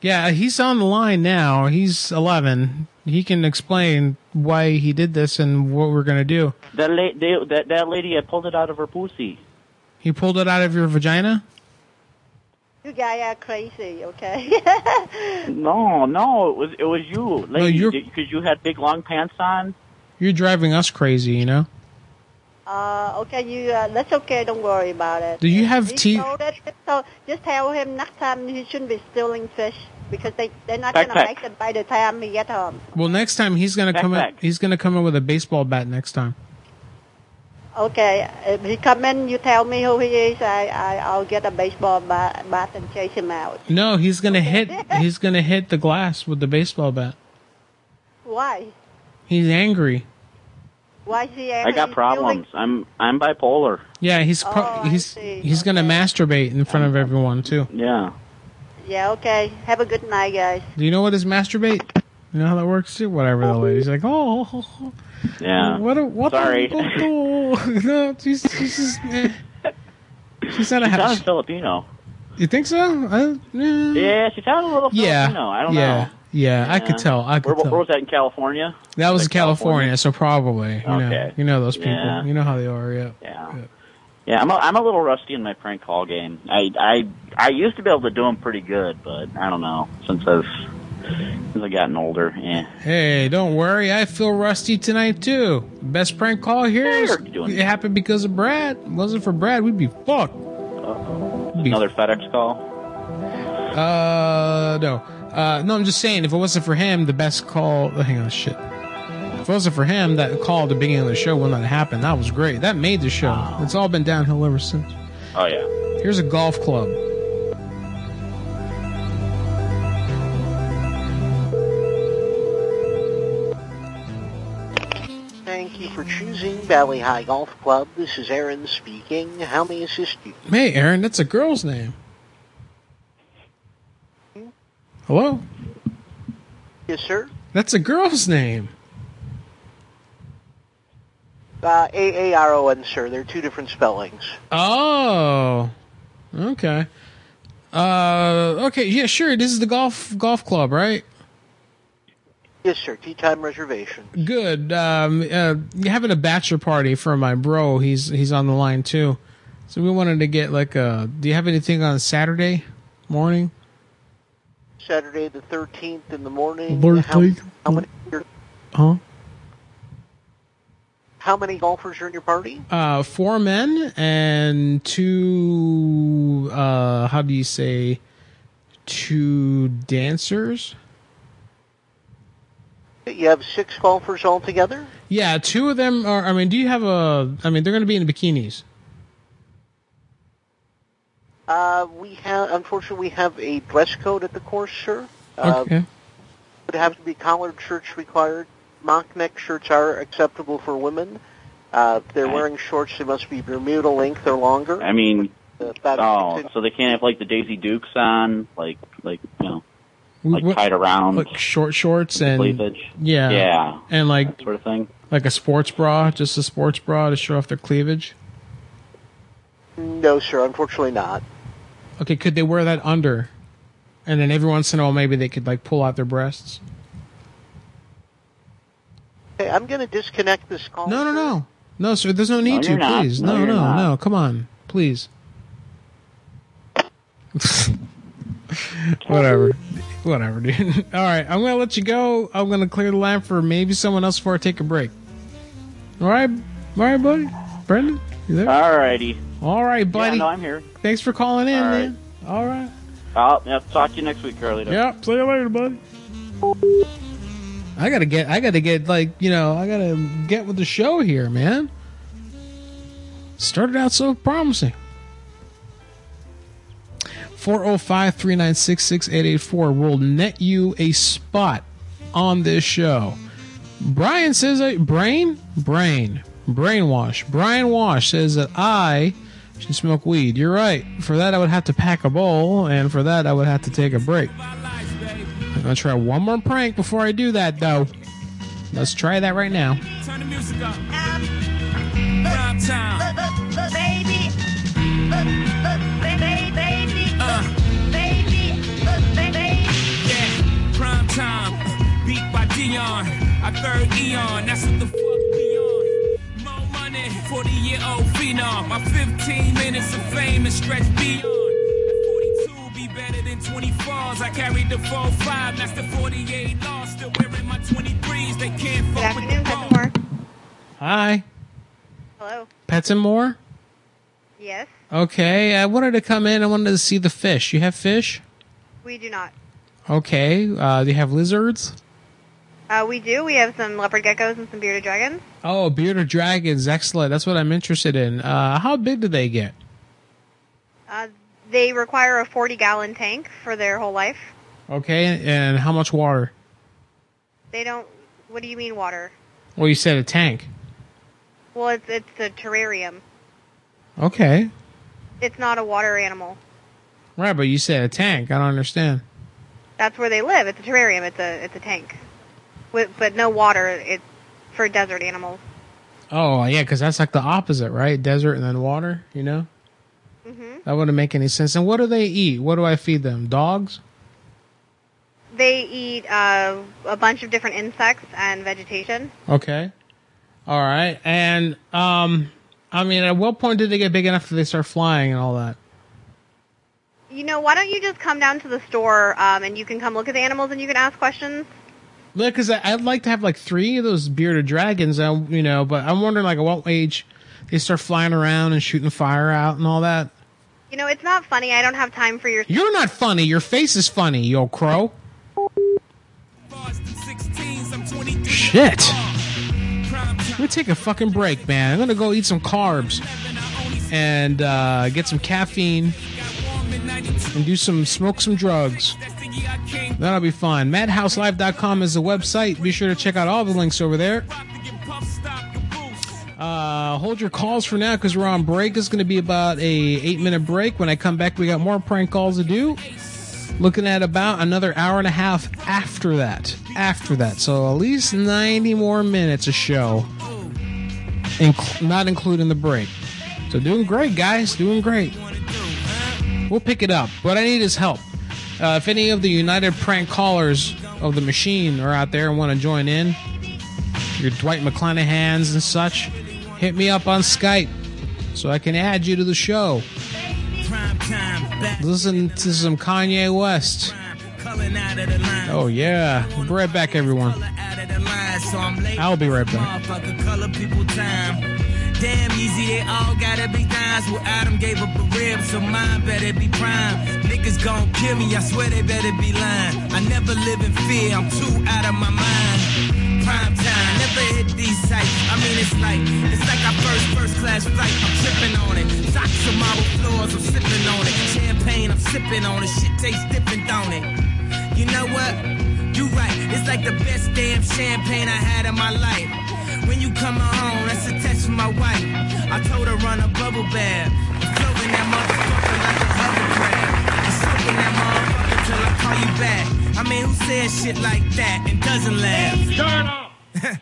Speaker 2: Yeah, he's on the line now. He's 11. He can explain why he did this and what we're gonna do.
Speaker 27: That, la- they, that that lady, I pulled it out of her pussy.
Speaker 2: He pulled it out of your vagina.
Speaker 31: You guys are crazy. Okay.
Speaker 27: No, no, it was it was you, lady, because you had big long pants on.
Speaker 2: You're driving us crazy. You know.
Speaker 31: Uh, okay, you. Uh, that's okay. Don't worry about it.
Speaker 2: Do you have
Speaker 31: He
Speaker 2: teeth?
Speaker 31: told it- So just tell him next time he shouldn't be stealing fish because they they're not
Speaker 2: Backpack.
Speaker 31: gonna make it by the time he get home.
Speaker 2: Well, next time he's gonna come. In, he's gonna come in with a baseball bat next time.
Speaker 31: Okay, if he come in, you tell me who he is. I, I I'll get a baseball bat, bat and chase him out.
Speaker 2: No, he's gonna hit. He's gonna hit the glass with the baseball bat.
Speaker 31: Why?
Speaker 2: He's angry.
Speaker 31: Why is he
Speaker 27: I
Speaker 31: angry?
Speaker 27: got problems. I'm I'm bipolar.
Speaker 2: Yeah, he's pro- he's he's gonna masturbate in front of everyone too.
Speaker 27: Yeah.
Speaker 31: Yeah. Okay. Have a good night, guys.
Speaker 2: Do you know what is masturbate? You know how that works too. Whatever the lady's like, oh,
Speaker 27: Yeah.
Speaker 2: What? A, what?
Speaker 27: Sorry.
Speaker 2: The, what the- no, she's she's just. eh. She's not a
Speaker 27: She
Speaker 2: ha-
Speaker 27: sounds Filipino.
Speaker 2: You think so? I, eh.
Speaker 27: Yeah, she sounds a little
Speaker 2: Yeah.
Speaker 27: Filipino. I don't
Speaker 2: yeah.
Speaker 27: know.
Speaker 2: Yeah, I could tell. I
Speaker 27: where,
Speaker 2: could tell.
Speaker 27: where was that in California?
Speaker 2: that was California, so probably. You know,
Speaker 27: Okay.
Speaker 2: you know those people.
Speaker 27: Yeah.
Speaker 2: You know how they are. Yeah.
Speaker 27: Yeah. Yeah, I'm a, I'm a little rusty in my prank call game. I I I used to be able to do them pretty good, but I don't know since I've since I've gotten older. eh. Yeah.
Speaker 2: Hey, don't worry. I feel rusty tonight too. Best prank call here. is- it happened because of Brad. If it wasn't for Brad, we'd be fucked.
Speaker 27: Another FedEx call.
Speaker 2: Uh, no. Uh, no, I'm just saying, if it wasn't for him, the best call. oh, Hang on, shit. If it wasn't for him, that call at the beginning of the show wouldn't have happened. That was great. That made the show. It's all been downhill ever since.
Speaker 27: Oh yeah.
Speaker 2: Here's a golf club.
Speaker 18: Thank you for choosing Valley High Golf Club. This is Aaron speaking. How may I assist you?
Speaker 2: Hey, Aaron, that's a girl's name. Hello?
Speaker 18: Yes, sir.
Speaker 2: That's a girl's name.
Speaker 18: Uh, A-A-R-O-N, sir. There are two different spellings.
Speaker 2: Oh. Okay. Uh, okay, yeah, sure. This is the golf golf club, right?
Speaker 18: Yes, sir. Tea time reservation.
Speaker 2: Good. Um, uh, having a bachelor party for my bro. He's he's on the line too. So we wanted to get like a. Do you have anything on Saturday morning?
Speaker 18: Saturday the 13th in the morning. How,
Speaker 2: Birthday?
Speaker 18: how many, your-
Speaker 2: Huh?
Speaker 18: how many golfers are in your party?
Speaker 2: Uh, four men and two. Uh, how do you say? Two dancers.
Speaker 18: You have six golfers altogether?
Speaker 2: Yeah, two of them are. I mean, do you have a? I mean, they're going to be in bikinis.
Speaker 18: Uh, we have, unfortunately, we have a dress code at the course, sir. Uh,
Speaker 2: Okay.
Speaker 18: would have to be collared shirts required. Mock neck shirts are acceptable for women. Uh, if they're wearing shorts, they must be Bermuda length or longer. Uh,
Speaker 27: I mean,
Speaker 18: about
Speaker 27: oh,
Speaker 18: six
Speaker 27: so they can't have like the Daisy Dukes on, like like you know,
Speaker 2: We-
Speaker 27: like
Speaker 2: what-
Speaker 27: tied around
Speaker 2: like short shorts and
Speaker 27: cleavage.
Speaker 2: yeah,
Speaker 27: Yeah.
Speaker 2: and like
Speaker 27: That sort of thing.
Speaker 2: like a sports bra, just a sports bra to show off their cleavage.
Speaker 18: No, sir, unfortunately not.
Speaker 2: Okay, could they wear that under? And then every once in a while, maybe they could like pull out their breasts.
Speaker 18: Okay, I'm going to disconnect this call.
Speaker 2: No, no, no, no, sir. There's no need
Speaker 18: No, you're
Speaker 2: to.
Speaker 18: not.
Speaker 2: Please,
Speaker 18: No,
Speaker 2: no,
Speaker 18: you're
Speaker 2: no, no,
Speaker 18: not.
Speaker 2: Come on, please. Whatever, whatever, dude. All right, I'm gonna let you go. I'm gonna clear the line for maybe someone else before I take a break. All right, all right, buddy, Brendan, you there?
Speaker 27: Alrighty.
Speaker 2: All right, buddy.
Speaker 27: Yeah, no, I'm here.
Speaker 2: Thanks for calling in,
Speaker 27: All right.
Speaker 2: man. All right.
Speaker 27: I'll, yeah, talk to you next week, Carlito.
Speaker 2: Yep. See you later, buddy. I gotta get. I gotta get like you know. I gotta get with the show here, man. Started out so promising. 405-396-6884 will net you a spot on this show. Brian says, I, "Brain, brain, brainwash." Brian Wash says that I should smoke weed. You're right. For that, I would have to pack a bowl, and for that, I would have to take a break. I'm gonna try one more prank before I do that, though. Let's try that right now.
Speaker 12: Turn the music up. Prime time. Baby. Baby. Baby. Uh. Baby. Baby. Yeah. Prime time. Beat by Dion. Our third eon. That's what the fuck we on. More money. 40 year old phenom. My 15 minutes of fame and stretch beyond. At 42, be better than 24s. I carried the 4 5. That's the 48 loss. Still wearing my 23s. They can't
Speaker 32: Good
Speaker 12: fuck with
Speaker 32: afternoon,
Speaker 12: the
Speaker 32: Pet Moore.
Speaker 2: Hi,
Speaker 12: Hello.
Speaker 2: Pets and More.
Speaker 12: Yes.
Speaker 2: Okay, I wanted to come in. I wanted to see the fish. You have fish?
Speaker 12: We do not.
Speaker 2: Okay. Uh, do you have lizards?
Speaker 12: Uh, we do. We have some leopard geckos and some bearded dragons.
Speaker 2: Oh, bearded dragons. Excellent. That's what I'm interested in. Uh, how big do they get?
Speaker 12: Uh, they require a 40 gallon tank for their whole life.
Speaker 2: Okay, and how much water?
Speaker 12: They don't. What do you mean water?
Speaker 2: Well, you said a tank.
Speaker 12: Well, it's it's a terrarium.
Speaker 2: Okay.
Speaker 12: It's not a water animal.
Speaker 2: Right, but you said a tank. I don't understand.
Speaker 12: That's where they live. It's a terrarium. It's a it's a tank, with, but no water. It's for desert animals.
Speaker 2: Oh, yeah, because that's like the opposite, right? Desert and then water, you know?
Speaker 12: hmm
Speaker 2: That wouldn't make any sense. And what do they eat? What do I feed them? Dogs?
Speaker 12: They eat uh, a bunch of different insects and vegetation.
Speaker 2: Okay. All right. And, um, I mean, at what point did they get big enough that they start flying and all that?
Speaker 12: You know, why don't you just come down to the store um, and you can come look at the animals and you can ask questions.
Speaker 2: Yeah, because I'd like to have like three of those bearded dragons, uh, you know, but I'm wondering like at what age they start flying around and shooting fire out and all that.
Speaker 12: You know, it's not funny. I don't have time for your.
Speaker 2: You're not funny. Your face is funny, you old crow. Shit. I'm gonna take a fucking break, man. I'm gonna go eat some carbs and uh, get some caffeine and do some smoke some drugs. That'll be fun. MadhouseLive.com is the website. Be sure to check out all the links over there. Uh, hold your calls for now because we're on break. It's going to be about a eight minute break. When I come back, we got more prank calls to do. Looking at about another hour and a half after that. After that, so at least ninety more minutes a show, Inc- not including the break. So doing great, guys. Doing great. We'll pick it up. What I need is help. Uh, if any of the United Prank Callers of the Machine are out there and want to join in, your Dwight McClanahan's and such, hit me up on Skype so I can add you to the show. Listen to some Kanye West. Oh, yeah. We'll be right back, everyone. I'll be right back.
Speaker 33: Motherfucker, color people time. Damn easy, they all gotta be dimes. Well, Adam gave up a rib, so mine better be prime. Niggas gon' kill me, I swear they better be lying. I never live in fear, I'm too out of my mind. Prime time, never hit these sights. I mean, it's like, it's like our first first class flight. I'm tripping on it. Socks and marble floors, I'm sipping on it. Champagne, I'm sipping on it. Shit tastes different, don't it? You know what? You right, it's like the best damn champagne I had in my life. When you coming home, that's a text from my wife. I told her run a bubble bath. I'm floating that motherfucker like a bubble crab. I'm soaking that motherfucker till I call you back. I mean, who says shit like that and doesn't laugh? Turn up.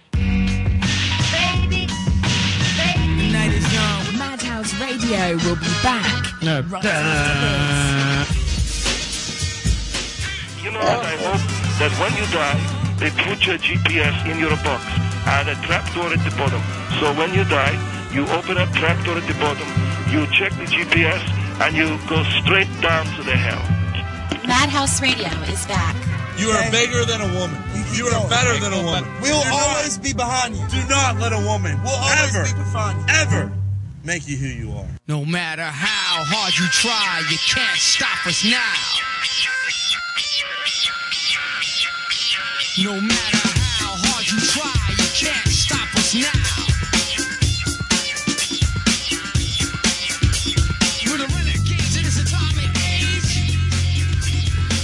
Speaker 33: The night is young. Madhouse Radio will be back.
Speaker 2: No.
Speaker 21: You know what I hope? That when you die, they put your GPS in your box and a trapdoor at the bottom. So when you die, you open up trapdoor at the bottom, you check the GPS, and you go straight down to the hell.
Speaker 15: Madhouse Radio is back.
Speaker 7: You are bigger than a woman. You are better than a woman.
Speaker 15: We'll
Speaker 7: always be behind you. Do not let a woman. We'll always ever, be behind you. Ever
Speaker 9: make you who you are.
Speaker 1: No matter how hard you try, you can't stop us now. No matter how hard you try, you can't stop us now. We're the renegades in this atomic age.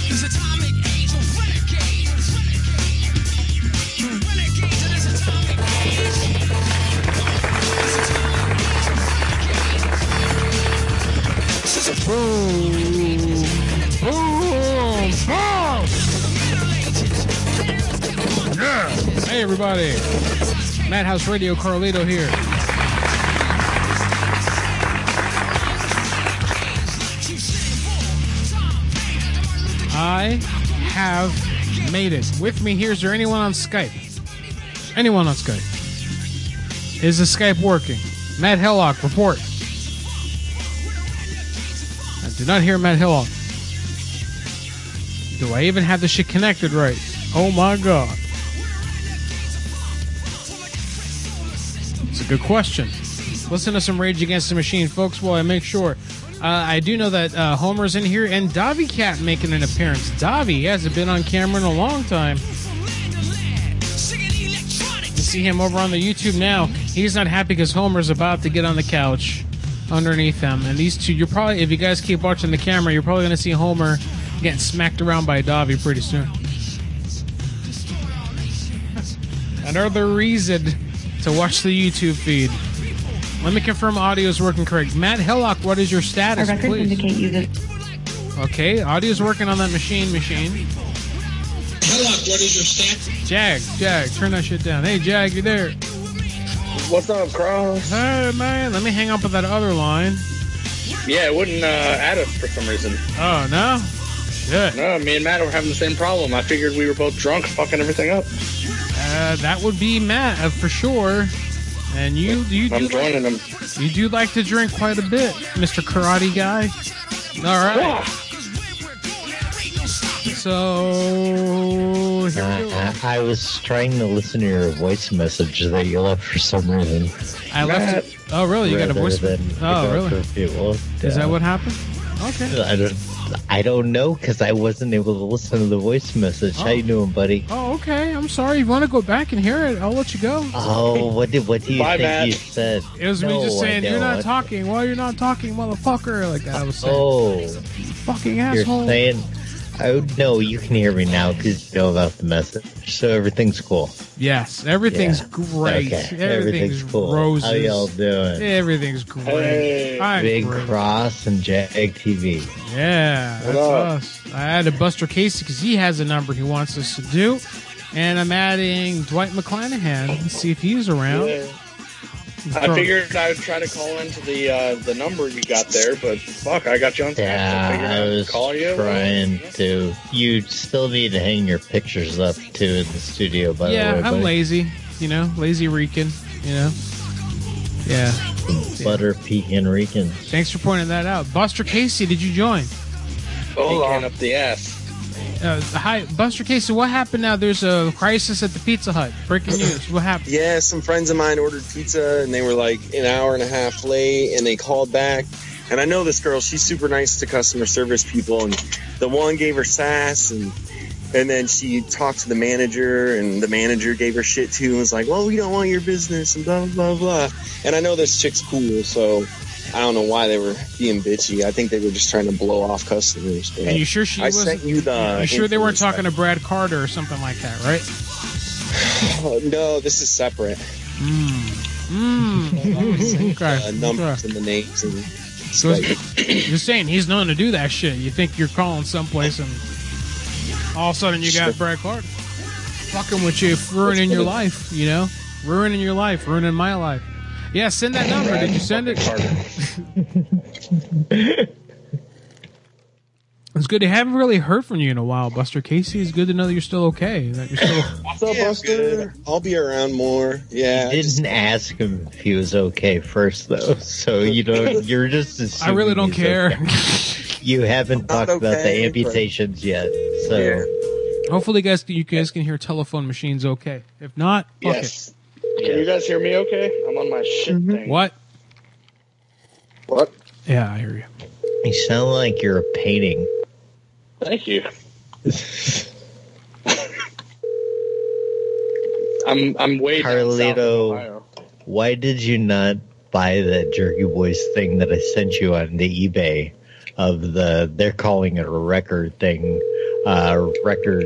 Speaker 1: This atomic age of renegades. The renegades in this atomic age. This atomic age of renegades. This is-
Speaker 2: Hey, everybody. Madhouse Radio Carlito here. I have made it. With me here, is there anyone on Skype? Anyone on Skype? Is the Skype working? Matt Hillock, report. I do not hear Matt Hillock. Do I even have the shit connected right? Oh my god. It's a good question. Listen to some Rage Against the Machine, folks, while I make sure. Uh, I do know that uh, Homer's in here and Davi Cat making an appearance. Davi hasn't been on camera in a long time. You see him over on the YouTube now. He's not happy because Homer's about to get on the couch underneath them. And these two, you're probably, if you guys keep watching the camera, you're probably going to see Homer getting smacked around by Davi pretty soon. Another reason to watch the YouTube feed. Let me confirm audio is working correct. Matt Hillock, what is your status, please?
Speaker 34: you
Speaker 2: Okay, audio's working on that machine, machine.
Speaker 34: Hello, what is your status?
Speaker 2: Jag, Jag, turn that shit down. Hey, Jag, you there?
Speaker 34: What's up, Carl?
Speaker 2: Hey, man, let me hang up with that other line.
Speaker 34: Yeah, it wouldn't uh, add us for some reason.
Speaker 2: Oh, no? Shit.
Speaker 34: No, me and Matt were having the same problem. I figured we were both drunk, fucking everything up.
Speaker 2: Uh, that would be Matt, uh, for sure. And you, you do
Speaker 34: I'm joining
Speaker 2: like,
Speaker 34: him.
Speaker 2: You do like to drink quite a bit, Mr. Karate Guy. All right. So
Speaker 6: Uh, I, I was trying to listen to your voice message that you left for some reason.
Speaker 2: I left. It. Oh, really? You got a
Speaker 6: Rather
Speaker 2: voice?
Speaker 6: than
Speaker 2: Oh,
Speaker 6: go
Speaker 2: really?
Speaker 6: for people.
Speaker 2: Is
Speaker 6: Yeah.
Speaker 2: that what happened? Okay.
Speaker 6: I don't. I don't know because I wasn't able to listen to the voice message. How
Speaker 2: Oh.
Speaker 6: you doing, buddy?
Speaker 2: Oh, okay. I'm sorry. You want to go back and hear it? I'll let you go.
Speaker 6: Oh, what did what do you
Speaker 2: Bye,
Speaker 6: think
Speaker 2: Matt.
Speaker 6: you said?
Speaker 2: It was
Speaker 6: No,
Speaker 2: me just
Speaker 6: I
Speaker 2: saying you're not
Speaker 6: don't.
Speaker 2: talking. Well, you're not talking, motherfucker. Like that. I was saying.
Speaker 6: Oh,
Speaker 2: fucking
Speaker 6: you're
Speaker 2: asshole.
Speaker 6: saying. Oh no, you can hear me now because you know about the message, so everything's cool.
Speaker 2: Yes, everything's
Speaker 6: Yeah.
Speaker 2: great.
Speaker 6: Okay,
Speaker 2: Everything's,
Speaker 6: everything's cool.
Speaker 2: roses.
Speaker 6: How y'all doing?
Speaker 2: Everything's great. I'm
Speaker 6: Big
Speaker 2: great.
Speaker 6: Cross and Jag TV.
Speaker 2: Yeah,
Speaker 6: What
Speaker 2: that's
Speaker 6: up?
Speaker 2: us. I added Buster Casey because he has a number he wants us to do, and I'm adding Dwight McClanahan. Let's see if he's around.
Speaker 34: Yeah.
Speaker 2: He's
Speaker 34: I
Speaker 2: throwing-
Speaker 34: figured I would try to call into the uh, the number you got there, but fuck, I got you on Skype. so I figured
Speaker 6: Yeah, I
Speaker 34: I'd
Speaker 6: was
Speaker 34: call you.
Speaker 6: trying to. You still need to hang your pictures up too in the studio. By
Speaker 2: yeah,
Speaker 6: the way,
Speaker 2: I'm
Speaker 6: buddy.
Speaker 2: lazy. You know, lazy Rican. You know. Yeah.
Speaker 6: Butter pecan Rican.
Speaker 2: Thanks for pointing that out. Buster Casey, did you join?
Speaker 34: Hold on. up the ass.
Speaker 2: Uh, hi, Buster Casey. What happened now? There's a crisis at the Pizza Hut. Breaking news. What happened?
Speaker 7: Yeah, some friends of mine ordered pizza and they were like an hour and a half late and they called back. And I know this girl, she's super nice to customer service people and the one gave her sass and and then she talked to the manager and the manager gave her shit too and was like, Well, we don't want your business and blah blah blah. And I know this chick's cool, so I don't know why they were being bitchy. I think they were just trying to blow off customers. but
Speaker 2: And you sure she
Speaker 7: I
Speaker 2: wasn't-
Speaker 7: sent you the
Speaker 2: You sure they weren't talking to Brad Carter or something like that, right?
Speaker 7: no, this is separate.
Speaker 2: Mm. Hmm. okay.
Speaker 7: uh, numbers and the names and
Speaker 2: So it's- you're saying he's known to do that shit. You think you're calling someplace and all of a sudden you got Brad Clark fucking with you, ruining your life, you know? Ruining your life, ruining my life. Yeah, send that number. Did you send it? it's good. I haven't really heard from you in a while, Buster Casey. It's good to know that you're still okay. That you're still
Speaker 7: What's up, Buster? I'll be around more. Yeah.
Speaker 6: Didn't ask him if he was okay first though, so you know you're just. assuming
Speaker 7: really don't
Speaker 6: he's
Speaker 7: care.
Speaker 6: okay. You haven't
Speaker 7: Not
Speaker 6: talked about the
Speaker 7: okay, but-
Speaker 6: amputations yet, so
Speaker 2: Hopefully, guys, you guys can hear telephone machines okay. If not, fuck Mm-hmm.
Speaker 34: Yes. Can you guys hear me? Okay, I'm on my shit thing.
Speaker 2: it. What?
Speaker 20: What?
Speaker 2: Yeah, I hear you.
Speaker 6: You sound like you're painting.
Speaker 20: Thank you. I'm I'm way down south in Ohio.
Speaker 6: Carlito, why did you not buy that Jerky Boys thing that I sent you on the eBay of the they're calling it a record thing, uh, record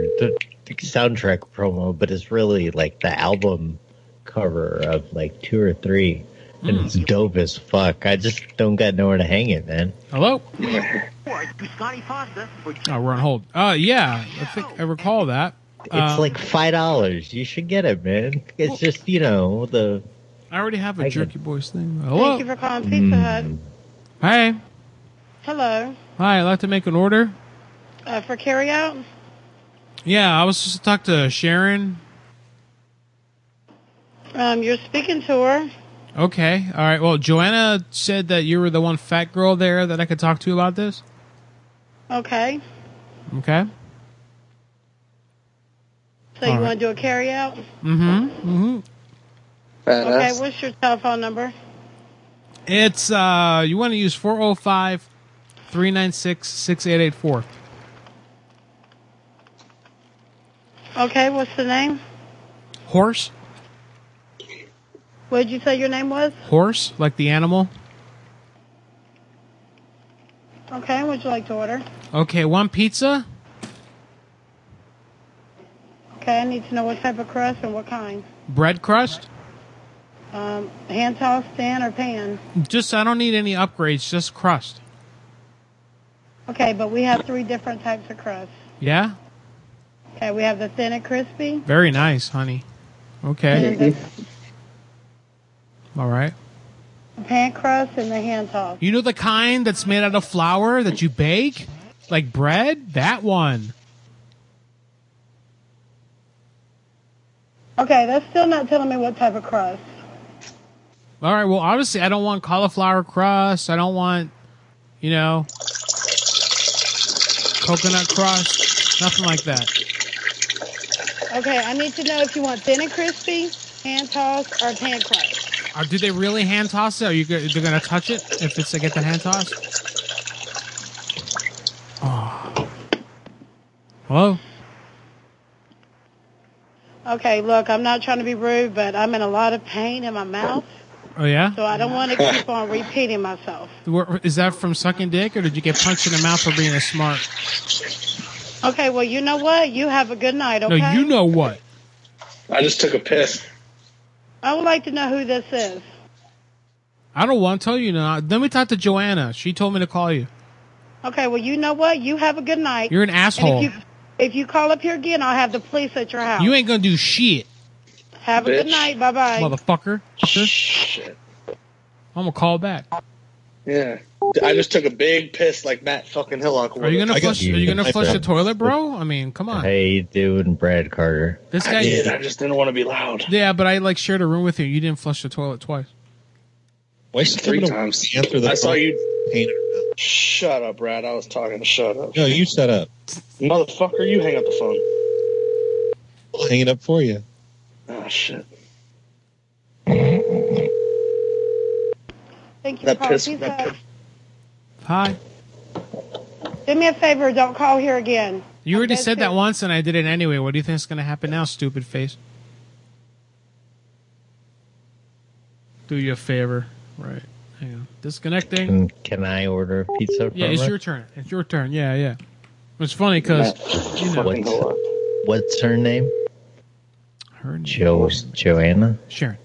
Speaker 6: soundtrack promo, but it's really like the album cover of like two or three, and
Speaker 2: Hmm.
Speaker 6: it's dope as fuck. I just don't got nowhere to hang it, man.
Speaker 2: Hello. Oh, we're on hold. Uh, yeah, I think I recall that.
Speaker 6: It's
Speaker 2: Um,
Speaker 6: like five dollars. You should get it, man. It's just you know the
Speaker 2: I already have a
Speaker 6: I
Speaker 2: Jerky Boys thing.
Speaker 22: Thank
Speaker 2: Hello.
Speaker 22: you for calling
Speaker 2: Mm.
Speaker 22: Pizza Hut.
Speaker 2: Hi.
Speaker 22: Hello.
Speaker 2: Hmm. Hi. I'd like to make an order.
Speaker 22: Uh, for carryout?
Speaker 2: Yeah, I was supposed to talk to Sharon.
Speaker 22: Um, you're speaking to her.
Speaker 2: Okay. All right. Well, Joanna said that you were the one fat girl there that I could talk to about this.
Speaker 22: Okay.
Speaker 2: Okay.
Speaker 22: So
Speaker 2: All
Speaker 22: you
Speaker 2: right.
Speaker 22: want to do a carryout?
Speaker 2: Mm-hmm. Mm-hmm.
Speaker 22: Okay, what's your telephone number?
Speaker 2: It's uh you want to use 405 396 6884.
Speaker 22: Okay, what's the name?
Speaker 2: Horse?
Speaker 22: What did you say your name was?
Speaker 2: Horse like the animal.
Speaker 22: Okay, would you like to order?
Speaker 2: Okay, one pizza.
Speaker 22: Okay, I need to know what type of crust and what kind.
Speaker 2: Bread crust.
Speaker 22: Um, hand toss, stand, or pan?
Speaker 2: Just I don't need any upgrades, just crust.
Speaker 22: Okay, but we have three different types of crust.
Speaker 2: Yeah?
Speaker 22: Okay, we have the thin and crispy.
Speaker 2: Very nice, honey. Okay. All right.
Speaker 22: The pan crust and the hand toss.
Speaker 2: You know the kind that's made out of flour that you bake? Like bread? That one.
Speaker 22: Okay, that's still not telling me what type of crust.
Speaker 2: All right. Well, obviously, I don't want cauliflower crust. I don't want, you know, coconut crust. Nothing like that.
Speaker 22: Okay, I need to know if you want thin and crispy, hand toss, or pan crust.
Speaker 2: Or do they really hand toss it? Are you go- they're gonna touch it if it's to get the hand toss? Oh. Hello.
Speaker 22: Okay, look, I'm not trying to be rude, but I'm in a lot of pain in my mouth,
Speaker 2: Oh yeah.
Speaker 22: so I don't want to keep on repeating myself.
Speaker 2: Where- Is that from sucking dick, or did you get punched in the mouth for being a smart?
Speaker 22: Okay, well, you know what? You have a good night, okay?
Speaker 2: No, you know what?
Speaker 20: I just took a piss.
Speaker 22: I would like to know who this is.
Speaker 2: I don't want to tell you now. Let me talk to Joanna. She told me to call you.
Speaker 22: Okay, well, you know what? You have a good night.
Speaker 2: You're an
Speaker 22: And if,
Speaker 2: asshole.
Speaker 22: you, if you call up here again, I'll have the police at your house.
Speaker 2: You ain't gonna do shit,
Speaker 22: have a good
Speaker 2: bitch.
Speaker 22: night. Bye-bye.
Speaker 2: motherfucker. Shit. I'm gonna call back.
Speaker 20: Yeah. I just took a big piss like Matt fucking Hillock.
Speaker 2: Are you gonna
Speaker 20: I got-
Speaker 2: flush? Are you gonna
Speaker 20: I
Speaker 2: flush the
Speaker 20: did.
Speaker 2: toilet, bro? I mean, come on.
Speaker 6: how you doing, Brad Carter?
Speaker 2: This
Speaker 20: I
Speaker 2: guy-
Speaker 20: did. I just didn't want to be loud.
Speaker 2: Yeah, but I like shared a room with you. You didn't flush the toilet twice.
Speaker 20: Why three times?
Speaker 2: answer the
Speaker 20: I saw
Speaker 2: phone?
Speaker 20: you. Shut up, Brad. I was talking. Shut up.
Speaker 26: No, you shut up.
Speaker 20: Motherfucker, you hang up the phone.
Speaker 26: I'll hang it up for you.
Speaker 20: Oh, shit.
Speaker 22: Thank you
Speaker 20: That
Speaker 22: for calling.
Speaker 20: piss-
Speaker 22: Peace
Speaker 20: that
Speaker 22: out.
Speaker 2: Hi.
Speaker 22: Do me a favor. Don't call here again.
Speaker 2: You already
Speaker 22: guess
Speaker 2: said that
Speaker 22: it-
Speaker 2: once, and I did it anyway. What do you think's gonna happen now, stupid face? Do you a favor, right? Hang on. Disconnecting.
Speaker 6: Can, can I order a pizza?
Speaker 2: Yeah,
Speaker 6: from
Speaker 2: it's
Speaker 6: her?
Speaker 2: your turn. It's your turn. Yeah, yeah. It's funny because you know
Speaker 6: what's, what's her name?
Speaker 2: Her name
Speaker 6: Jo- Joanna
Speaker 2: Sharon.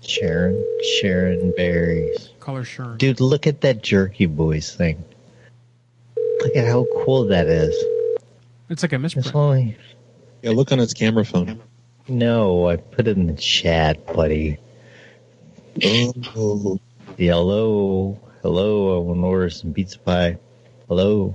Speaker 6: Sharon Sharon Berries.
Speaker 2: Call her Sharon.
Speaker 6: Dude, look at that Jerky Boys thing. Look at how cool that is.
Speaker 2: It's like a misprint.
Speaker 26: Yeah, look on its camera phone.
Speaker 6: No, I put it in the chat, buddy.
Speaker 26: Oh.
Speaker 6: Hello, hello. I want to order some pizza pie. Hello.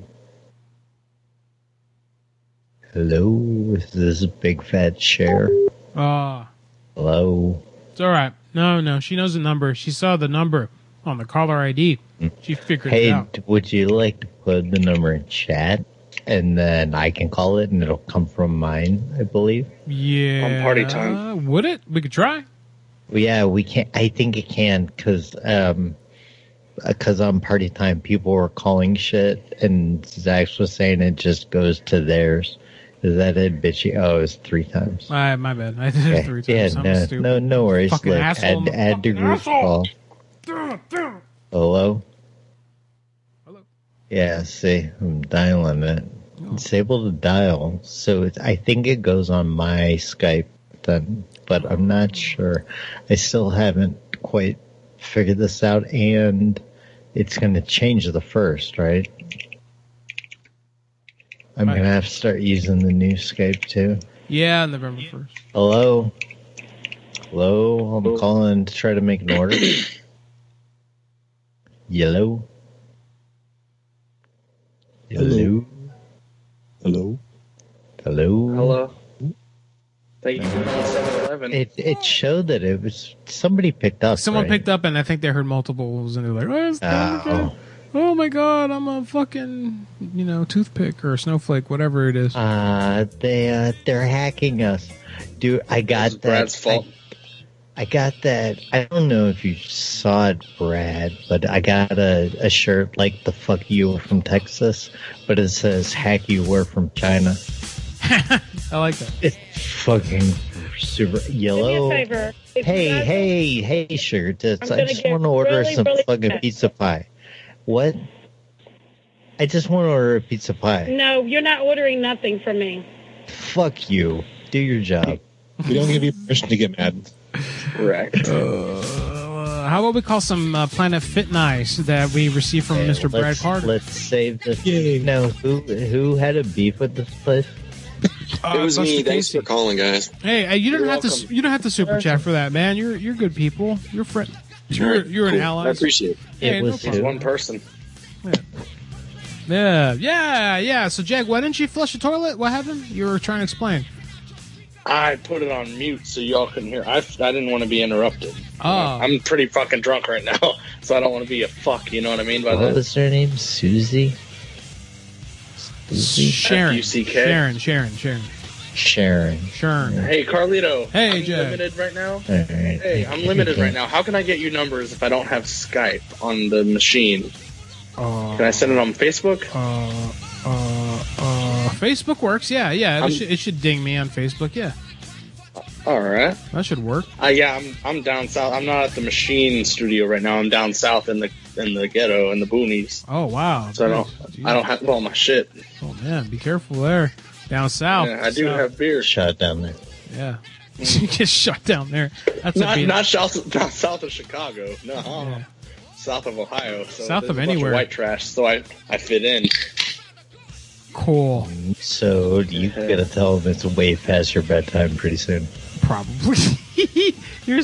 Speaker 6: Hello, is this a big fat share?
Speaker 2: Ah,
Speaker 6: Hello.
Speaker 2: it's all right. No, no, she knows the number. She saw the number on the caller ID. She figured it
Speaker 6: Hey,
Speaker 2: out.
Speaker 6: d- would you like to put the number in chat? And then I can call it and it'll come from mine, I believe.
Speaker 2: Yeah.
Speaker 6: On party time.
Speaker 2: Would it? We could try.
Speaker 6: Well, yeah, we can I think it can because um, because on party time, people were calling shit, and Zach was saying it just goes to theirs. Is that it, bitchy? Oh, it was three times.
Speaker 2: I, my bad. I did
Speaker 6: Okay.
Speaker 2: it three times.
Speaker 6: Yeah,
Speaker 2: I'm
Speaker 6: no,
Speaker 2: stupid.
Speaker 6: no, no worries.
Speaker 2: Fucking
Speaker 6: Look,
Speaker 2: asshole.
Speaker 6: add, add to
Speaker 2: Fucking
Speaker 6: group's
Speaker 2: asshole.
Speaker 6: call. Hello? Hello? Yeah, see, I'm dialing it. It's able to dial, so it, I think it goes on my Skype then, but I'm not sure. I still haven't quite figured this out, and it's going to change the first, right? I'm going to have to start using the new Skype too.
Speaker 2: Yeah, November first.
Speaker 6: Hello. Hello. I'm calling to try to make an order. Yellow. Hello. Hello. Hello. Hello.
Speaker 9: Thank you for calling 7-Eleven.
Speaker 6: It it showed that it was somebody picked up.
Speaker 2: Someone
Speaker 6: right?
Speaker 2: picked up, and I think they heard multiples, and they're like, "Oh, it's
Speaker 6: Oh.
Speaker 2: oh. oh my god, I'm a fucking you know toothpick or snowflake, whatever it is."
Speaker 6: Uh, they uh, they're hacking us, dude. I got that.
Speaker 2: Brad's fault.
Speaker 6: I, I got that. I don't know if you saw it, Brad, but I got a, a shirt like the "fuck you" were from Texas, but it says "hack you were from China."
Speaker 2: I like that.
Speaker 6: Fucking super yellow.
Speaker 22: favor. If you
Speaker 6: Hey,
Speaker 22: guys-
Speaker 6: hey, hey, sugar tits!
Speaker 22: I'm
Speaker 6: I
Speaker 22: gonna
Speaker 6: just
Speaker 22: get
Speaker 6: want to order
Speaker 22: really,
Speaker 6: some
Speaker 22: really
Speaker 6: fucking
Speaker 22: upset.
Speaker 6: pizza pie. What? I just want to order a pizza pie.
Speaker 22: No, you're not ordering nothing from me.
Speaker 6: Fuck you. Do your job.
Speaker 26: We don't give you permission to get mad.
Speaker 9: Correct.
Speaker 2: Uh, how about we call some uh, Planet Fit Nice that we received from
Speaker 6: Yeah,
Speaker 2: Mr. Brad
Speaker 6: let's-
Speaker 2: Carter?
Speaker 6: Let's save this. No, who who had a beef with this place?
Speaker 2: Uh,
Speaker 20: it was
Speaker 2: Buster
Speaker 20: me. Thanks for calling, guys.
Speaker 2: Hey, uh, you don't
Speaker 20: You're
Speaker 2: have to.
Speaker 20: welcome.
Speaker 2: You don't have to super chat for that, man. You're you're good people. You're friend. You're you're an
Speaker 20: Cool.
Speaker 2: ally.
Speaker 20: I appreciate it.
Speaker 2: Yeah, no
Speaker 9: It's
Speaker 2: problem.
Speaker 9: one person.
Speaker 2: Yeah, yeah, yeah. So, Jack, why didn't you flush the toilet? What happened? You were trying to explain.
Speaker 9: I put it on mute so y'all couldn't hear. I, I didn't want to be interrupted.
Speaker 2: Oh.
Speaker 9: I'm pretty fucking drunk right now, so I don't want to be a fuck. You know what I mean by
Speaker 6: What
Speaker 9: that?
Speaker 6: was her name? Susie.
Speaker 2: Sharon.
Speaker 9: F-U-C-K.
Speaker 2: Sharon. Sharon. Sharon.
Speaker 6: Sharon.
Speaker 2: Sharon.
Speaker 9: Hey, Carlito.
Speaker 2: Hey,
Speaker 9: I'm
Speaker 2: Jack.
Speaker 9: limited right now.
Speaker 6: All right.
Speaker 9: Hey, I'm limited right now. How can I get you numbers if I don't have Skype on the machine?
Speaker 2: Uh,
Speaker 9: Can I send it on Facebook?
Speaker 2: uh, uh, uh, Facebook works. Yeah, yeah.
Speaker 9: I'm-
Speaker 2: It should, it should ding me on Facebook. Yeah,
Speaker 9: All right.
Speaker 2: that should work.
Speaker 9: Uh, yeah, I'm I'm down south. I'm not at the machine studio right now. I'm down south in the in the ghetto in the boonies.
Speaker 2: Oh wow.
Speaker 9: So I don't I don't have all my shit.
Speaker 2: Oh man, be careful there. Down south.
Speaker 9: Yeah, I do
Speaker 2: south.
Speaker 9: have beer.
Speaker 6: Shot down there.
Speaker 2: Yeah. you get shut down there. That's
Speaker 9: not
Speaker 2: a beat.
Speaker 9: not south not south of Chicago. No,
Speaker 34: uh-huh.
Speaker 9: south of Ohio. So
Speaker 2: South
Speaker 9: there's
Speaker 2: of
Speaker 9: a bunch
Speaker 2: anywhere.
Speaker 9: white trash. So I I fit in.
Speaker 2: cool.
Speaker 6: So you gotta tell them it's way past your bedtime pretty soon.
Speaker 2: Probably. you're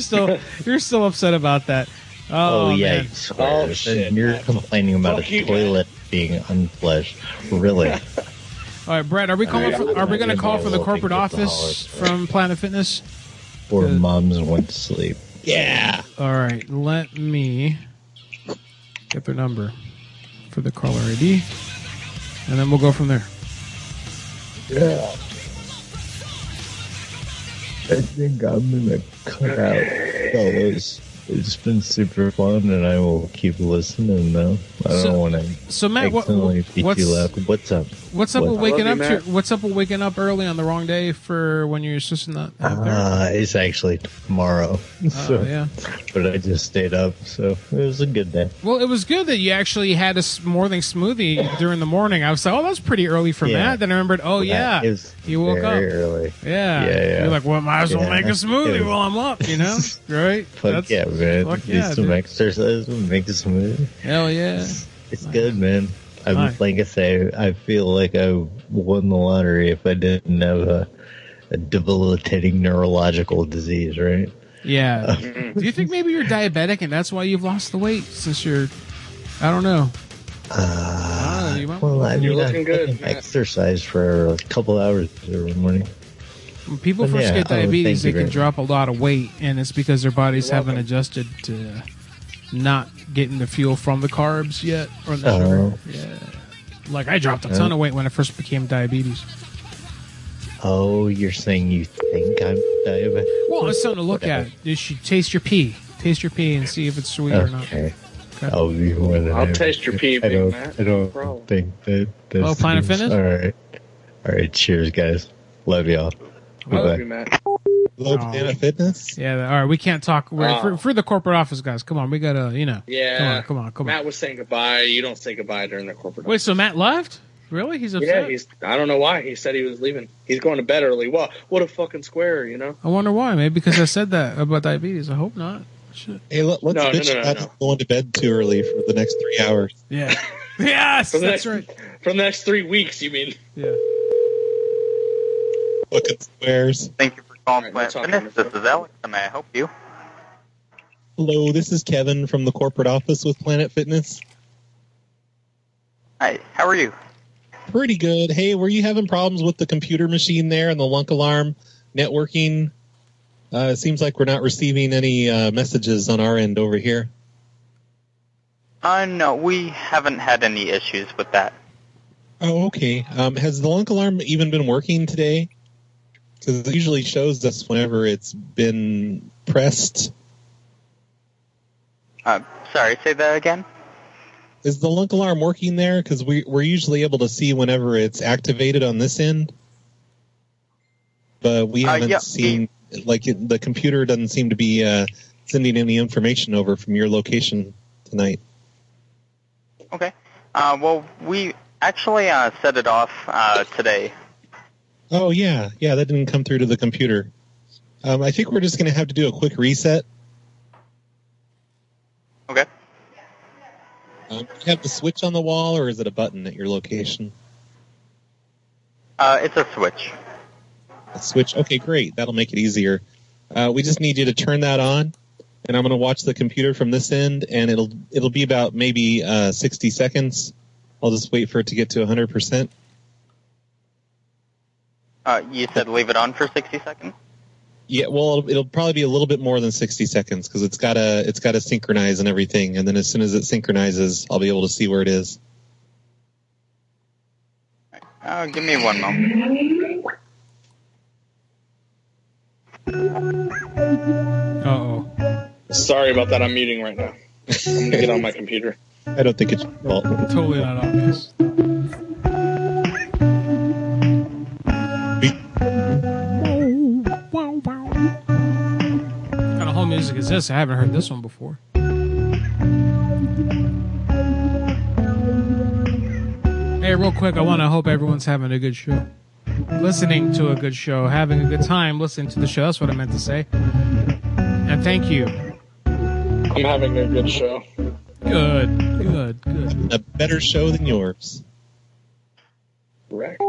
Speaker 2: still you're still upset about that. Oh,
Speaker 6: Oh, yeah,
Speaker 2: man.
Speaker 6: you swear. Then
Speaker 9: Oh,
Speaker 6: you're complaining about
Speaker 2: Fuck
Speaker 6: a
Speaker 2: you,
Speaker 6: toilet being unflushed. Really?
Speaker 2: All right, Brett, are we calling?
Speaker 6: All
Speaker 2: For,
Speaker 6: right.
Speaker 2: are we going to
Speaker 6: Yeah,
Speaker 2: call
Speaker 6: yeah,
Speaker 2: for the
Speaker 6: we'll
Speaker 2: corporate
Speaker 6: think it's the
Speaker 2: office from Planet Fitness?
Speaker 6: Poor moms went to sleep.
Speaker 2: Yeah. All right, let me get their number for the caller ID, and then we'll go from there.
Speaker 6: Yeah. I think I'm gonna cut out fellas. It's been super fun, and I will keep listening though. I don't
Speaker 2: So-
Speaker 6: want to.
Speaker 2: so, Matt, what-
Speaker 6: beat
Speaker 2: what's-
Speaker 6: you up. What's up?
Speaker 2: What's up
Speaker 6: What-
Speaker 2: with waking up? To, what's up with waking up early on the wrong day for when you're just not out there?
Speaker 6: Uh, it's actually tomorrow. so,
Speaker 2: Oh, yeah.
Speaker 6: But I just stayed up, so it was a good day.
Speaker 2: Well, it was good that you actually had a s- morning smoothie during the morning. I was like, oh, that's pretty early for
Speaker 6: Yeah.
Speaker 2: Matt. Then I remembered, oh yeah,
Speaker 6: That is
Speaker 2: you woke up.
Speaker 6: very early.
Speaker 2: Yeah.
Speaker 6: Yeah, yeah.
Speaker 2: You're like, well, might as well
Speaker 6: Yeah.
Speaker 2: make a smoothie
Speaker 6: Yeah.
Speaker 2: while I'm up, you know? Right?
Speaker 6: Fuck yeah, man.
Speaker 2: fuck
Speaker 6: Do
Speaker 2: yeah,
Speaker 6: some
Speaker 2: dude.
Speaker 6: exercise and make a smoothie.
Speaker 2: Hell yeah.
Speaker 6: It's good, man. I'm
Speaker 2: Nice.
Speaker 6: like I say, I feel like I won the lottery if I didn't have a, a debilitating neurological disease, right?
Speaker 2: Yeah. Do you think maybe you're diabetic and that's why you've lost the weight since you're, I don't know. Uh, you might-
Speaker 6: Well, I mean, I fucking exercise for a couple hours every morning.
Speaker 2: People
Speaker 6: But
Speaker 2: first
Speaker 6: yeah,
Speaker 2: get
Speaker 6: oh,
Speaker 2: diabetes,
Speaker 6: thank you
Speaker 2: they
Speaker 6: very
Speaker 2: can drop a lot of weight, and it's because their bodies
Speaker 6: You're
Speaker 2: haven't adjusted to not getting the fuel from the carbs yet or the
Speaker 6: Oh.
Speaker 2: sugar. Yeah. Like I dropped a ton
Speaker 6: Oh.
Speaker 2: of weight when I first became diabetes.
Speaker 6: Oh, you're saying you think I'm diabetic?
Speaker 2: Well, it's something to look at. You should taste your pee. Taste your pee and see if it's sweet or not.
Speaker 6: Okay. I'll be more than
Speaker 34: I'll
Speaker 6: happy.
Speaker 34: taste your pee,
Speaker 6: I
Speaker 34: Big
Speaker 6: don't.
Speaker 34: Mac.
Speaker 6: I don't
Speaker 34: Bro.
Speaker 6: think that. That's
Speaker 2: Hello, Planet
Speaker 6: the case.
Speaker 2: Fitness?
Speaker 6: All right. All right. Cheers, guys. Love y'all. Bye-bye.
Speaker 34: Matt.
Speaker 6: Hello,
Speaker 2: Planet
Speaker 6: Fitness.
Speaker 2: Yeah. All right. We can't talk. We're,
Speaker 34: Oh.
Speaker 2: for, for the corporate office guys, come on. We gotta, you know.
Speaker 34: Yeah.
Speaker 2: Come on. Come on. Come on.
Speaker 34: Matt was saying goodbye. You don't say goodbye during the corporate.
Speaker 2: Wait. So Matt left? Really? He's upset.
Speaker 34: Yeah, he's. I don't know why he said he was leaving. He's going to bed early. What? What a fucking square, you know.
Speaker 2: I wonder why. Maybe because I said that about diabetes. I hope not. Shit.
Speaker 8: Hey, let, let's
Speaker 34: No, no,
Speaker 8: bitch
Speaker 34: no, no,
Speaker 8: about
Speaker 34: no.
Speaker 8: going to bed too early for the next three hours.
Speaker 2: Yeah. yes,
Speaker 34: From the
Speaker 2: that's right.
Speaker 34: next- From the next three weeks, you mean?
Speaker 2: Yeah.
Speaker 8: Fucking squares.
Speaker 35: Thank you for calling Planet Fitness. This is Alex. How may I help you?
Speaker 8: Hello, this is Kevin from the corporate office with Planet Fitness.
Speaker 35: Hi, how are you?
Speaker 8: Pretty good. Hey, were you having problems with the computer machine there and the lunk alarm networking? Uh, it seems like we're not receiving any uh, messages on our end over here.
Speaker 35: Uh, no, we haven't had any issues with that.
Speaker 8: Oh, okay. Um, has the lunk alarm even been working today? Because it usually shows us whenever it's been pressed.
Speaker 35: Uh, sorry, say that again?
Speaker 8: Is the lunk alarm working there? Because we, we're usually able to see whenever it's activated on this end. But we
Speaker 35: Uh,
Speaker 8: haven't
Speaker 35: yeah,
Speaker 8: seen, like, it, the computer doesn't seem to be uh, sending any information over from your location tonight.
Speaker 35: Okay. Uh, well, we actually uh, set it off uh, today.
Speaker 8: Oh, yeah. Yeah, that didn't come through to the computer. Um, I think we're just going to have to do a quick reset.
Speaker 35: Okay.
Speaker 8: Um, do you have the switch on the wall, or is it a button at your location?
Speaker 35: Uh, it's a switch.
Speaker 8: A switch. Okay, great. That'll make it easier. Uh, we just need you to turn that on, and I'm going to watch the computer from this end, and it'll it'll be about maybe uh, 60 seconds. I'll just wait for it to get to 100 percent.
Speaker 35: Uh, you said leave it on for 60 seconds?
Speaker 8: Yeah, well, it'll, it'll probably be a little bit more than 60 seconds because it's gotta it's gotta synchronize and everything, and then as soon as it synchronizes, I'll be able to see where it is.
Speaker 35: Uh, give me one moment.
Speaker 2: Uh-oh.
Speaker 34: Sorry about that. I'm muting right now. I'm gonna get on my computer.
Speaker 8: I don't think it's your fault.
Speaker 2: Totally not obvious. What kind of whole music is this? I haven't heard this one before. Hey, real quick, I want to hope everyone's having a good show. Listening to a good show, having a good time listening to the show. That's what I meant to say. And thank you.
Speaker 34: I'm having a good show.
Speaker 2: Good, good, good.
Speaker 8: A better show than yours.
Speaker 34: Correct.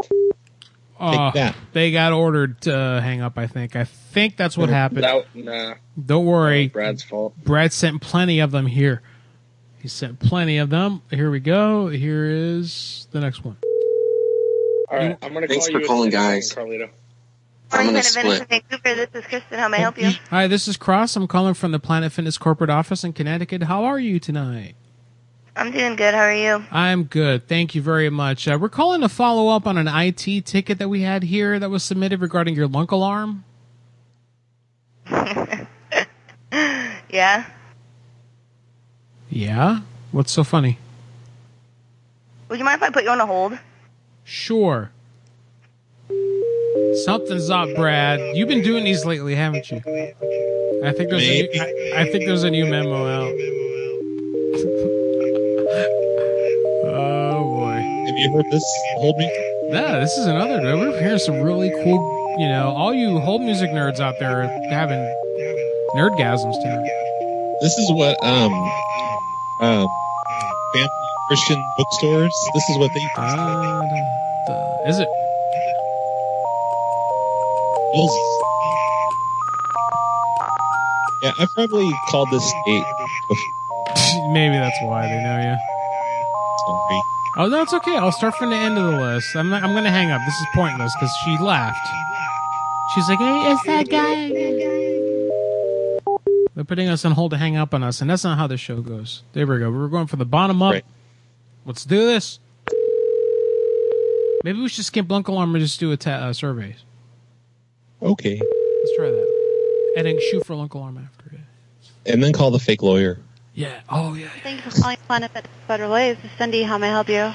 Speaker 2: Aw,
Speaker 8: that.
Speaker 2: Oh, They got ordered to hang up, I think. I think that's what happened.
Speaker 34: That, nah,
Speaker 2: Don't worry.
Speaker 34: Brad's fault.
Speaker 2: Brad sent plenty of them here. He sent plenty of them. Here we go. Here is the next one.
Speaker 34: All right, I'm gonna
Speaker 26: Thanks
Speaker 34: call
Speaker 26: for
Speaker 34: you.
Speaker 26: calling,
Speaker 34: in a
Speaker 26: guys.
Speaker 34: second, Carlito.
Speaker 26: I'm gonna
Speaker 4: Benefit Vancouver. This is Kristen. How may I help you?
Speaker 2: Hi, this is Cross. I'm calling from the Planet Fitness corporate office in Connecticut. How are you tonight?
Speaker 4: I'm doing good. How are you?
Speaker 2: I'm good. Thank you very much. Uh, we're calling to follow up on an IT ticket that we had here that was submitted regarding your lunk alarm.
Speaker 4: Yeah.
Speaker 2: Yeah? What's so funny?
Speaker 4: Would you mind if I put you on a hold?
Speaker 2: Sure. Something's up, Brad. You've been doing these lately, haven't you? I think there's a new, I, I think there's a new memo out. oh boy.
Speaker 8: Have you heard this? Hold me.
Speaker 2: Yeah, this is another. We're hearing some really cool. You know, all you whole music nerds out there are having nerdgasms tonight.
Speaker 8: This is what um, um, family Christian bookstores. This is what they.
Speaker 2: Ah, is it?
Speaker 8: Yeah, I probably called this state. before.
Speaker 2: Maybe that's why they know you.
Speaker 8: Sorry.
Speaker 2: Oh no, it's okay. I'll start from the end of the list. I'm not, I'm gonna hang up. This is pointless because she laughed. She's like, hey, it's that guy. They're putting us on hold to hang up on us, and that's not how the show goes. There we go. We're going from the bottom up. Let's do this. Maybe we should skip Lunk Alarm and just do a ta- uh, survey.
Speaker 8: Okay,
Speaker 2: Let's try that. And then shoot for Lunk Alarm after.
Speaker 8: and then call the fake lawyer.
Speaker 2: Yeah. Oh, yeah.
Speaker 12: Thank you for calling Planet Bet- Better Ways. This is Cindy. How may I help you?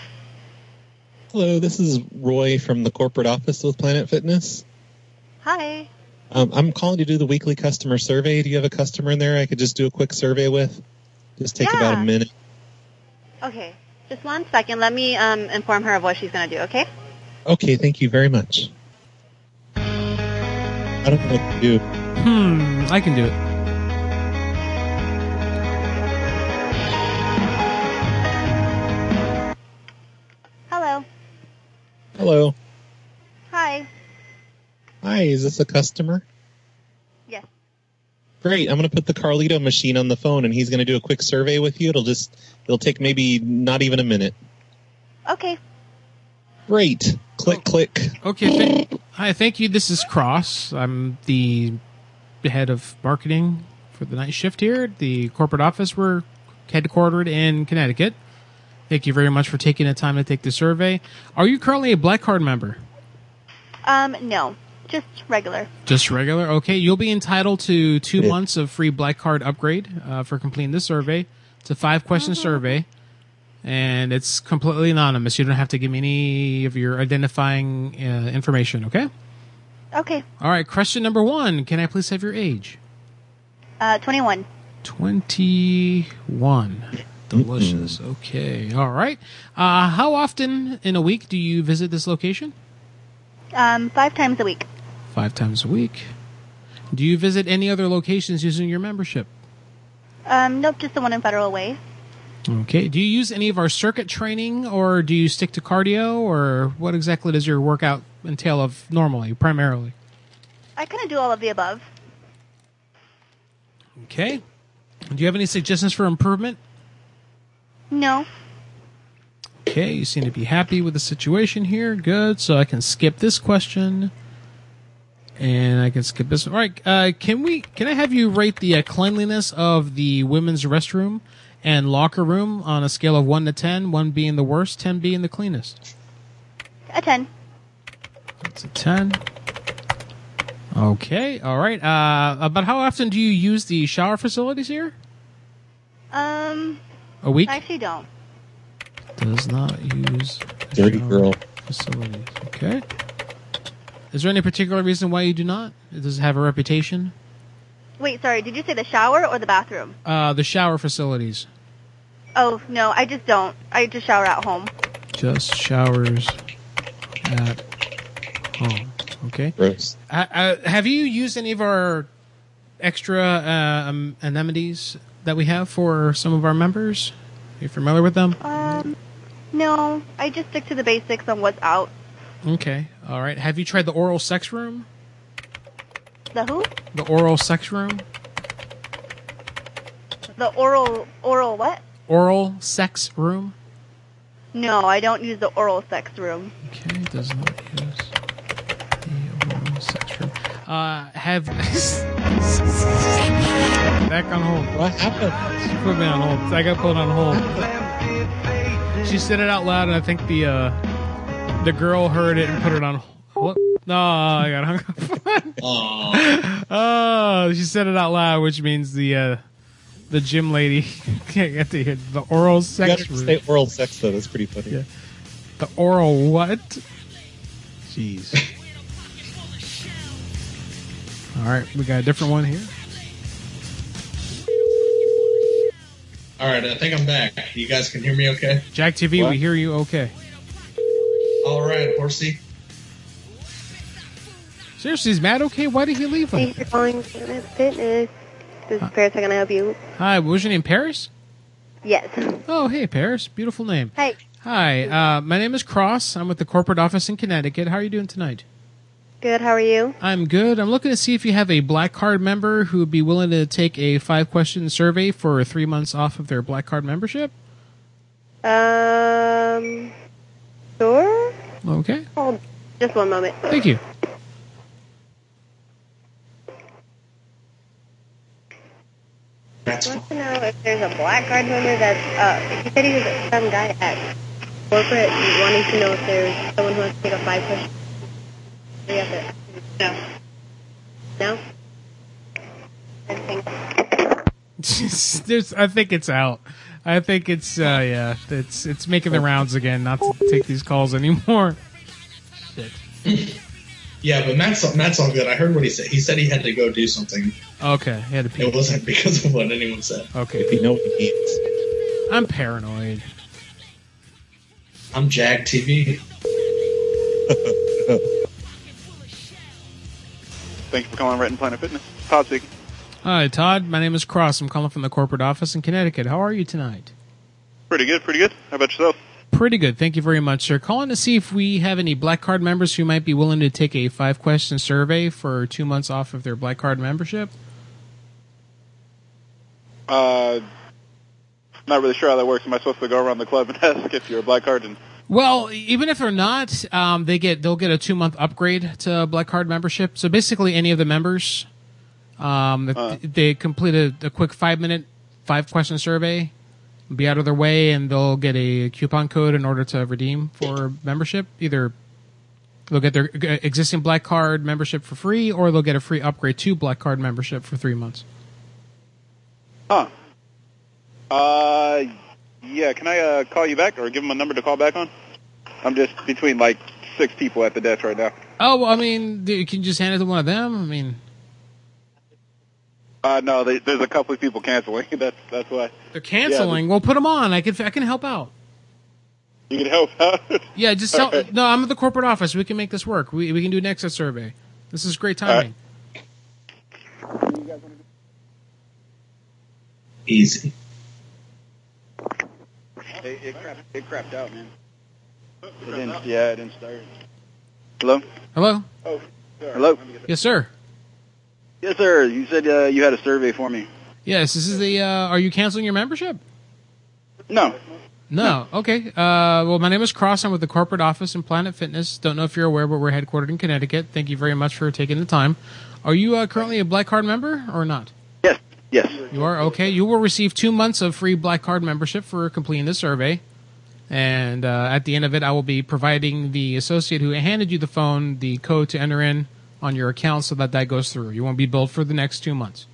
Speaker 26: Hello, this is Roy from the corporate office with Planet Fitness.
Speaker 12: Hi.
Speaker 26: Um, I'm calling to do the weekly customer survey. Do you have a customer in there I could just do a quick survey with? Just take about a minute.
Speaker 12: Okay. Just one second. Let me um, inform her of what she's going to do, okay?
Speaker 26: Okay, thank you very much. I don't know what to do.
Speaker 2: Hmm, I can do it.
Speaker 12: Hello.
Speaker 26: Hello.
Speaker 12: Hi.
Speaker 26: Hi, is this a customer?
Speaker 12: Yes.
Speaker 26: Great. I'm going to put the Carlito machine on the phone and he's going to do a quick survey with you. It'll just, it'll take maybe not even a minute.
Speaker 12: Okay.
Speaker 26: Great. Click, click.
Speaker 2: Oh. Okay. Th- hi, thank you. This is Cross. I'm the head of marketing for the night shift here at the corporate office. We're headquartered in Connecticut. Thank you very much for taking the time to take the survey. Are you currently a Black Card member?
Speaker 12: Um, no. Just regular.
Speaker 2: Just regular? Okay. You'll be entitled to two months of free Black Card upgrade uh, for completing this survey. It's a five question survey, and it's completely anonymous. You don't have to give me any of your identifying uh, information, okay?
Speaker 12: Okay.
Speaker 2: All right. Question number one Can I please have your age?
Speaker 12: Uh, 21.
Speaker 2: 21. Delicious. Okay. All right. Uh, how often in a week do you visit this location?
Speaker 12: Um, five times a week.
Speaker 2: Five times a week. Do you visit any other locations using your membership?
Speaker 12: Um, nope, just the one in Federal Way.
Speaker 2: Okay. Do you use any of our circuit training or do you stick to cardio or what exactly does your workout entail of normally, primarily?
Speaker 12: I kind of do all of the above.
Speaker 2: Okay. Do you have any suggestions for improvement?
Speaker 12: No.
Speaker 2: Okay, you seem to be happy with the situation here. Good. So I can skip this question, and I can skip this. All right. Uh, can we? Can I have you rate the uh, cleanliness of the women's restroom and locker room on a scale of one to ten? One being the worst, ten being the cleanest.
Speaker 12: A 10.
Speaker 2: It's a ten. Okay. All right. Uh, about how often do you use the shower facilities here?
Speaker 12: Um,
Speaker 2: A week?
Speaker 12: I actually don't.
Speaker 2: Does not use
Speaker 26: Dirty girl.
Speaker 2: facilities. Okay. Is there any particular reason why you do not? It does it have a reputation?
Speaker 12: Wait, sorry, did you say the shower or the bathroom?
Speaker 2: Uh, the shower facilities.
Speaker 12: Oh, no, I just don't. I just shower at home.
Speaker 2: Just showers at home. Uh, oh, Okay.
Speaker 26: Gross.
Speaker 2: Uh, uh, have you used any of our extra uh, um, amenities that we have for some of our members? Are you familiar with them?
Speaker 12: Um, no, I just stick to the basics on what's out.
Speaker 2: Okay. All right. Have you tried the oral sex room?
Speaker 12: The who?
Speaker 2: The oral sex room?
Speaker 12: The oral, oral what?
Speaker 2: Oral sex room?
Speaker 12: No, I don't use the oral sex room.
Speaker 2: Okay, does not use the oral sex room. Uh, have back on hold. What happened? She put me on hold. I got put on hold. She said it out loud, and I think the uh, the girl heard it and put it on. hold. What? No, I got hung up. oh, she said it out loud, which means the uh, the gym lady can't get to hear the oral
Speaker 26: You
Speaker 2: sex
Speaker 26: gotta
Speaker 2: room.
Speaker 26: say oral sex though. That's pretty funny.
Speaker 2: The oral what? Jeez. All right, we got a different one here.
Speaker 9: All right, I think I'm back. You guys can hear me okay?
Speaker 2: Jack TV,
Speaker 9: What?
Speaker 2: we hear you okay.
Speaker 9: All right, horsey.
Speaker 2: Seriously, is Matt okay? Why did he leave him?
Speaker 12: Thank you for calling Planet Fitness. This is Paris. How can I help you?
Speaker 2: Hi, what was your name? Paris?
Speaker 12: Yes.
Speaker 2: Oh, hey, Paris. Beautiful name.
Speaker 12: Hey,
Speaker 2: Hi, uh, my name is Cross. I'm with the corporate office in Connecticut. How are you doing tonight?
Speaker 12: good. How are you?
Speaker 2: I'm good. I'm looking to see if you have a Black Card member who would be willing to take a five question survey for three months off of their Black Card membership.
Speaker 12: Um, sure.
Speaker 2: Okay.
Speaker 12: Hold just one moment.
Speaker 2: Thank you.
Speaker 12: He wants to know if there's a black card member that's up. He said he was some guy at corporate wanting to know if there's someone who wants to take a five question. We have to- No. No? I think
Speaker 2: There's, I think it's out. I think it's uh, yeah, it's it's making the rounds again. Not to take these calls anymore.
Speaker 34: Yeah, but Matt's Matt's all good. I heard what he said. He said he had to go do something.
Speaker 2: Okay, he had to pee.
Speaker 34: It wasn't because of what anyone said.
Speaker 2: Okay.
Speaker 34: If you know what he means.
Speaker 2: I'm paranoid.
Speaker 34: I'm Jag TV.
Speaker 35: Thank you for calling Right and Planet Fitness. Todd speaking.
Speaker 2: Hi, Todd. My name is Cross. I'm calling from the corporate office in Connecticut. How are you tonight?
Speaker 35: Pretty good, pretty good. How about yourself?
Speaker 2: Pretty good. Thank you very much, sir. Calling to see if we have any Black Card members who might be willing to take a five question survey for two months off of their Black Card membership.
Speaker 35: Uh, not really sure how that works. Am I supposed to go around the club and ask if you're a black card? And
Speaker 2: Well, even if they're not, um, they get they'll get a two month upgrade to Black Card membership. So basically, any of the members, um, if they complete a, a quick five minute, five question survey, be out of their way, and they'll get a coupon code in order to redeem for membership. Either they'll get their existing Black Card membership for free, or they'll get a free upgrade to Black Card membership for three months.
Speaker 35: huh? Uh, yeah. Can I uh, call you back or give them a number to call back on? I'm just between like six people at the desk right now.
Speaker 2: Oh, well, I mean, do- you can just hand it to one of them. I mean,
Speaker 35: Uh, no, they, there's a couple of people canceling. that's that's why.
Speaker 2: they're canceling. Well, put them on. I can I can help out.
Speaker 35: You can help out.
Speaker 2: Yeah, just tell. No, I'm at the corporate office. We can make this work. We we can do an exit survey. This is great timing.
Speaker 34: Easy.
Speaker 35: It, it, crapped, it crapped out, man. It didn't, yeah, it didn't start. Hello.
Speaker 2: Hello.
Speaker 35: Oh, Hello.
Speaker 2: Yes, sir.
Speaker 35: Yes, sir. You said uh, you had a survey for me.
Speaker 2: Yes, this is the. Uh, are you canceling your membership?
Speaker 35: No.
Speaker 2: No. Okay. Uh, well, my name is Cross. I'm with the corporate office in Planet Fitness. Don't know if you're aware, but we're headquartered in Connecticut. Thank you very much for taking the time. Are you uh, currently a Black Card member or not?
Speaker 35: Yes.
Speaker 2: You are okay. You will receive two months of free Black Card membership for completing the survey, and uh, at the end of it, I will be providing the associate who handed you the phone the code to enter in on your account so that that goes through. You won't be billed for the next two months.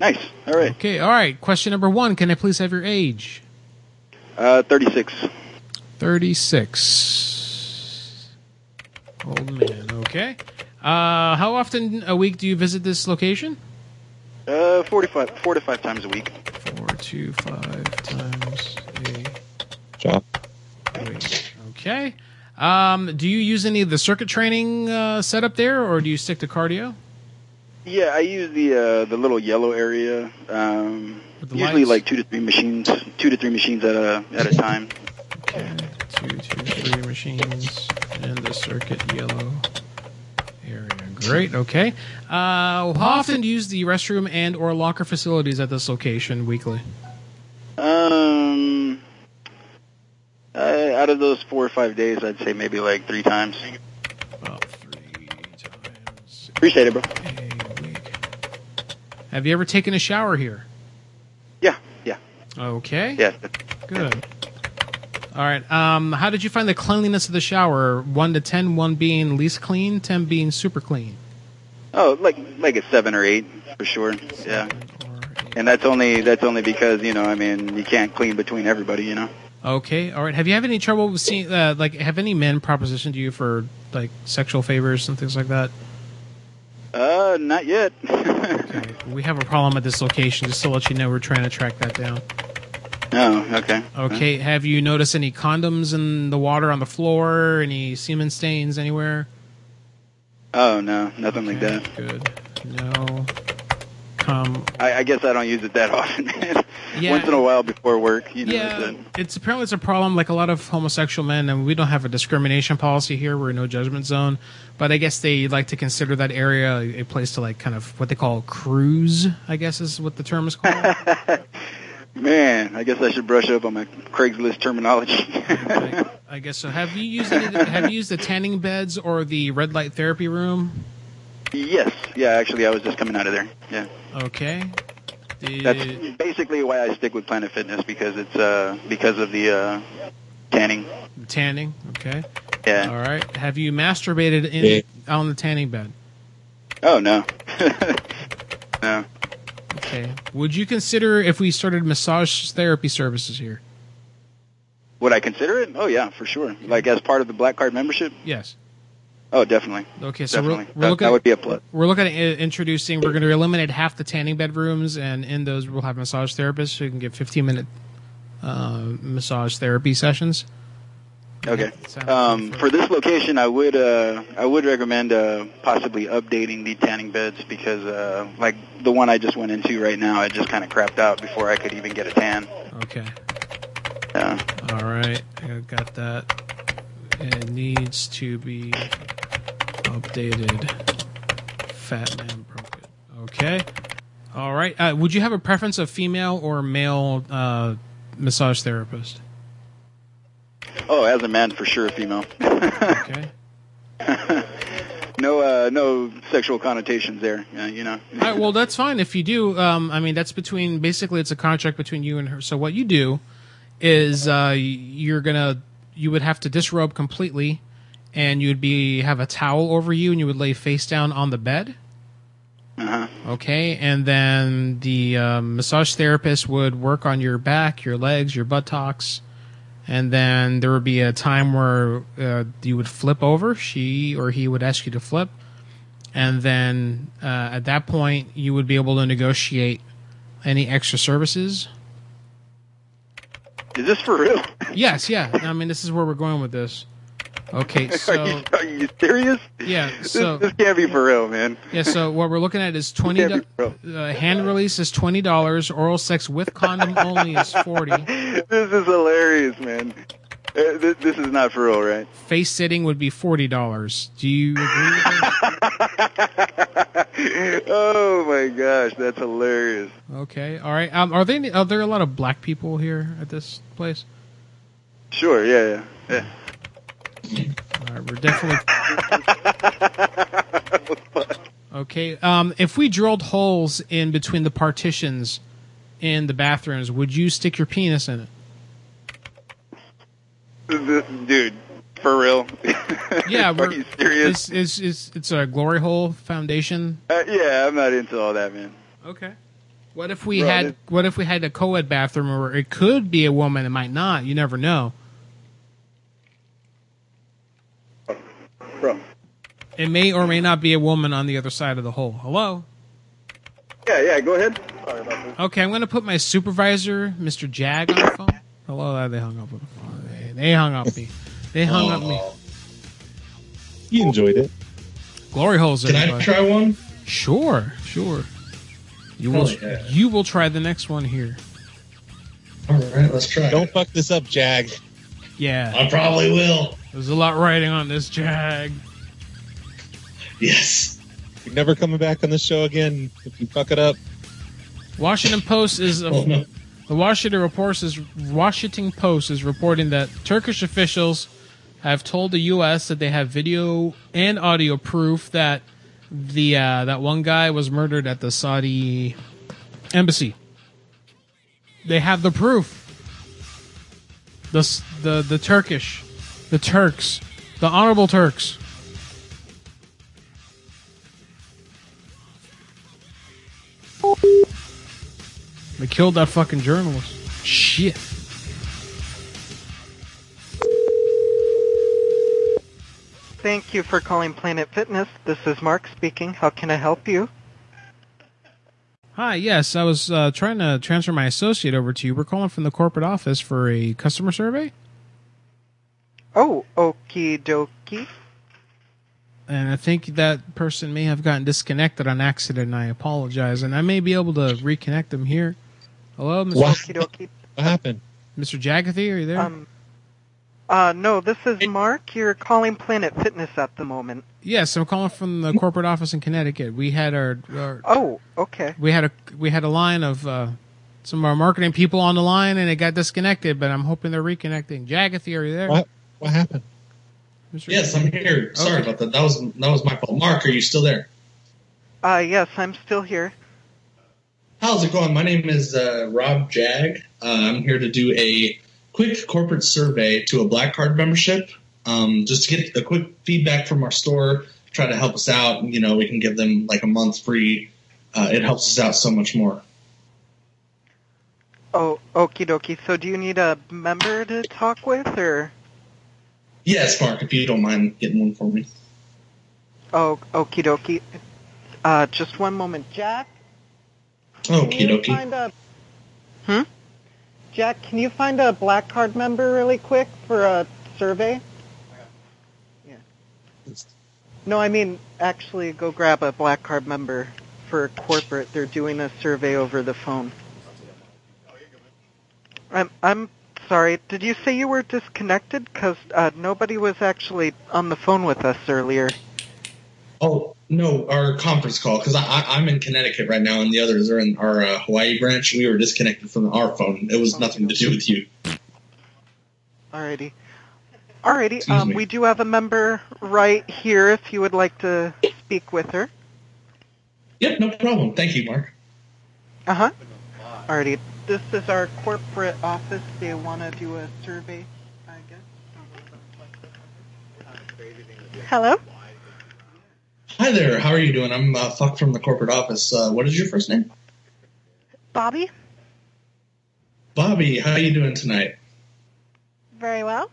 Speaker 35: Nice. All right.
Speaker 2: Okay. All right. Question number one. Can I please have your age?
Speaker 35: Uh, 36.
Speaker 2: Thirty-six. Old man. Okay. Uh, how often a week do you visit this location?
Speaker 35: Uh, 45, four to five times a week.
Speaker 2: Four to five times a
Speaker 26: Job.
Speaker 2: Okay. Um, do you use any of the circuit training uh, setup there, or do you stick to cardio?
Speaker 35: Yeah, I use the uh, the little yellow area. Um, usually, like two to three machines, two to three machines at a at a time.
Speaker 2: Two, two, three machines and the circuit yellow area. Great. Okay. Uh, how often do you use the restroom and or locker facilities at this location weekly?
Speaker 35: Um, uh, out of those four or five days, I'd say maybe like three times. Appreciate it, bro.
Speaker 2: Have you ever taken a shower here?
Speaker 35: Yeah, yeah.
Speaker 2: Okay.
Speaker 35: Yeah.
Speaker 2: Good. All right. Um, how did you find the cleanliness of the shower? One to ten, one being least clean, ten being super clean.
Speaker 35: Oh, like like a seven or eight for sure. Yeah. And that's only that's only because you know I mean you can't clean between everybody you know.
Speaker 2: Okay. All right. Have you had any trouble with seeing, uh, like, have any men propositioned you for like sexual favors and things like that?
Speaker 35: Uh, not yet.
Speaker 2: We have a problem at this location. Just to let you know, we're trying to track that down.
Speaker 35: No. Okay.
Speaker 2: Okay. Have you noticed any condoms in the water on the floor? Any semen stains anywhere?
Speaker 35: Oh no, nothing like
Speaker 2: Okay,
Speaker 35: that.
Speaker 2: Good. No. Come.
Speaker 35: I, I guess I don't use it that often, man.
Speaker 2: Yeah.
Speaker 35: Once in a while before work, you know.
Speaker 2: yeah,
Speaker 35: that's it.
Speaker 2: it's apparently it's a problem. Like a lot of homosexual men, and we don't have a discrimination policy here. We're no judgment zone, but I guess they like to consider that area a place to like kind of what they call cruise. I guess is what the term is called.
Speaker 35: Man, I guess I should brush up on my Craigslist terminology.
Speaker 2: I guess so. Have you used any, of the- have you used the tanning beds or the red light therapy room?
Speaker 35: yes. Yeah. Actually, I was just coming out of there. Yeah.
Speaker 2: Okay.
Speaker 35: That's basically why I stick with Planet Fitness because it's uh because of the uh tanning.
Speaker 2: Tanning. Okay.
Speaker 35: Yeah.
Speaker 2: All right. Have you masturbated in on the tanning bed?
Speaker 35: Oh no. no.
Speaker 2: Okay. Would you consider if we started massage therapy services here?
Speaker 35: Would I consider it? Oh yeah, for sure. Like as part of the Black Card membership.
Speaker 2: Yes.
Speaker 35: Oh, definitely.
Speaker 2: Okay, so we're-
Speaker 35: Definitely.
Speaker 2: we're
Speaker 35: that,
Speaker 2: looking-
Speaker 35: that would be a plus.
Speaker 2: We're looking at i- introducing. We're going to eliminate half the tanning bedrooms, and in those we'll have massage therapists who can get 15 minute uh, massage therapy sessions.
Speaker 35: Okay. Um, for this location, I would uh, I would recommend uh, possibly updating the tanning beds because uh, like the one I just went into right now, I just kind of crapped out before I could even get a tan.
Speaker 2: Okay.
Speaker 35: Yeah.
Speaker 2: All right. I got that. It needs to be updated. Fat man broke it. Okay. All right. Uh, would you have a preference of female or male uh, massage therapist?
Speaker 35: Oh, as a man, for sure, female.
Speaker 2: okay.
Speaker 35: no, uh, no sexual connotations there. Uh, you know.
Speaker 2: All right, well, that's fine. If you do, um, I mean, that's between basically it's a contract between you and her. So what you do is uh, you're gonna you would have to disrobe completely, and you'd be have a towel over you, and you would lay face down on the bed.
Speaker 35: Uh-huh.
Speaker 2: Okay, and then the um, massage therapist would work on your back, your legs, your buttocks, and then there would be a time where uh, you would flip over. She or he would ask you to flip, and then uh, at that point you would be able to negotiate any extra services.
Speaker 35: Is this for real?
Speaker 2: Yes, yeah. I mean, this is where we're going with this. Okay, so
Speaker 35: are, you, are you serious?
Speaker 2: yeah,
Speaker 35: This,
Speaker 2: so
Speaker 35: this can't be for real, man.
Speaker 2: yeah, so what we're looking at is twenty.
Speaker 35: Can't
Speaker 2: do- Uh, hand release is twenty dollars. Oral sex with condom only is forty.
Speaker 35: This is hilarious, man. Uh, This, this is not for real, right?
Speaker 2: Face sitting would be forty dollars. Do you agree? with that?
Speaker 35: oh my gosh, that's hilarious.
Speaker 2: Okay, all right. Um, are they? Are there a lot of black people here at this place?
Speaker 35: Sure, yeah, yeah.
Speaker 2: All right, we're definitely. okay. Um, if we drilled holes in between the partitions in the bathrooms, would you stick your penis in it?
Speaker 35: yeah. Th- Dude, for real?
Speaker 2: Yeah,
Speaker 35: Are
Speaker 2: we're-
Speaker 35: you serious?
Speaker 2: It's, it's, it's, it's a glory hole foundation.
Speaker 35: Uh, yeah, I'm not into all that, man.
Speaker 2: Okay. What if we
Speaker 35: Bro,
Speaker 2: had? What if we had a co-ed bathroom where it could be a woman? It might not. You never know.
Speaker 35: Bro.
Speaker 2: It may or may not be a woman on the other side of the hole. Hello.
Speaker 35: Yeah, yeah. Go ahead.
Speaker 2: Okay, I'm going to put my supervisor, Mr. Jag, on the phone. Hello, uh, they hung up. on the phone. They- They hung up me. They hung up me.
Speaker 26: Oh, You enjoyed it.
Speaker 2: Glory holes.
Speaker 26: Can I
Speaker 2: everybody.
Speaker 26: try one?
Speaker 2: Uh, Sure, sure. You will.
Speaker 26: Hell yeah.
Speaker 2: You will try the next one here.
Speaker 26: All right, let's try. Don't fuck this up, Jag.
Speaker 2: Yeah.
Speaker 26: I probably will.
Speaker 2: There's a lot riding on this Jag.
Speaker 26: Yes. You're never coming back on the show again if you fuck it up.
Speaker 2: Washington Post is
Speaker 26: Oh, no.
Speaker 2: the Washington reports is Washington Post is reporting that Turkish officials have told the U.S. that they have video and audio proof that the uh, that one guy was murdered at the Saudi embassy. They have the proof. The s- the the Turkish, the Turks, the honorable Turks. They killed that fucking journalist. Shit.
Speaker 36: Thank you for calling Planet Fitness. This is Mark speaking. How can I help you?
Speaker 2: Hi, yes, I was uh, trying to transfer my associate over to you. We're calling from the corporate office for a customer survey,
Speaker 36: Oh, okie dokie.
Speaker 2: and I think that person may have gotten disconnected on accident. and I apologize, and I may be able to reconnect them here. Hello, Mr.
Speaker 36: What? Okie dokie.
Speaker 26: What happened?
Speaker 2: Mr. Jagathy, are you Oh, there?
Speaker 36: Um, uh, no, this is Mark. You're calling Planet Fitness at the moment.
Speaker 2: yes, I'm calling from the corporate office in Connecticut. We had our, our
Speaker 36: Oh, okay.
Speaker 2: we had a we had a line of uh, some of our marketing people on the line, and it got disconnected. But I'm hoping they're reconnecting. Jagathy, are you there?
Speaker 26: What? What happened?
Speaker 2: Mr.
Speaker 34: Yes, I'm here. Sorry about that. That was that was my fault. Mark, are you still there?
Speaker 36: Uh, yes, I'm still here.
Speaker 34: How's it going? My name is uh, Rob Jag. Uh, I'm here to do a quick corporate survey to a Black Card membership, um, just to get a quick feedback from our store. Try to help us out. You know, we can give them like a month free uh, it helps us out so much more.
Speaker 36: Oh, okie dokie. So do you need a member to talk with, or?
Speaker 34: Yes, Mark, if you don't mind getting one for me.
Speaker 36: Oh, okie dokie. Uh, just one moment.
Speaker 22: Jack?
Speaker 34: Okie
Speaker 22: can you
Speaker 34: dokie.
Speaker 22: find a
Speaker 36: Hmm?
Speaker 22: Jack, can you find a black card member really quick for a survey?
Speaker 36: No, I mean, actually, go grab a black card member for corporate. They're doing a survey over the phone. I'm, I'm sorry. Did you say you were disconnected? Because uh, nobody was actually on the phone with us earlier.
Speaker 34: Oh no, our conference call because I, I, I'm in Connecticut right now, and the others are in our uh, Hawaii branch. We were disconnected from our phone. It was nothing to do with you.
Speaker 36: Alrighty. Alrighty.
Speaker 34: Excuse
Speaker 36: Um,
Speaker 34: me.
Speaker 36: we do have a member right here if you would like to speak with her.
Speaker 34: Yep, no problem. Thank you, Mark.
Speaker 36: Uh huh. Alrighty. This is our corporate office. They want to do a survey, I guess.
Speaker 22: Hello?
Speaker 34: Hi there. How are you doing? I'm uh, fuck from the corporate office. Uh, what is your first name?
Speaker 22: Bobby?
Speaker 34: Bobby. How are you doing tonight?
Speaker 22: Very well.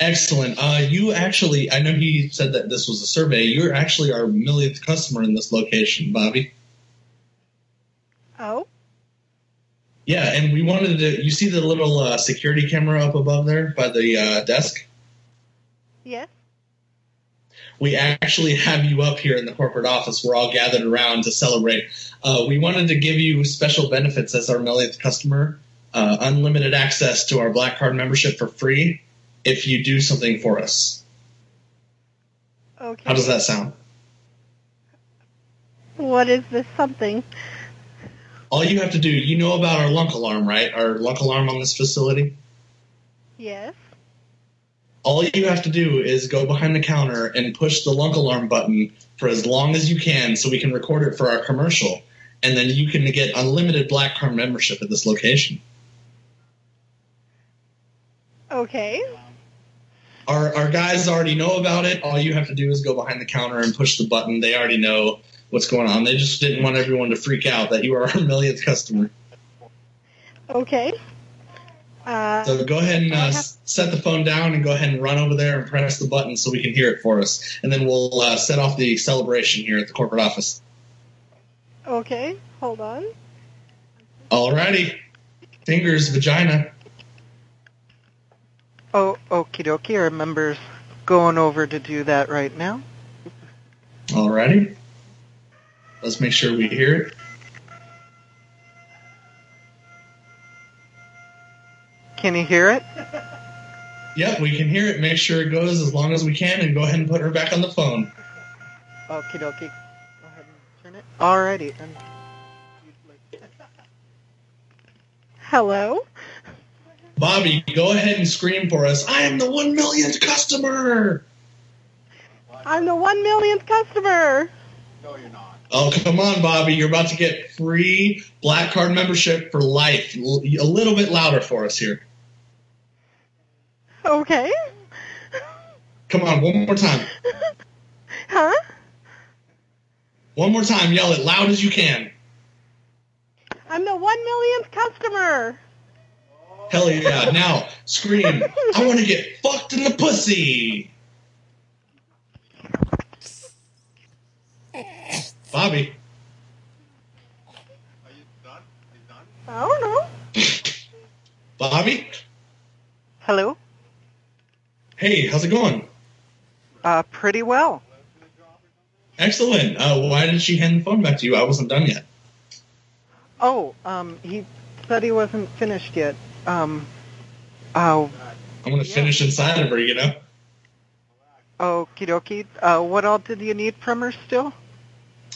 Speaker 34: Excellent. Uh, you actually, I know he said that this was a survey. You're actually our millionth customer in this location, Bobby.
Speaker 22: Oh?
Speaker 34: Yeah, and we wanted to. You see the little uh, security camera up above there by the uh, desk?
Speaker 22: Yes?
Speaker 34: We actually have you up here in the corporate office. We're all gathered around to celebrate. Uh, we wanted to give you special benefits as our millionth customer uh, unlimited access to our Black Card membership for free if you do something for us.
Speaker 22: Okay.
Speaker 34: How does that sound?
Speaker 31: What is this something?
Speaker 34: All you have to do, you know about our lunk alarm, right? Our lunk alarm on this facility?
Speaker 31: Yes.
Speaker 34: all you have to do is go behind the counter and push the lunk alarm button for as long as you can so we can record it for our commercial and then you can get unlimited black card membership at this location
Speaker 22: Okay.
Speaker 34: our, our guys already know about it all you have to do is go behind the counter and push the button they already know what's going on they just didn't want everyone to freak out that you are our millionth customer
Speaker 22: Okay. Uh,
Speaker 34: so go ahead and uh, s- set the phone down and go ahead and run over there and press the button so we can hear it for us and then we'll uh, set off the celebration here at the corporate office
Speaker 22: okay. Hold on.
Speaker 34: Alrighty. Fingers, vagina.
Speaker 36: Oh, okie dokie. Our member's going over to do that right now.
Speaker 34: Alrighty. Let's make sure we hear it.
Speaker 36: Can you hear it?
Speaker 34: Yep, we can hear it. Make sure it goes as long as we can and go ahead and put her back on the phone.
Speaker 36: Okie dokie. Go ahead and turn it. Alrighty. And
Speaker 22: Hello?
Speaker 34: Bobby, go ahead and scream for us. I am the one millionth customer.
Speaker 22: I'm the one millionth customer.
Speaker 34: Oh, come on, Bobby. You're about to get free Black Card membership for life. L- A little bit louder for us here.
Speaker 22: Okay.
Speaker 34: Come on, one more time.
Speaker 22: Huh?
Speaker 34: One more time. Yell it loud as you can.
Speaker 22: I'm the one millionth customer.
Speaker 34: Hell yeah. Now, scream. I want to get fucked in the pussy. Bobby.
Speaker 22: I don't know.
Speaker 34: Bobby?
Speaker 36: Hello?
Speaker 34: Hey, how's it going?
Speaker 36: Uh, pretty well.
Speaker 34: Excellent. Uh, why didn't she hand the phone back to you? I wasn't done yet.
Speaker 36: Oh, um, he said he wasn't finished yet. Um, oh,
Speaker 34: I'm going to finish inside of her, you know?
Speaker 36: okie dokie. Uh, what all did you need from her still?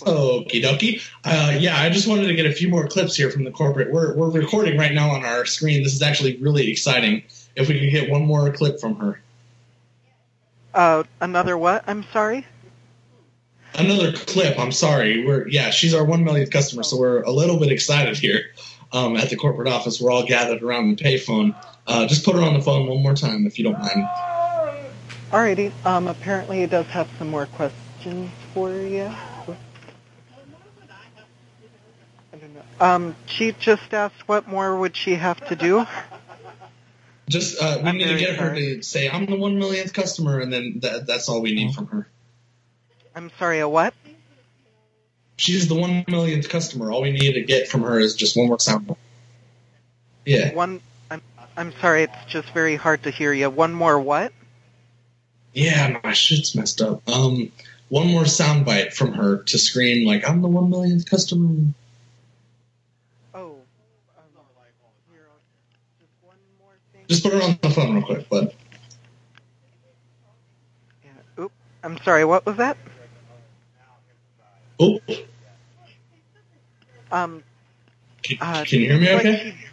Speaker 34: Okie dokie. Uh, yeah, I just wanted to get a few more clips here from the corporate. We're, we're recording right now on our screen. This is actually really exciting. If we could get one more clip from her.
Speaker 36: Uh, another what? I'm sorry?
Speaker 34: Another clip. I'm sorry. We're yeah. She's our one millionth customer, so we're a little bit excited here um, at the corporate office. We're all gathered around the payphone. Uh, just put her on the phone one more time, if you don't mind.
Speaker 36: Alrighty. Um, apparently he does have some more questions for you. Um, she just asked what more would she have to do?
Speaker 34: Just uh, we
Speaker 36: I'm
Speaker 34: need to
Speaker 36: very
Speaker 34: get her
Speaker 36: sorry.
Speaker 34: to say, "I'm the one millionth customer," and then that, that's all we need from her.
Speaker 36: I'm sorry, a what?
Speaker 34: She's the one millionth customer. All we need to get from her is just one more sound. Yeah.
Speaker 36: One. I'm. I'm sorry. It's just very hard to hear you. One more what?
Speaker 34: Yeah, my shit's messed up. Um, one more soundbite from her to scream like, "I'm the one millionth customer."
Speaker 36: Oh.
Speaker 34: Just put her on the phone real quick, bud.
Speaker 36: Oop. I'm sorry. What was that?
Speaker 34: Oh,
Speaker 36: Um. uh,
Speaker 34: can you hear me?
Speaker 36: like
Speaker 34: Okay.
Speaker 36: she-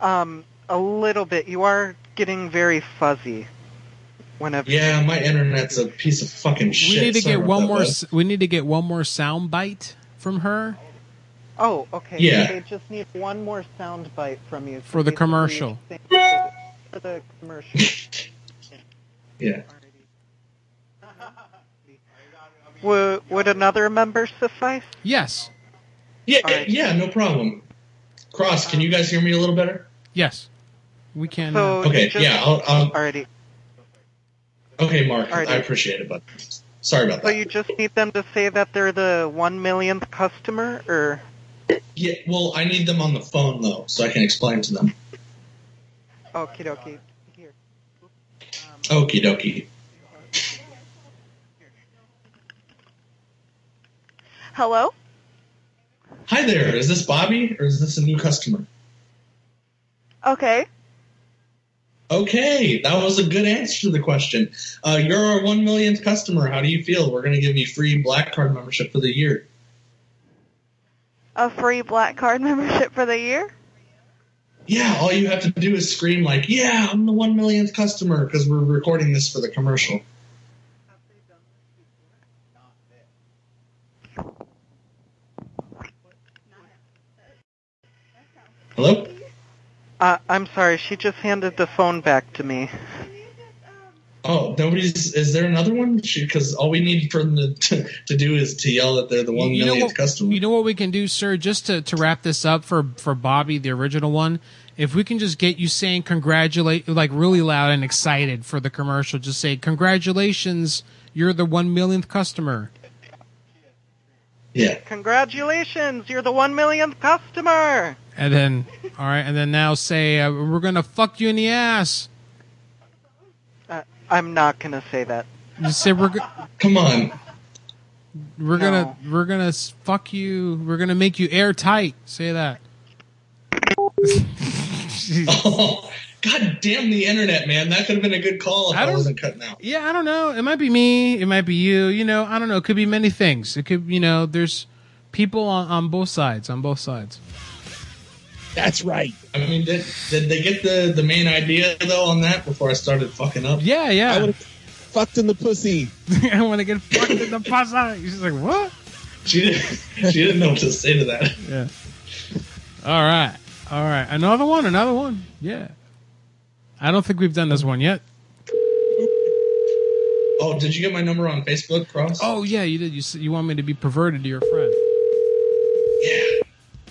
Speaker 36: um. A little bit. You are getting very fuzzy. Whenever.
Speaker 34: Yeah, my internet's a piece of fucking
Speaker 2: We
Speaker 34: shit.
Speaker 2: need to
Speaker 34: Sorry
Speaker 2: get
Speaker 34: about
Speaker 2: one
Speaker 34: that,
Speaker 2: more.
Speaker 34: bud.
Speaker 2: s- We need to get one more sound bite from her
Speaker 36: Oh. Okay.
Speaker 2: Yeah.
Speaker 36: They just need one more sound bite from you.
Speaker 2: for the
Speaker 36: Basically,
Speaker 2: commercial.
Speaker 36: thank you For the- for the commercial.
Speaker 34: Yeah.
Speaker 36: Would, would another member suffice?
Speaker 2: Yes.
Speaker 34: Yeah, yeah, no problem. Cross, can you guys hear me a little better?
Speaker 2: Yes. We can.
Speaker 36: So
Speaker 2: uh,
Speaker 34: okay, yeah. I'll, I'll,
Speaker 36: Oh, already.
Speaker 34: Okay, Mark,
Speaker 36: Alrighty.
Speaker 34: I appreciate it, but sorry about
Speaker 36: So
Speaker 34: that.
Speaker 36: you just need them to say that they're the one millionth customer, or
Speaker 34: Yeah, well, I need them on the phone though, so I can explain to them.
Speaker 36: okie dokie. Here.
Speaker 34: Okie dokie.
Speaker 37: Hello?
Speaker 34: Hi there. Is this Bobby or is this a new customer?
Speaker 37: Okay.
Speaker 34: Okay, that was a good answer to the question. Uh, you're our one millionth customer. How do you feel? We're going to give you free Black Card membership for the year.
Speaker 37: A free black card membership for the year?
Speaker 34: Yeah, all you have to do is scream like, "Yeah, I'm the one millionth customer," because we're recording this for the commercial. Hello?
Speaker 36: Uh, I'm sorry, she just handed the phone back to me.
Speaker 34: Oh, nobody's. Is there another one? Because all we need for them to, to do is to yell that they're the one
Speaker 2: you know
Speaker 34: millionth
Speaker 2: what,
Speaker 34: customer.
Speaker 2: You know what we can do, sir? Just to, to wrap this up for for Bobby, the original one. If we can just get you saying congratulate, like really loud and excited for the commercial, just say congratulations, you're the one millionth customer.
Speaker 34: Yeah.
Speaker 36: Congratulations, you're the one millionth customer.
Speaker 2: And then, all right, and then now say uh, we're gonna fuck you in the ass.
Speaker 36: Uh, I'm not gonna say that.
Speaker 2: Just say we're. Go-
Speaker 34: Come on.
Speaker 2: We're gonna we're gonna s- fuck you. We're gonna make you airtight. Say that.
Speaker 34: Oh, God damn the internet, man. That could have been a good call if I, wasn't cutting out.
Speaker 2: Yeah, I don't know. It might be me. It might be you. You know, I don't know. It could be many things. It could, you know, there's people on, on both sides. On both sides.
Speaker 34: That's right. I mean, did, did they get the, the main idea, though, on that before I started fucking up?
Speaker 2: Yeah, yeah. I
Speaker 34: would fucked in the pussy.
Speaker 2: I want to get fucked in the pussy. She's like, what?
Speaker 34: She didn't, she didn't know what to say to that.
Speaker 2: Yeah. All right. All right. Another one. Another one. Yeah. I don't think we've done this one yet.
Speaker 34: Oh, did you get my number on Facebook, Cross?
Speaker 2: Oh yeah, you did. You s- you want me to be perverted to your friend?
Speaker 34: Yeah.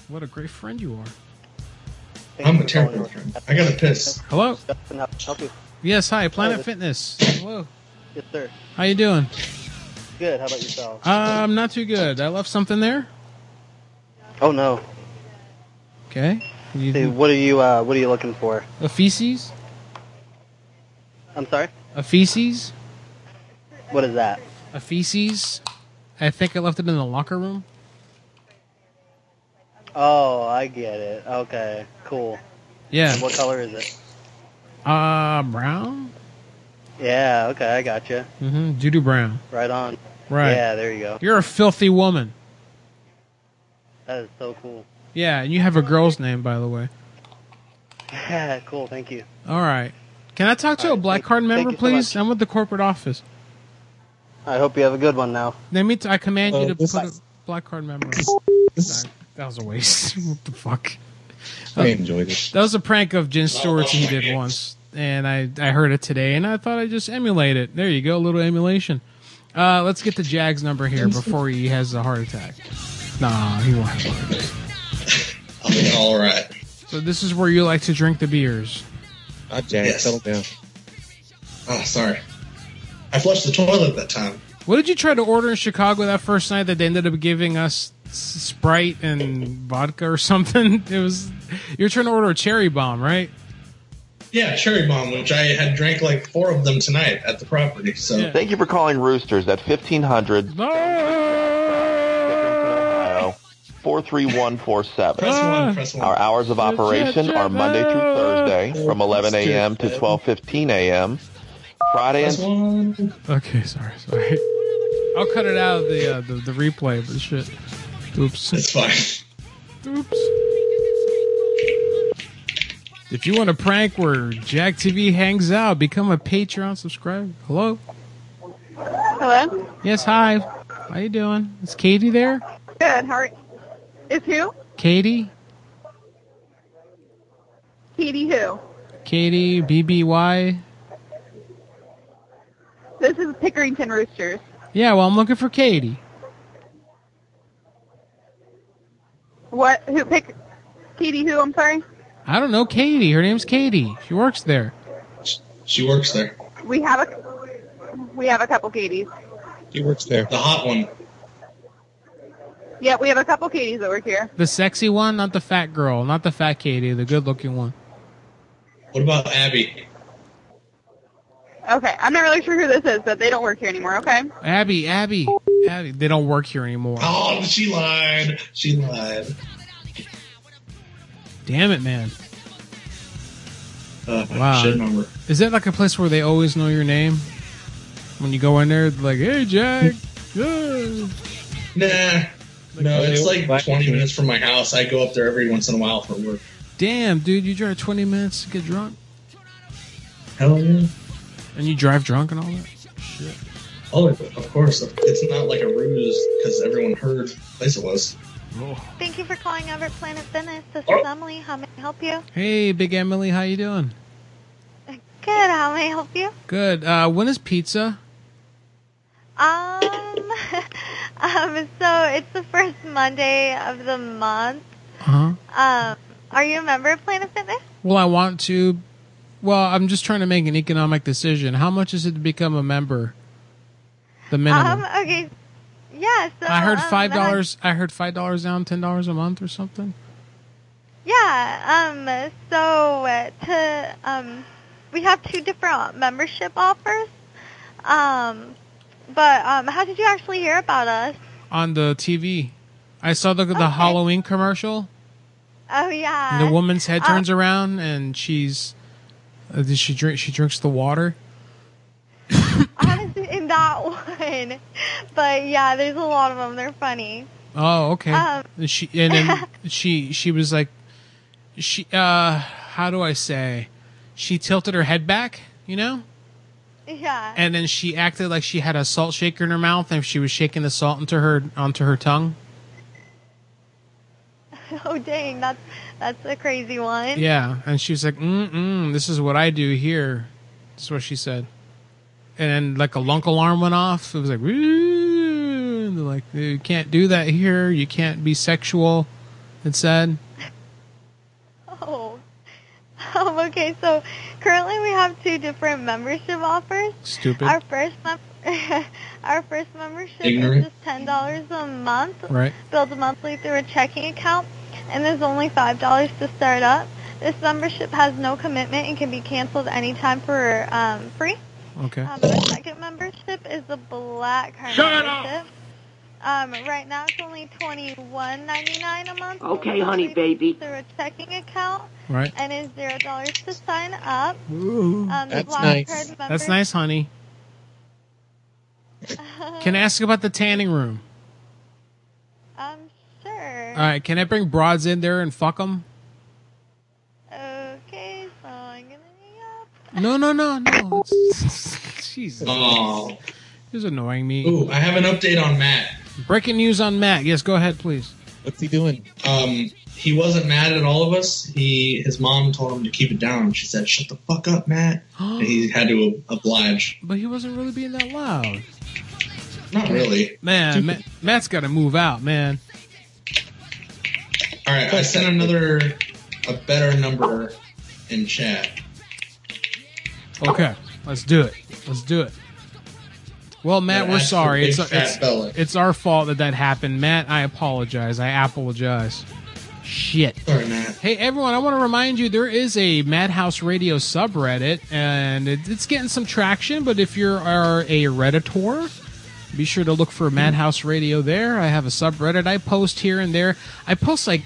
Speaker 2: What a great friend you are.
Speaker 34: I'm a terrible friend. I got to piss.
Speaker 2: Hello.
Speaker 18: Can I help you?
Speaker 2: Yes. Hi, Planet
Speaker 18: Hi.
Speaker 2: Fitness. Hello.
Speaker 18: Yes, sir.
Speaker 2: How you doing?
Speaker 18: Good. How about yourself?
Speaker 2: Um, not too good. I left something there.
Speaker 18: oh no.
Speaker 2: Okay. You-
Speaker 18: Hey, what are you? Uh, what are you looking for?
Speaker 2: A feces?
Speaker 18: I'm sorry.
Speaker 2: A feces?
Speaker 18: What is that?
Speaker 2: A feces? I think I left it in the locker room.
Speaker 18: Oh, I get it. Okay, cool.
Speaker 2: Yeah.
Speaker 18: What color is it?
Speaker 2: Uh, brown?
Speaker 18: Yeah. Okay, I got you.
Speaker 2: Mm-hmm. Doodoo brown.
Speaker 18: Right on.
Speaker 2: Right.
Speaker 18: Yeah. There you go.
Speaker 2: You're a filthy woman.
Speaker 18: That is so cool.
Speaker 2: Yeah, and you have a girl's name, by the way.
Speaker 18: cool. Thank you.
Speaker 2: All right. Can I talk to a black card member,
Speaker 18: you so
Speaker 2: please? I'm with the corporate office.
Speaker 18: I hope you have a good one now.
Speaker 2: Let me. T- I command you
Speaker 18: Uh,
Speaker 2: to
Speaker 18: this-
Speaker 2: put a black card member. That was a waste. what the fuck?
Speaker 26: I enjoyed it.
Speaker 2: That was a prank of Jim Stewart's he did once, and I, I heard it today, and I thought I'd just emulate it. There you go, a little emulation. Uh, let's get the Jags number here before he has a heart attack. Nah, he won't have a heart attack.
Speaker 34: All right.
Speaker 2: So this is where you like to drink the beers.
Speaker 26: Jack, Ah, settle down.
Speaker 34: Oh, sorry. I flushed the toilet that time.
Speaker 2: What did you try to order in Chicago that first night that they ended up giving us s- Sprite and vodka or something? It was you were trying to order a cherry bomb, right?
Speaker 34: Yeah, cherry bomb, which I had drank like four of them tonight at the property. So
Speaker 19: Thank you for calling Roosters at 1500 43147.
Speaker 34: Press one, press one.
Speaker 19: Our hours of operation are Monday through Thursday from 11 a.m. to 12:15 a.m. Friday and
Speaker 2: Okay, sorry, sorry. I'll cut it out of the uh, the, the replay, but shit. Oops.
Speaker 34: It's fine.
Speaker 2: Oops. If you want a prank where Jack TV hangs out, become a Patreon subscriber. Hello.
Speaker 21: Hello?
Speaker 2: Yes, hi. How you doing? Is Katie there?
Speaker 21: Good. How are Is who?
Speaker 2: Katie,
Speaker 21: Katie who?
Speaker 2: Katie, BBY.
Speaker 21: This is Pickerington Roosters.
Speaker 2: Yeah, well, I'm looking for Katie.
Speaker 21: What? Who pick? Katie who? I'm sorry.
Speaker 2: I don't know Katie. Her name's Katie. She works there.
Speaker 34: She works there.
Speaker 21: We have a we have a couple Katies.
Speaker 26: She works there.
Speaker 34: The hot one.
Speaker 21: Yeah, we have a couple Katies that work here.
Speaker 2: The sexy one, not the fat girl, not the fat Katie, the good-looking one.
Speaker 34: What about Abby?
Speaker 21: Okay, I'm not really sure who this is, but they don't work here anymore. Okay.
Speaker 2: Abby, Abby, Abby. They don't work here anymore.
Speaker 34: Oh, she lied. She lied.
Speaker 2: Damn it, man.
Speaker 34: Uh,
Speaker 2: Wow.
Speaker 34: Shit number.
Speaker 2: Is that like a place where they always know your name? When you go in there, they're like, hey, Jack. Yeah.
Speaker 34: Nah. No,
Speaker 2: Like,
Speaker 34: it's
Speaker 2: oh,
Speaker 34: like 20 minutes from my house. I go up there every once in a while for work.
Speaker 2: Damn, dude, you drive 20 minutes to get drunk?
Speaker 34: Hell yeah.
Speaker 2: And you drive drunk and all that? Shit.
Speaker 34: Oh, of course. It's not like a ruse because everyone heard the place it was.
Speaker 2: Oh.
Speaker 37: Thank you for calling Albert Planet Fitness. This
Speaker 12: Oh.
Speaker 37: is Emily. How may I help you?
Speaker 2: Hey, Big Emily, how you doing?
Speaker 37: Good. How may I help you?
Speaker 2: Good. Uh, when is pizza?
Speaker 37: Um, um. So it's the first Monday of the month.
Speaker 2: Uh-huh.
Speaker 37: Um, are you a member of Planet Fitness?
Speaker 2: Well, I want to. Well, I'm just trying to make an economic decision. How much is it to become a member? The minimum.
Speaker 37: Um. Okay. Yeah. So
Speaker 2: I heard
Speaker 37: um,
Speaker 2: five
Speaker 37: the hun-
Speaker 2: dollars. I heard five dollars down, ten dollars a month or something.
Speaker 37: Yeah. Um. So uh, to um, we have two different membership offers. Um, but um, how did you actually hear about us?
Speaker 2: on the TV. I saw the the Halloween commercial.
Speaker 37: Oh yeah.
Speaker 2: And the woman's head
Speaker 37: Uh,
Speaker 2: turns around and she's uh, does she drink she drinks the water.
Speaker 37: honestly, in that one. But yeah, there's a lot of them. They're funny.
Speaker 2: Oh, okay.
Speaker 37: Um,
Speaker 2: And she and then she she was like she uh how do I say? She tilted her head back, you know?
Speaker 37: Yeah.
Speaker 2: And then she acted like she had a salt shaker in her mouth and she was shaking the salt into her onto her tongue.
Speaker 37: oh dang, that's that's a crazy one.
Speaker 2: Yeah, and she was like, "Mm mm, this is what I do here." That's what she said. And then like a lunk alarm went off. It was like, "Woo!" And they're like, "You can't do that here. You can't be sexual." It said,
Speaker 37: Oh. Um, okay, so currently we have two different membership offers.
Speaker 2: Stupid.
Speaker 37: Our first mem- our first membership
Speaker 2: Ignorant.
Speaker 37: is just ten dollars a month.
Speaker 2: Right.
Speaker 37: Billed monthly through a checking account, and there's only five dollars to start up. This membership has no commitment and can be canceled anytime for um, free.
Speaker 2: "Okay."
Speaker 37: Um, the second membership is the black card
Speaker 23: Shut up!
Speaker 37: membership. Um, right now it's only twenty one ninety nine a month.
Speaker 23: Okay, honey, baby.
Speaker 37: Through a checking account.
Speaker 2: Right.
Speaker 37: And it's zero dollars to sign up.
Speaker 2: Ooh,
Speaker 37: Um, the black card member-
Speaker 2: That's nice, honey. Can I ask about the tanning room?
Speaker 37: Um, sure.
Speaker 2: All right, can I bring broads in there and fuck them?
Speaker 37: Okay, so I'm gonna.
Speaker 2: No, no, no, no. It's- Jesus.
Speaker 34: Oh.
Speaker 2: This is annoying me.
Speaker 34: Ooh, I have an update on Matt.
Speaker 2: Breaking news on Matt. Yes, go ahead, please.
Speaker 26: What's he doing?
Speaker 34: Um, he wasn't mad at all of us. He his mom told him to keep it down. She said, "Shut the fuck up, Matt." and he had to oblige.
Speaker 2: But he wasn't really being that loud.
Speaker 34: Not really.
Speaker 2: Man, Ma- Matt's got to move out, man.
Speaker 34: All right, I sent another a better number in chat.
Speaker 2: Okay, let's do it. Let's do it. Well, Matt,
Speaker 34: Yeah,
Speaker 2: we're
Speaker 34: that's the
Speaker 2: sorry.
Speaker 34: big
Speaker 2: It's
Speaker 34: fat
Speaker 2: it's,
Speaker 34: belly.
Speaker 2: it's our fault that that happened. Matt, I apologize. I apologize. Shit.
Speaker 34: Sorry, Matt.
Speaker 2: Hey, everyone, I want to remind you there is a Madhouse Radio subreddit, and it, it's getting some traction. But if you are a Redditor, be sure to look for Madhouse Radio there. I have a subreddit I post here and there. I post like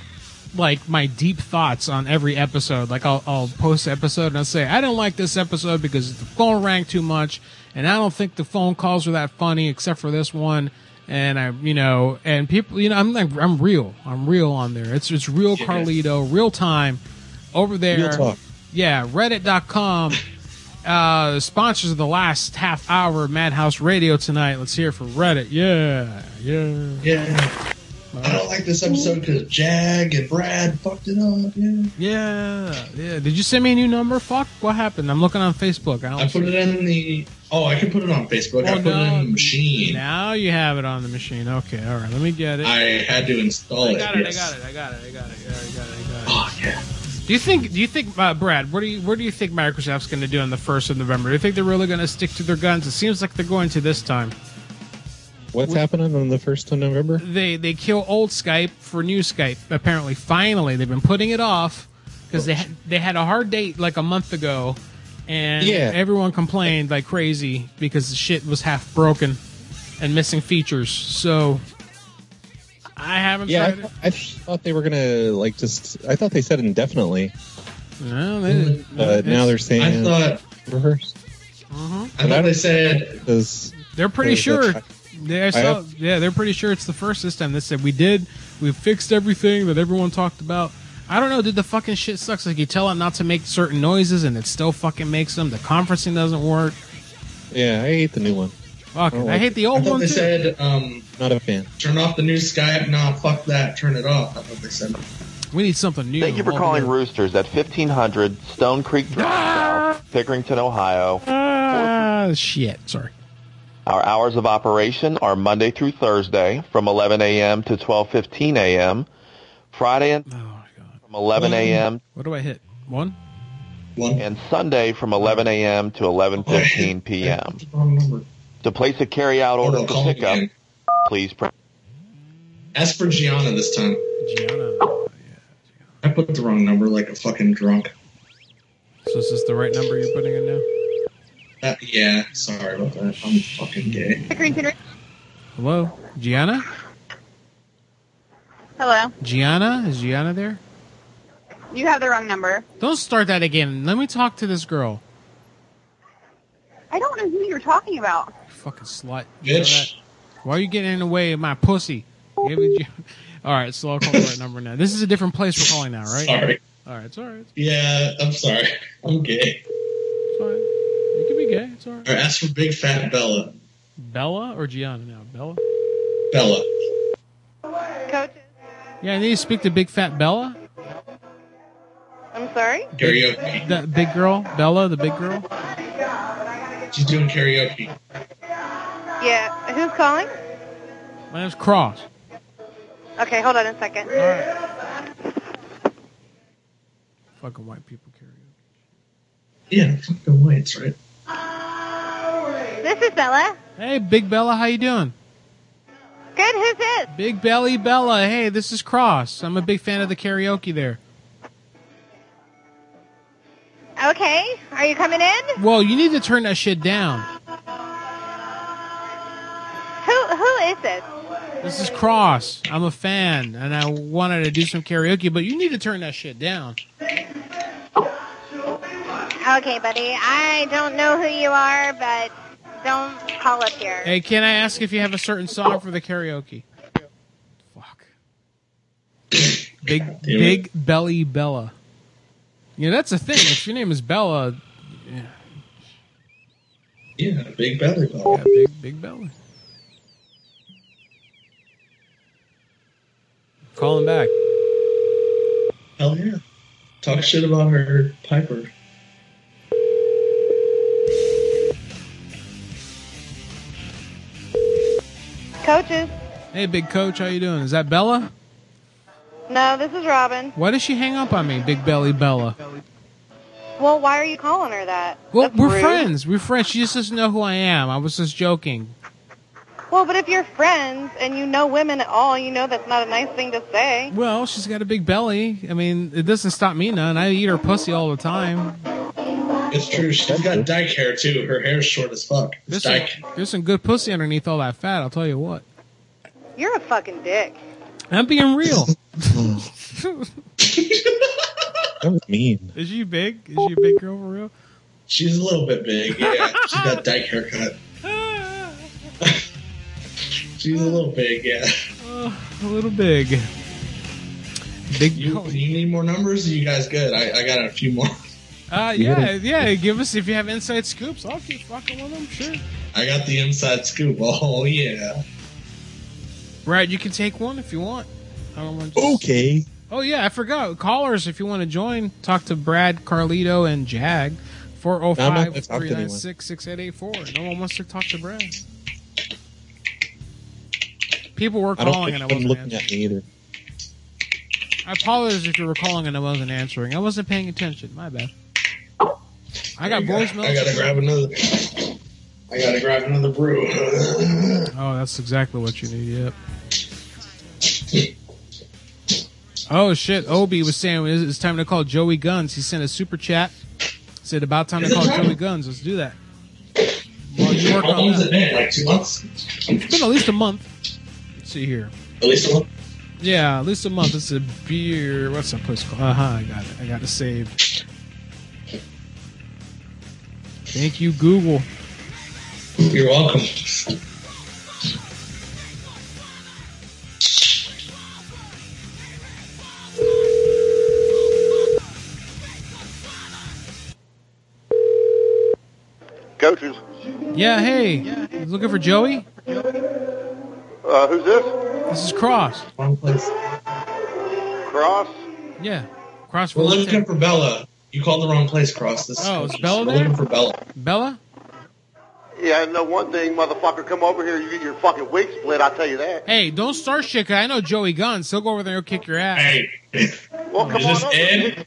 Speaker 2: like my deep thoughts on every episode. Like I'll, I'll post an episode and I'll say I don't like this episode because the phone rang too much, and I don't think the phone calls were that funny except for this one. And I, you know, and people, you know, I'm like I'm real. I'm real on there. It's it's real
Speaker 17: Yeah.
Speaker 2: Carlito, real time over there.
Speaker 17: Real talk.
Speaker 2: Yeah, reddit.com. Uh, the sponsors of the last half hour of Madhouse Radio tonight. Let's hear it for Reddit. Yeah, yeah,
Speaker 34: yeah. I don't like this episode because Jag and Brad fucked it up. Yeah.
Speaker 2: Yeah, yeah. Did you send me a new number? Fuck, what happened? I'm looking on Facebook. I, don't
Speaker 34: I put
Speaker 2: see
Speaker 34: it in the. Oh, I can put it on Facebook. I
Speaker 2: Oh,
Speaker 34: put
Speaker 2: no.
Speaker 34: it in the machine.
Speaker 2: Now you have it on the machine. Okay, all right. Let me get it.
Speaker 34: I had to install
Speaker 2: I
Speaker 34: it.
Speaker 2: got it, I
Speaker 34: yes.
Speaker 2: got it. I got it. I got it. I got it. I got it. I got it. Oh yeah. Do you think? Do you think, uh, Brad? What do you? Where do you think Microsoft's going to do on the first of November? Do you think they're really going to stick to their guns? It seems like they're going to this time.
Speaker 26: What's happening on the 1st of November?
Speaker 2: They they kill old Skype for new Skype. Apparently, finally, they've been putting it off because they had, they had a hard date like a month ago, and
Speaker 26: Yeah.
Speaker 2: everyone complained like crazy because the shit was half broken and missing features. So I haven't
Speaker 26: Yeah,
Speaker 2: tried it.
Speaker 26: I, I thought they were gonna like just. I thought they said indefinitely,
Speaker 2: No, they didn't.
Speaker 26: but now they're saying
Speaker 34: I thought.
Speaker 26: rehearsed.
Speaker 34: I thought they said.
Speaker 26: Because
Speaker 2: They're pretty
Speaker 26: Wait,
Speaker 2: sure.
Speaker 26: that's-
Speaker 2: They, I saw,
Speaker 26: have-
Speaker 2: yeah, they're pretty sure it's the first this time. They said we did, we fixed everything that everyone talked about. I don't know, dude. The fucking shit sucks. Like you tell it not to make certain noises, and it still fucking makes them. The conferencing doesn't work.
Speaker 26: Yeah, I hate the new one.
Speaker 2: Fuck,
Speaker 26: don't
Speaker 2: I,
Speaker 26: like
Speaker 2: hate the old
Speaker 34: I thought
Speaker 2: one
Speaker 34: they
Speaker 2: too.
Speaker 34: said um,
Speaker 26: Not a fan.
Speaker 34: turn off the new Skype. Nah, fuck that. Turn it off. I thought they said.
Speaker 2: we need something new.
Speaker 19: Thank you for
Speaker 2: All
Speaker 19: calling
Speaker 2: the-
Speaker 19: Roosters at 1500 Stone Creek Drive, South, Pickerington, Ohio.
Speaker 2: Ah, shit. Sorry.
Speaker 19: Our hours of operation are Monday through Thursday from 11 a.m. to 12:15 a.m. Friday
Speaker 2: Oh,
Speaker 19: and from 11 a.m.
Speaker 2: What do I hit? One.
Speaker 19: and Sunday from 11 a.m. to 11:15 p.m.
Speaker 34: Wrong number.
Speaker 19: To place a carryout order for pickup, please press.
Speaker 34: Ask for Gianna this time.
Speaker 2: Gianna.
Speaker 34: I put the wrong number like a fucking drunk.
Speaker 2: So is this the right number you're putting in now?
Speaker 34: Uh, yeah, sorry about that. I'm fucking gay.
Speaker 2: Hello, Gianna.
Speaker 21: Hello.
Speaker 2: Gianna is Gianna there?
Speaker 21: You have the wrong number.
Speaker 2: Don't start that again. Let me talk to this girl.
Speaker 21: I don't know who you're talking about.
Speaker 2: Fucking slut. You know
Speaker 34: Bitch.
Speaker 2: that? Why are you getting in the way of my pussy? Give it you. All right, so I'll call the right number now. This is a different place we're calling now, right?
Speaker 34: Sorry.
Speaker 2: All right, it's all right.
Speaker 34: Yeah, I'm sorry. I'm gay.
Speaker 2: It's fine. You can be gay. It's all right.
Speaker 34: All right, ask for Big Fat Bella.
Speaker 2: Bella or Gianna now? Bella?
Speaker 34: Bella.
Speaker 2: Yeah, I need to speak to Big Fat Bella.
Speaker 21: I'm sorry?
Speaker 34: Karaoke.
Speaker 2: That big girl? Bella, the big girl?
Speaker 34: She's doing karaoke.
Speaker 21: Yeah. Who's calling?
Speaker 2: My name's Cross.
Speaker 21: Okay, hold on a second.
Speaker 2: Fucking white people care.
Speaker 34: Yeah, fuck the whites, right?
Speaker 21: This is Bella.
Speaker 2: Hey, Big Bella, how you doing?
Speaker 21: Good, who's this?
Speaker 2: Big Belly Bella. Hey, this is Cross. I'm a big fan of the karaoke there.
Speaker 21: Okay, are you coming in?
Speaker 2: Well, you need to turn that shit down.
Speaker 21: Who Who is this?
Speaker 2: This is Cross. I'm a fan, and I wanted to do some karaoke, but you need to turn that shit down.
Speaker 21: Okay, buddy, I don't know who you are, but don't call up here.
Speaker 2: Hey, can I ask if you have a certain song for the karaoke? Fuck. Big
Speaker 34: damn it.
Speaker 2: Big Belly Bella. Yeah, that's the thing. If your name is Bella, yeah,
Speaker 34: Yeah, Big Belly Bella.
Speaker 2: yeah, big Big Belly. Call him back.
Speaker 34: Hell yeah. Talk shit about her Piper.
Speaker 21: Coaches.
Speaker 2: Hey, big coach, how you doing? Is that Bella?
Speaker 37: No, this is Robin.
Speaker 2: Why does she hang up on me, Big Belly Bella?
Speaker 37: Well, why are you calling her that?
Speaker 2: Well,
Speaker 37: That's
Speaker 2: we're
Speaker 37: rude.
Speaker 2: friends. We're friends. She just doesn't know who I am. I was just joking.
Speaker 37: Well, but if you're friends and you know women at all, you know that's not a nice thing to say.
Speaker 2: Well, she's got a big belly. I mean, it doesn't stop me none. I eat her pussy all the time.
Speaker 34: It's true. She's got dyke hair too. Her hair's short as fuck. It's
Speaker 2: There's some,
Speaker 34: dyke.
Speaker 2: there's some good pussy underneath all that fat. I'll tell you what.
Speaker 37: You're a fucking dick.
Speaker 2: I'm being real.
Speaker 26: That was mean.
Speaker 2: Is she big? Is she a big girl for real?
Speaker 34: She's a little bit big. Yeah, she's got dyke haircut. she's a little big. Yeah.
Speaker 2: A little big. Big.
Speaker 34: You, you need more numbers? Are you guys good? I, I got a few more.
Speaker 2: Uh,
Speaker 34: You
Speaker 2: yeah,
Speaker 34: gotta-
Speaker 2: yeah. Give us if you have inside scoops. I'll keep fucking with them. Sure.
Speaker 34: I got the inside scoop. Oh yeah.
Speaker 2: Right, you can take one if you want. I don't want to
Speaker 26: Okay.
Speaker 2: Oh yeah, I forgot. Callers, if you want to join, talk to Brad, Carlito, and Jag.
Speaker 26: I'm not gonna talk
Speaker 2: 405
Speaker 26: to anyone.
Speaker 2: 396 6884. No one wants to talk to Brad. People were
Speaker 26: I don't
Speaker 2: calling
Speaker 26: think
Speaker 2: and
Speaker 26: I'm
Speaker 2: I wasn't
Speaker 26: looking
Speaker 2: answering.
Speaker 26: at me either.
Speaker 2: I apologize if you were calling and I wasn't answering. I wasn't paying attention. My bad. I got voicemail.
Speaker 34: I gotta grab another. I gotta grab another brew.
Speaker 2: Oh, that's exactly what you need. Yep. Oh shit! Obi was saying it's it's time to call Joey Guns. He sent a super chat. Said about time to call Joey Guns. Let's do that. Well, you work
Speaker 34: How
Speaker 2: on
Speaker 34: long's
Speaker 2: that.
Speaker 34: it been? Like two months?
Speaker 2: It's been at least a month. Let's see here.
Speaker 34: At least a month.
Speaker 2: Yeah, at least a month. It's a beer. What's that place called? Uh huh. I got it. I got it saved. Thank you, Google.
Speaker 34: You're welcome.
Speaker 1: Coaches.
Speaker 2: Yeah. Hey, looking for Joey?
Speaker 1: Uh, who's this?
Speaker 2: This is Cross.
Speaker 1: Cross.
Speaker 2: Yeah. Cross.
Speaker 34: We're
Speaker 2: Road
Speaker 34: looking
Speaker 2: Tech.
Speaker 34: for Bella. You called the wrong place, Cross. This
Speaker 2: Oh, is
Speaker 34: coaches.
Speaker 2: Bella
Speaker 34: We're
Speaker 2: there?
Speaker 34: looking for Bella.
Speaker 2: Bella.
Speaker 1: Yeah, I know one thing, motherfucker. Come over here, you get your fucking wig split. I tell you that.
Speaker 2: Hey, don't start shit. 'cause I know Joey Guns. He'll go over there and kick your ass.
Speaker 34: Hey, Oh,
Speaker 1: Well, come on over. Ed?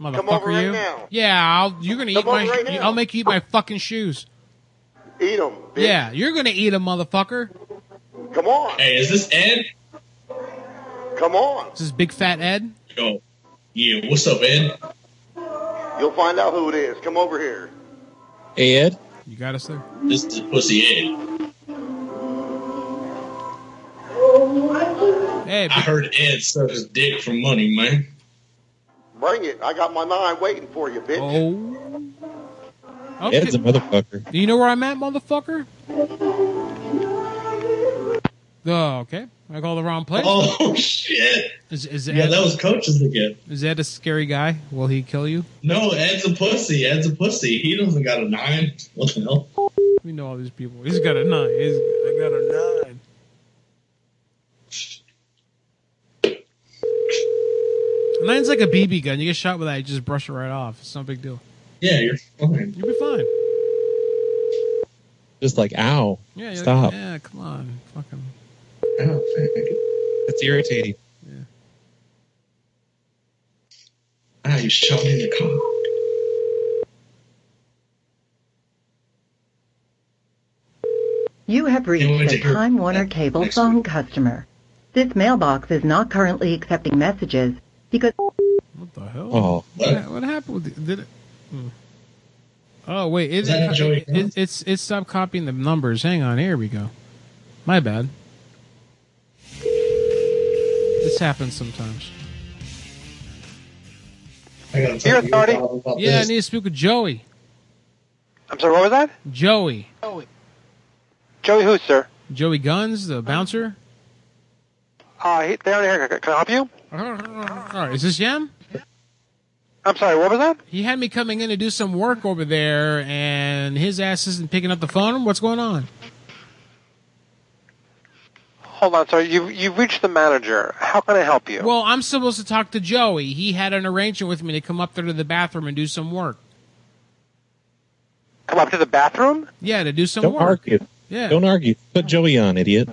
Speaker 2: motherfucker,
Speaker 1: Come over right
Speaker 2: you.
Speaker 1: now.
Speaker 2: Yeah, I'll, you're gonna
Speaker 1: Come
Speaker 2: eat my.
Speaker 1: over right now.
Speaker 2: I'll make you eat my fucking shoes.
Speaker 1: Eat 'em, bitch.
Speaker 2: Yeah, you're gonna eat a motherfucker.
Speaker 1: Come on.
Speaker 34: Hey, is this Ed?
Speaker 1: Come on.
Speaker 2: This is big fat Ed.
Speaker 34: Yo, yeah. What's up, Ed?
Speaker 1: You'll find out who it is. Come over here.
Speaker 26: Hey, Ed?
Speaker 2: You got us there.
Speaker 34: This is Pussy Ed.
Speaker 2: Hey,
Speaker 34: I heard Ed sucked his dick for money, man.
Speaker 1: Bring it. I got my nine waiting for you, bitch.
Speaker 2: Oh.
Speaker 26: Ed's a motherfucker.
Speaker 2: Do you know where I'm at, motherfucker? Oh, okay. I called the wrong place.
Speaker 34: Oh shit!
Speaker 2: Is, is
Speaker 34: yeah,
Speaker 2: Ed-
Speaker 34: that was coaches again.
Speaker 2: Is Ed a scary guy? Will he kill you?
Speaker 34: No, Ed's a pussy. Ed's a pussy. He doesn't got a nine. What the hell?
Speaker 2: We know all these people. He's got a nine. He's I got a nine. A nine's like a BB gun. You get shot with that, you just brush it right off. It's no big deal.
Speaker 34: Yeah, you're fine.
Speaker 2: You'll be fine.
Speaker 26: Just like, ow.
Speaker 2: Yeah, you're
Speaker 26: Stop.
Speaker 2: yeah, come on, fucking.
Speaker 34: Oh,
Speaker 26: It's irritating.
Speaker 34: Ah, you shot me in the car.
Speaker 10: You have reached a Time Warner Cable phone customer. This mailbox is not currently accepting messages because.
Speaker 2: What the hell?
Speaker 26: Oh.
Speaker 2: What, what happened? With the, did it? hmm. Oh wait, it,
Speaker 34: Is that a Joey
Speaker 2: it, it, it's it stopped copying the numbers. Hang on, here we go. My bad. This happens sometimes.
Speaker 34: I gotta talk to you about
Speaker 2: Yeah, I
Speaker 34: this.
Speaker 2: need to speak with Joey.
Speaker 1: I'm sorry, what was that?
Speaker 2: Joey.
Speaker 1: Joey who, sir?
Speaker 2: Joey Guns, the bouncer.
Speaker 1: Uh, he, they already here. Can I help you?
Speaker 2: All right, is this Yam?
Speaker 1: I'm sorry, what was that?
Speaker 2: He had me coming in to do some work over there, and his ass isn't picking up the phone. What's going on?
Speaker 1: Hold on, sir. You you reached the manager. How can I help you?
Speaker 2: Well, I'm supposed to talk to Joey. He had an arrangement with me to come up there to the bathroom and do some work.
Speaker 1: Come up to the bathroom?
Speaker 2: Yeah, to do some
Speaker 26: Don't
Speaker 2: work.
Speaker 26: argue.
Speaker 2: Yeah.
Speaker 26: Don't argue. Put Joey on, idiot.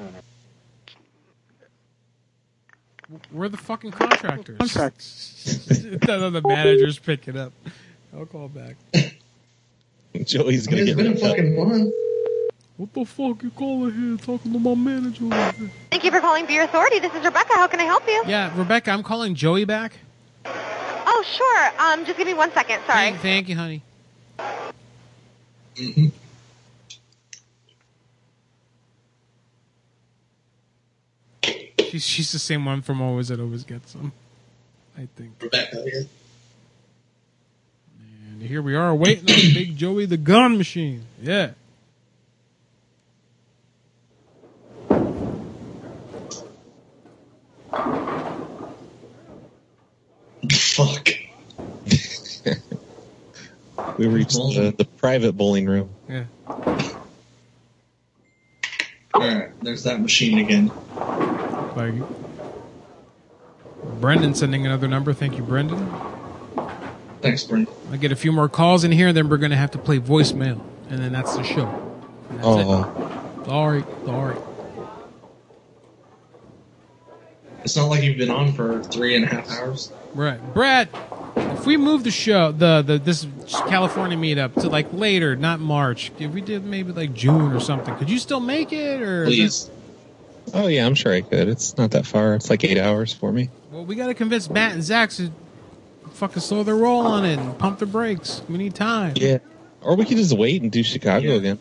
Speaker 2: We're the fucking contractors. the, the manager's picking up. I'll call back.
Speaker 26: Joey's gonna
Speaker 34: It's
Speaker 26: get
Speaker 34: been a
Speaker 26: ripped up.
Speaker 34: fucking month.
Speaker 2: What the fuck you calling here talking to my manager?
Speaker 37: Thank you for calling Beer Authority. This is Rebecca. How can I help you?
Speaker 2: Yeah, Rebecca, I'm calling Joey back.
Speaker 37: Oh, sure. Um, just give me one second. Sorry.
Speaker 2: Thank, thank you, honey. She's she's the same one from Always That Always Gets Them, I think.
Speaker 34: Rebecca, yeah.
Speaker 2: And here we are waiting on Big Joey the Gun Machine. Yeah.
Speaker 34: Fuck.
Speaker 26: We reached the, the private bowling room.
Speaker 2: Yeah.
Speaker 34: Alright, there's that machine again.
Speaker 2: Like Brendan sending another number. Thank you, Brendan.
Speaker 34: Thanks, Brendan.
Speaker 2: I get a few more calls in here, then we're gonna have to play voicemail, and then that's the show. And That's
Speaker 26: Oh.
Speaker 2: it. Sorry, sorry.
Speaker 34: It's not like you've been on for three and a half hours.
Speaker 2: Right, Brad. If we move the show, the the this California meetup to like later, not March. If we did maybe like June or something, could you still make it? Or is
Speaker 26: Please. Oh yeah, I'm sure I could. It's not that far. It's like eight hours for me.
Speaker 2: it- well, we gotta convince Matt and Zach to fucking slow their roll on it and pump the brakes. We need time.
Speaker 26: Yeah. Or we could just wait and do Chicago again.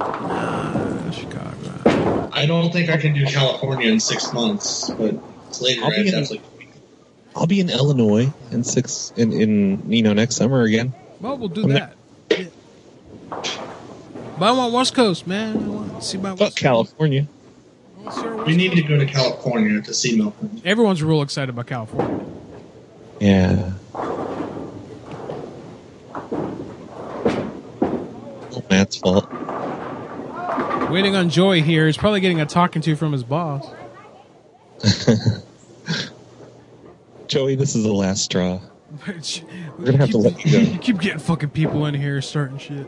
Speaker 34: I don't think I can do California in six months, but it's later.
Speaker 26: I'll
Speaker 34: I
Speaker 26: be in-
Speaker 34: definitely.
Speaker 26: I'll be in Illinois in six in, in you know next summer again.
Speaker 2: Well, we'll do
Speaker 26: I'm
Speaker 2: that. But I want West Coast, man. I want to see my
Speaker 26: Fuck California.
Speaker 34: We need to go to California to see Milton.
Speaker 2: Everyone's real excited about California.
Speaker 26: Yeah. Oh, Matt's fault.
Speaker 2: Waiting on Joy here. He's probably getting a talking to from his boss.
Speaker 26: Joey, this is the last straw.
Speaker 2: We're
Speaker 26: gonna have to let you go.
Speaker 2: You keep getting fucking people in here starting shit.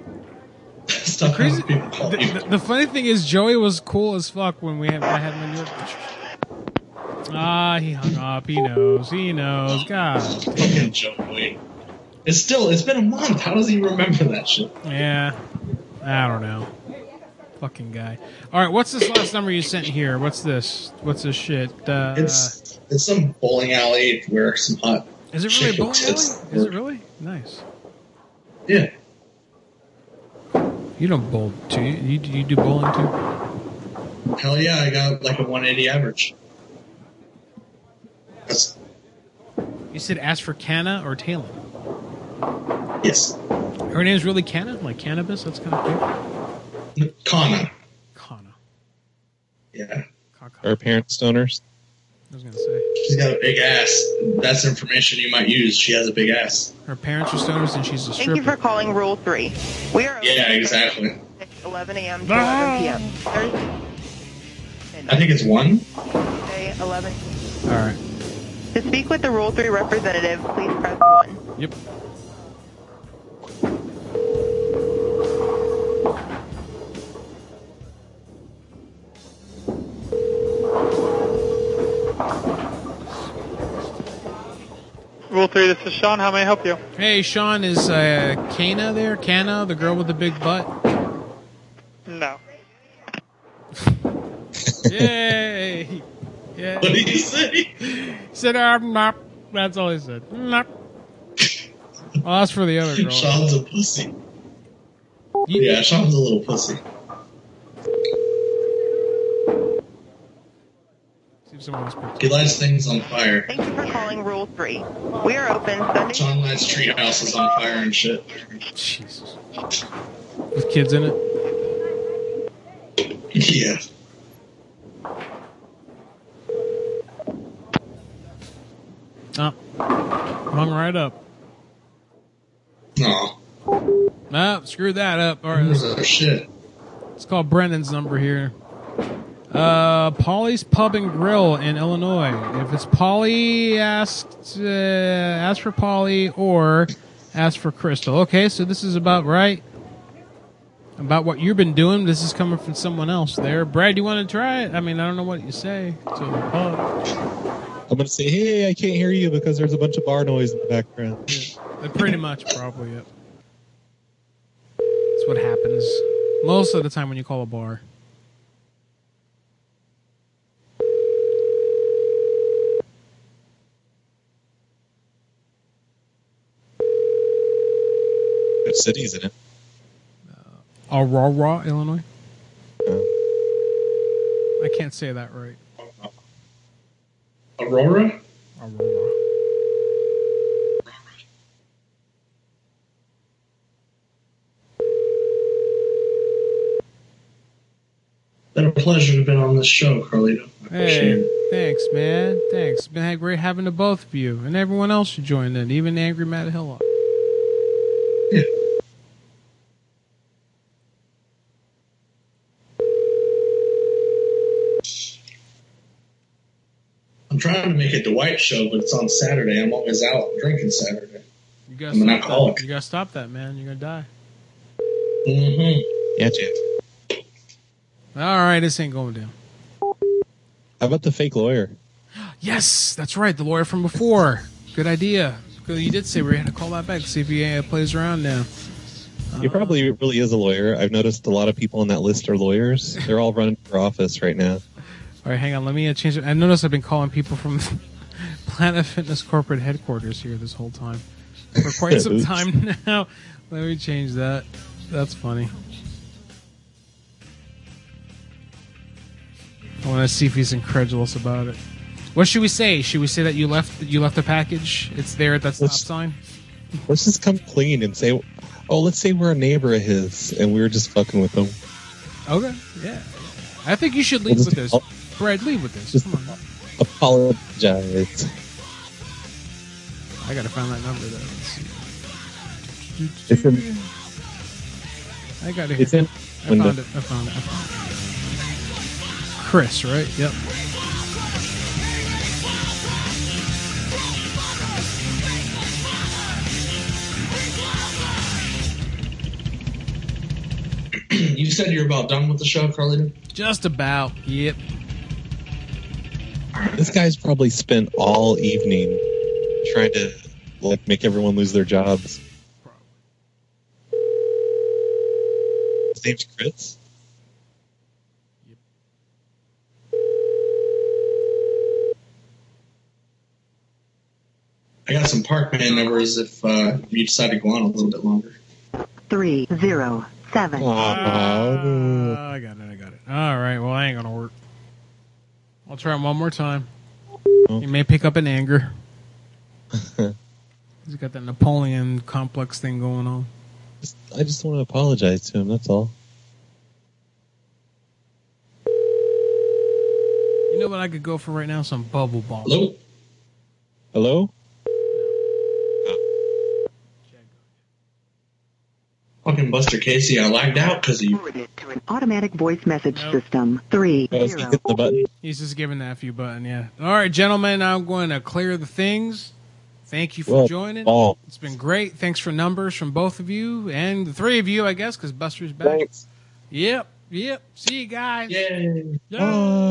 Speaker 34: Stop
Speaker 2: crazy. The, the- the funny thing is, Joey was cool as fuck when we had I had him in York. Ah, he hung up. He knows. He knows. God.
Speaker 34: Fucking Joey. It's still. It's been a month. How does he remember that shit?
Speaker 2: Yeah. I don't know. Fucking guy. All right. What's this last number you sent here? What's this? What's this shit? Uh,
Speaker 34: It's it's some bowling alley where some hot.
Speaker 2: Is it really a
Speaker 34: chick
Speaker 2: bowling alley?
Speaker 34: exists.
Speaker 2: Is it really nice?
Speaker 34: Yeah.
Speaker 2: You don't bowl too. You you, you do bowling too.
Speaker 34: Hell yeah! I got like a 180 average. That's
Speaker 2: You said ask for Canna or Talon.
Speaker 34: yes.
Speaker 2: Her name's really Canna, like cannabis. That's kind of
Speaker 34: Kana.
Speaker 2: Kana.
Speaker 34: Yeah.
Speaker 26: Our parents stoners.
Speaker 2: I was gonna say.
Speaker 34: She's got a big ass. That's information you might use. She has a big ass.
Speaker 2: Her parents are stoners and she's a
Speaker 15: Thank you
Speaker 2: stripper.
Speaker 15: for calling Rule 3. We are
Speaker 34: Yeah, exactly.
Speaker 15: 11 a.m. to 11 p.m. Thursday,
Speaker 34: I think it's one.
Speaker 15: 11.
Speaker 2: All right.
Speaker 15: To speak with the Rule 3 representative, please press 1.
Speaker 2: Yep.
Speaker 23: Rule 3, this is Sean. How may I help you?
Speaker 2: Hey, Sean, is uh, Kana there? Kana, the girl with the big butt.
Speaker 23: No.
Speaker 2: Yay! Yay!
Speaker 23: What did he say?
Speaker 2: He said, "I'm not." That's all he said. Not. Well, that's for the other girl.
Speaker 34: Sean's a pussy. Yeah, Sean's a little pussy. He lights things on fire.
Speaker 15: Thank you for calling Rule 3. We are open Sunday.
Speaker 34: Sean lights treehouse is on fire and shit.
Speaker 2: Jesus. With kids in it.
Speaker 34: Yeah.
Speaker 2: Oh. Hung right up.
Speaker 34: No.
Speaker 2: No, screw that up. All right. let's-
Speaker 34: Oh, shit.
Speaker 2: Let's call Brendan's number here. Uh, Polly's Pub and Grill in Illinois. If it's Polly, ask uh, ask for Polly or ask for Crystal. Okay, so this is about right. About what you've been doing. This is coming from someone else there. Brad, you want to try it? I mean, I don't know what you say. So,
Speaker 8: I'm going to say, hey, I can't hear you because there's a bunch of bar noise in the background.
Speaker 2: Pretty much, probably. Yep. That's what happens most of the time when you call a bar.
Speaker 8: Good cities in it.
Speaker 2: Aurora, Illinois. I can't say that right.
Speaker 34: Aurora?
Speaker 2: Aurora.
Speaker 34: Been a pleasure to have been on this show, Carlito.
Speaker 2: Hey, thanks, man. Thanks. Been had great having the both of you and everyone else who joined in, even Angry Matt Hillock.
Speaker 34: I'm trying to make a Dwight show, but it's on Saturday. I'm always out drinking Saturday.
Speaker 2: You gotta
Speaker 34: I'm an
Speaker 2: stop that.
Speaker 34: alcoholic.
Speaker 2: You gotta stop that, man. You're gonna die.
Speaker 34: Mm-hmm.
Speaker 8: Yeah, Jeff.
Speaker 2: All right, this ain't going down.
Speaker 8: How about the fake lawyer?
Speaker 2: Yes, that's right. The lawyer from before. Good idea. Good, you did say we had to call that back. See if he uh, plays around now.
Speaker 8: He probably really is a lawyer. I've noticed a lot of people on that list are lawyers. They're all running for office right now.
Speaker 2: All right, hang on. Let me uh, change it. I noticed I've been calling people from Planet Fitness corporate headquarters here this whole time for quite some
Speaker 38: Oops.
Speaker 2: time now. Let me change that. That's funny. I want to see if he's incredulous about it. What should we say? Should we say that you left you left a package? It's there at that stop sign.
Speaker 8: Let's just come clean and say, oh, let's say we're a neighbor of his and we were just fucking with him.
Speaker 2: Okay, yeah. I think you should leave with this. Brad, leave with this. Come on.
Speaker 8: Apologize.
Speaker 2: I gotta find that number though. Let's see.
Speaker 8: It's in,
Speaker 2: I got it. Here.
Speaker 8: it's in
Speaker 2: I
Speaker 8: window.
Speaker 2: found it. I found it. I found it. Chris, right? Yep.
Speaker 34: you said you're about done with the show, Carlito?
Speaker 2: Just about. Yep.
Speaker 8: This guy's probably spent all evening trying to like make everyone lose their jobs. His name's Chris.
Speaker 34: I got some Parkman numbers if uh, you decide to go on a little bit longer.
Speaker 10: Three zero seven.
Speaker 2: Ah, I got it. I got it. All right. Well, I ain't gonna work. I'll try him one more time. He may pick up in anger. He's got that Napoleon complex thing going on.
Speaker 8: I just want to apologize to him. That's all.
Speaker 2: You know what I could go for right now? Some bubble balls.
Speaker 8: Hello? Hello?
Speaker 34: Fucking Buster Casey, I lagged out because of you.
Speaker 10: Automatic voice message system. Three zero.
Speaker 8: The button.
Speaker 2: He's just giving that few button, yeah. All right, gentlemen, I'm going to clear the things. Thank you for
Speaker 8: Well, oh.
Speaker 2: joining.
Speaker 8: ball.
Speaker 2: It's been great. Thanks for numbers from both of you and the three of you, I guess, because Buster's back.
Speaker 8: Thanks.
Speaker 2: Yep, yep. See you guys.
Speaker 34: Yay.
Speaker 2: Bye,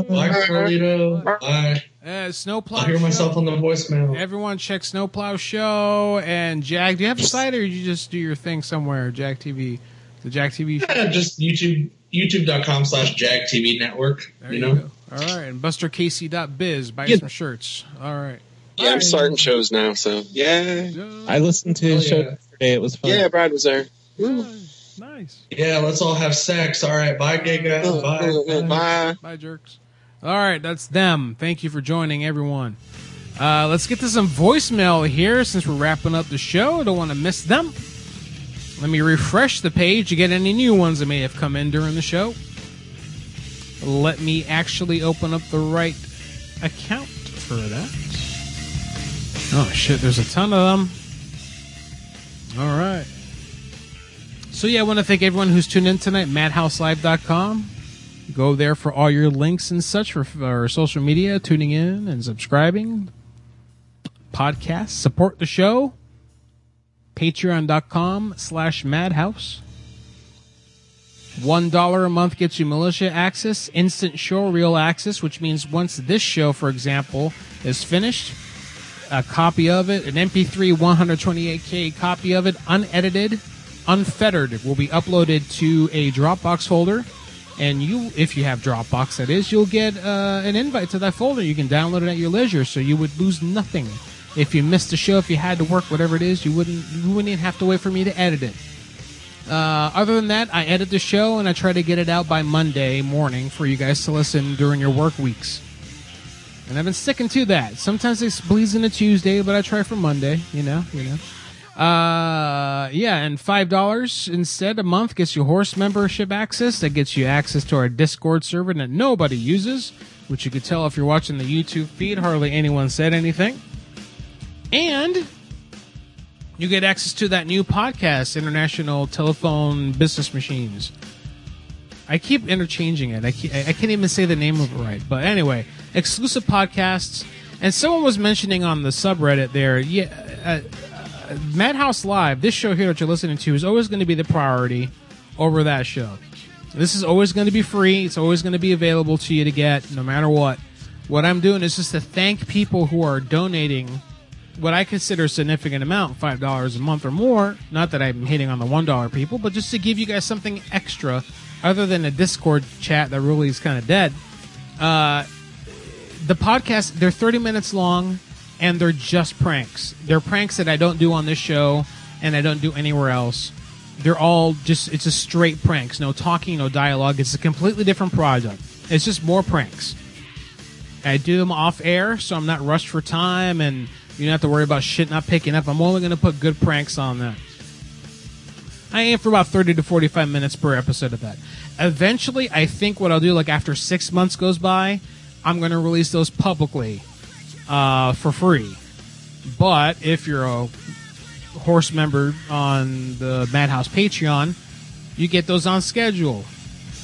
Speaker 34: Bye, Carlito. Bye.
Speaker 2: Uh, Snowplow.
Speaker 34: I'll hear myself on the voicemail.
Speaker 2: Everyone check Snowplow Show and Jack. Do you have a site or you just do your thing somewhere? Jack TV. The Jack TV show.
Speaker 34: Yeah, just YouTube youtube.com slash jag tv network
Speaker 2: There
Speaker 34: you
Speaker 2: you
Speaker 34: know
Speaker 2: go. All right, and BusterCasey.biz. Buy some shirts. All right.
Speaker 7: Yeah, I'm starting shows now, so yeah.
Speaker 8: I listened to his show yesterday. It was fun.
Speaker 7: Yeah, Brad was there.
Speaker 2: Nice.
Speaker 34: yeah let's all have sex all right bye gay guys bye
Speaker 7: bye
Speaker 2: Bye, jerks. All right, that's them. Thank you for joining, everyone. Uh, let's get to some voicemail here since we're wrapping up the show. Don't want to miss them. Let me refresh the page to get any new ones that may have come in during the show. Let me actually open up the right account for that. Oh, shit, there's a ton of them. All right. So, yeah, I want to thank everyone who's tuned in tonight. MadhouseLive.com. Go there for all your links and such for, for social media, tuning in and subscribing. Podcasts. Support the show. Patreon.com slash Madhouse. One dollar a month gets you militia access, instant showreel access, which means once this show, for example, is finished, a copy of it, an MP3 128K copy of it, unedited, unfettered, will be uploaded to a Dropbox folder. And you, if you have Dropbox, that is, you'll get uh, an invite to that folder. You can download it at your leisure, so you would lose nothing. If you missed a show, if you had to work, whatever it is, you wouldn't, you wouldn't even have to wait for me to edit it. Uh, other than that, I edit the show and I try to get it out by Monday morning for you guys to listen during your work weeks. And I've been sticking to that. Sometimes it bleeds into Tuesday, but I try for Monday. You know, you know. Uh, yeah, and five dollars instead a month gets you horse membership access. That gets you access to our Discord server that nobody uses, which you could tell if you're watching the YouTube feed. Hardly anyone said anything. And you get access to that new podcast, International Telephone Business Machines. I keep interchanging it. I can't, I can't even say the name of it right. But anyway, exclusive podcasts. And someone was mentioning on the subreddit there, yeah, uh, uh, Madhouse Live, this show here that you're listening to, is always going to be the priority over that show. This is always going to be free. It's always going to be available to you to get no matter what. What I'm doing is just to thank people who are donating what I consider a significant amount, five dollars a month or more. Not that I'm hitting on the one dollar people, but just to give you guys something extra, other than a Discord chat that really is kind of dead. Uh, the podcast they're 30 minutes long, and they're just pranks. They're pranks that I don't do on this show, and I don't do anywhere else. They're all just it's just straight pranks, no talking, no dialogue. It's a completely different project. It's just more pranks. I do them off air, so I'm not rushed for time and you don't have to worry about shit not picking up. I'm only going to put good pranks on that. I aim for about 30 to 45 minutes per episode of that. Eventually, I think what I'll do, like after six months goes by, I'm going to release those publicly uh, for free. But if you're a horse member on the Madhouse Patreon, you get those on schedule.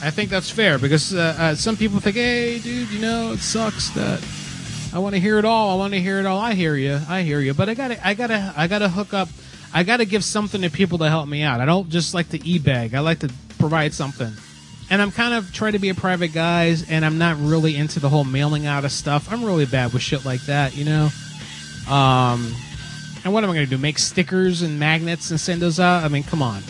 Speaker 2: I think that's fair because uh, uh, some people think, hey, dude, you know, it sucks that I want to hear it all. I want to hear it all. I hear you. I hear you. But I gotta, I gotta, I gotta hook up. I gotta give something to people to help me out. I don't just like to e-bag. I like to provide something. And I'm kind of trying to be a private guy, and I'm not really into the whole mailing out of stuff. I'm really bad with shit like that, you know. Um, and what am I gonna do? Make stickers and magnets and send those out? I mean, come on.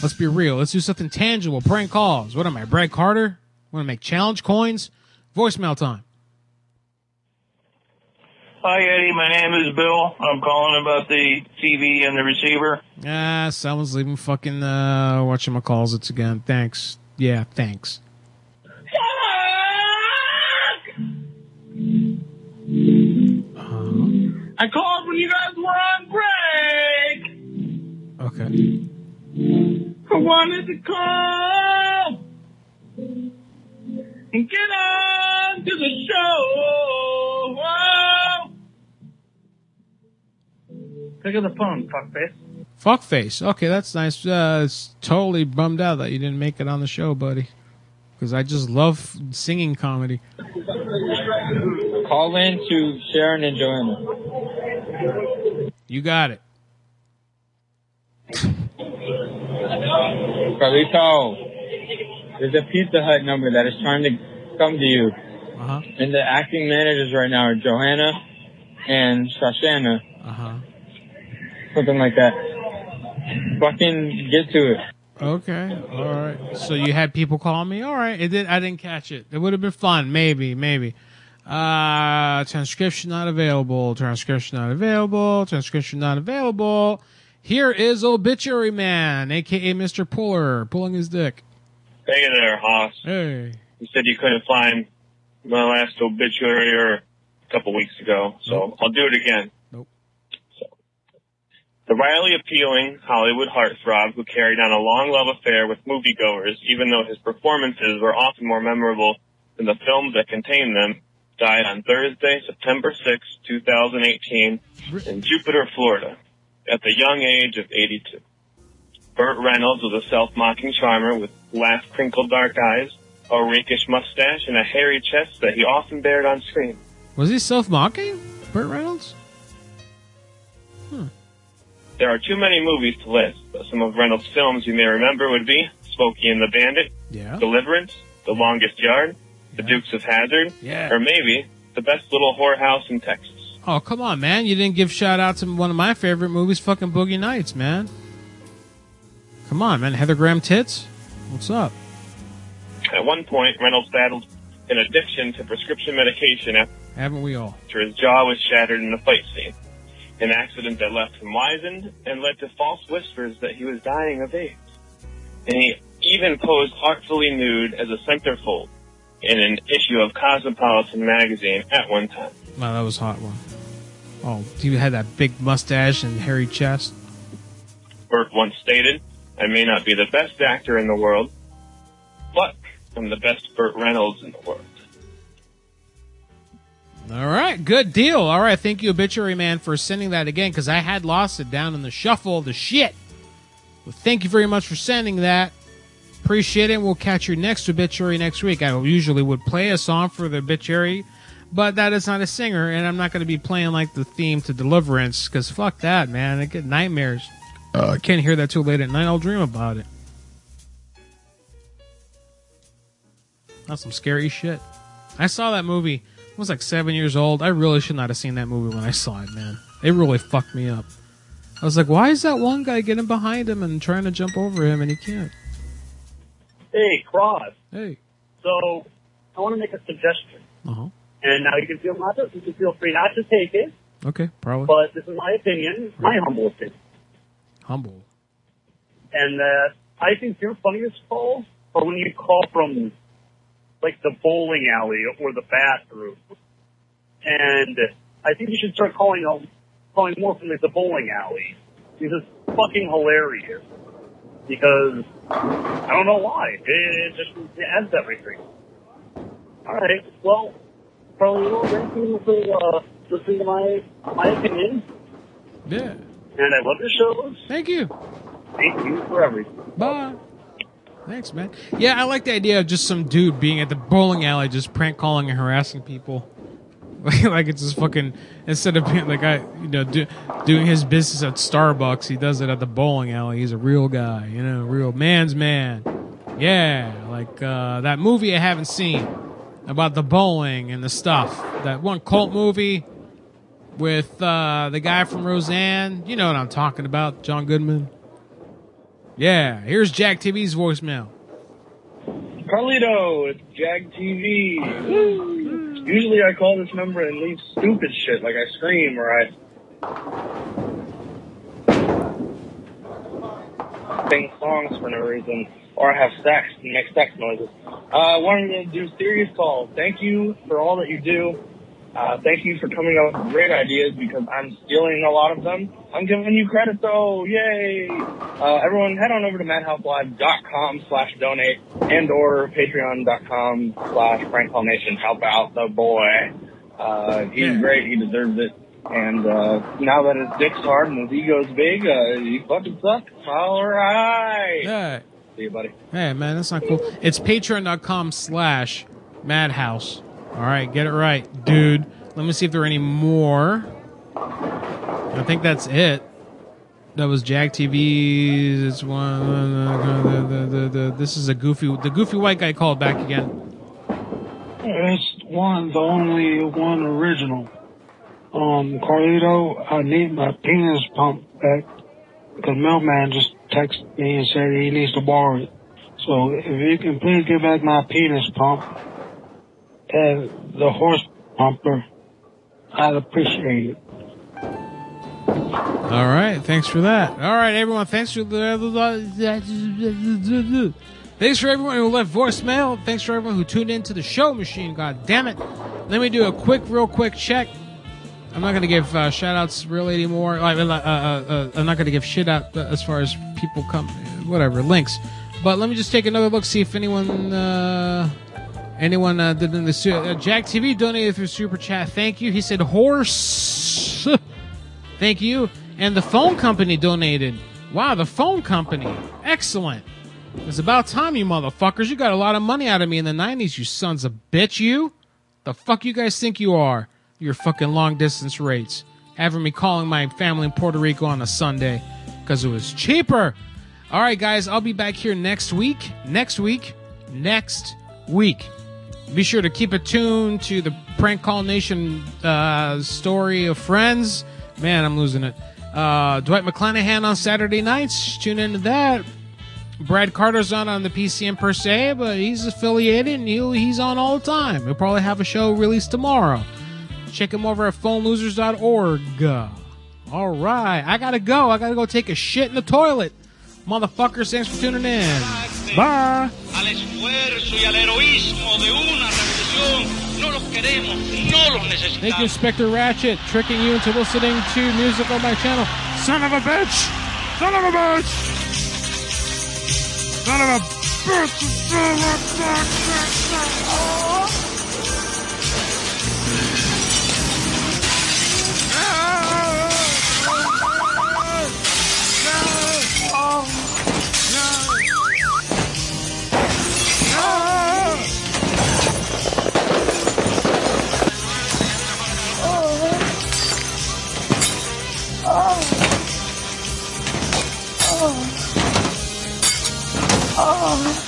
Speaker 2: Let's be real. Let's do something tangible. Prank calls. What am I, Brad Carter? Want to make challenge coins? Voicemail time.
Speaker 25: Hi, Eddie. My name is Bill. I'm calling about the TV and the receiver.
Speaker 2: Ah, someone's leaving fucking uh watching my calls it's again. Thanks. Yeah, thanks.
Speaker 25: I called when you guys were on break.
Speaker 2: Okay.
Speaker 25: I wanted to call and get on to the show. Pick up the phone, fuckface.
Speaker 2: Fuckface. Okay, that's nice. Uh, it's totally bummed out that you didn't make it on the show, buddy. Because I just love singing comedy.
Speaker 6: Call in to share and enjoyment.
Speaker 2: You got it.
Speaker 6: Carlito, there's a Pizza Hut number that is trying to come to you.
Speaker 2: Uh-huh.
Speaker 6: And the acting managers right now are Johanna and Shoshana,
Speaker 2: Uh huh.
Speaker 6: something like that. Fucking get to it.
Speaker 2: Okay. All right. So you had people call me. All right. It did. I didn't catch it. It would have been fun. Maybe. Maybe. Uh, transcription not available. Transcription not available. Transcription not available. Here is Obituary Man, aka Mr. Puller, pulling his dick.
Speaker 25: Hey there, Haas.
Speaker 2: Hey.
Speaker 25: You said you couldn't find my last obituary or a couple weeks ago, so I'll do it again.
Speaker 2: Nope.
Speaker 25: So, the Riley appealing Hollywood heartthrob who carried on a long love affair with moviegoers, even though his performances were often more memorable than the films that contained them, died on Thursday, September 6, 2018, in Jupiter, Florida, at the young age of 82. Burt Reynolds was a self-mocking charmer with laugh crinkled dark eyes, a rakish mustache, and a hairy chest that he often bared on screen.
Speaker 2: Was he self mocking? Burt Reynolds?
Speaker 25: There are too many movies to list, but some of Reynolds' films you may remember would be Smokey and the Bandit,
Speaker 2: Yeah.
Speaker 25: Deliverance, The Longest Yard, The Dukes of Hazard,
Speaker 2: Yeah.
Speaker 25: or maybe the best little whorehouse in Texas.
Speaker 2: Oh, come on, man. You didn't give shout out to one of my favorite movies, fucking Boogie Nights, man. Come on, man. Heather Graham Tits? What's up?
Speaker 25: At one point, Reynolds battled an addiction to prescription medication
Speaker 2: Haven't we all?
Speaker 25: after his jaw was shattered in a fight scene, an accident that left him wizened and led to false whispers that he was dying of AIDS. And he even posed artfully nude as a centerfold in an issue of Cosmopolitan magazine at one time.
Speaker 2: Wow, that was a hot one. Oh, he had that big mustache and hairy chest.
Speaker 25: Burt once stated, I may not be the best actor in the world, but I'm the best Burt Reynolds in the world.
Speaker 2: All right, good deal. All right, thank you, Obituary Man, for sending that again because I had lost it down in the shuffle of the shit. Well, thank you very much for sending that. Appreciate it. We'll catch you next obituary next week. I usually would play a song for the obituary, but that is not a singer, and I'm not going to be playing like the theme to Deliverance because fuck that, man. I get nightmares. Uh, I can't hear that too late at night. I'll dream about it. That's some scary shit. I saw that movie. I was like seven years old. I really should not have seen that movie when I saw it, man. It really fucked me up. I was like, why is that one guy getting behind him and trying to jump over him and he can't?
Speaker 39: Hey, Cross.
Speaker 2: Hey.
Speaker 39: So, I want to make a suggestion,
Speaker 2: Uh huh.
Speaker 39: and now you can feel not to, you can feel free not to take it,
Speaker 2: Okay, probably.
Speaker 39: but this is my opinion, my
Speaker 2: Right.
Speaker 39: humble opinion,
Speaker 2: Humble.
Speaker 39: and uh, I think your funniest calls are when you call from like the bowling alley or the bathroom, and I think you should start calling um, calling more from like, the bowling alley. This is fucking hilarious because I don't know why it, it just it ends everything. All right. Well, probably a little thank you for uh, listening to my my opinion.
Speaker 2: Yeah.
Speaker 39: And I love your shows.
Speaker 2: Thank you.
Speaker 39: Thank you for everything.
Speaker 2: Bye. Thanks, man. Yeah, I like the idea of just some dude being at the bowling alley just prank calling and harassing people. Like, like it's just fucking instead of being like I you know do, doing his business at Starbucks, he does it at the bowling alley. He's a real guy, you know, real man's man. Yeah, like uh, that movie I haven't seen about the bowling and the stuff. That one cult movie with uh, the guy from Roseanne. You know what I'm talking about, John Goodman. Yeah, here's Jack TV's voicemail.
Speaker 39: Carlito, it's Jag TV. Usually I call this number and leave stupid shit, like I scream or I sing songs for no reason, or I have sex and make sex noises. Uh, wanted to do serious call. Thank you for all that you do. Uh, thank you for coming up with great ideas because I'm stealing a lot of them. I'm giving you credit though. Yay! Uh, everyone head on over to madhouselive.com slash donate and or patreon.com slash Frank Hall Nation. Help out the boy. Uh, he's great. He deserves it. And, uh, now that his dick's hard and his ego's big, uh, he fucking sucks. Alright.
Speaker 2: Yeah.
Speaker 39: See you, buddy.
Speaker 2: Hey, man, that's not cool. It's patreon.com slash madhouse. All right, get it right, dude. Let me see if there are any more. I think that's it. That was Jag TV's. It's uh, one. The, the, the, the, uh, this is a goofy. The goofy white guy called back again.
Speaker 9: It's one, the only one original. Um, Carlito, I need my penis pumped back. The mailman just texted me and said he needs to borrow it. So if you can please give back my penis pump and the horse pumper, I'd appreciate it.
Speaker 2: All right, thanks for that. All right, everyone, thanks for the. Thanks for everyone who left voicemail. Thanks for everyone who tuned in to the show machine. God damn it! Let me do a quick, real quick check. I'm not going to give uh, shout outs really anymore. I- I- uh, uh, uh, I'm not going to give shit out uh, as far as people come, uh, whatever, links. But let me just take another look, see if anyone. Uh, Anyone uh, did in the su- uh, Jack TV donated through super chat. Thank you. He said horse. Thank you. And the phone company donated. Wow, the phone company. Excellent. It's about time, you motherfuckers. You got a lot of money out of me in the 90s, you sons of bitch, you. The fuck you guys think you are? Your fucking long distance rates. Having me calling my family in Puerto Rico on a Sunday because it was cheaper. All right, guys, I'll be back here next week. Next week. Next week. Be sure to keep it tuned to the Prank Call Nation uh, story of friends. Man, I'm losing it. Uh, Dwight McClanahan on Saturday nights. Tune into that. Brad Carter's not on the PCM per se, but he's affiliated and he'll, he's on all the time. He'll probably have a show released tomorrow. Check him over at phonelosers.org. All right, I gotta go. I gotta go take a shit in the toilet. Motherfuckers, thanks for tuning in. Bye.
Speaker 17: al esfuerzo y al heroísmo de una revolución. No los queremos, no los necesitamos.
Speaker 2: Thank you, Inspector Ratchet, tricking you into listening to music on my channel. Son of a bitch! Son of a bitch! Son of a
Speaker 17: Oh.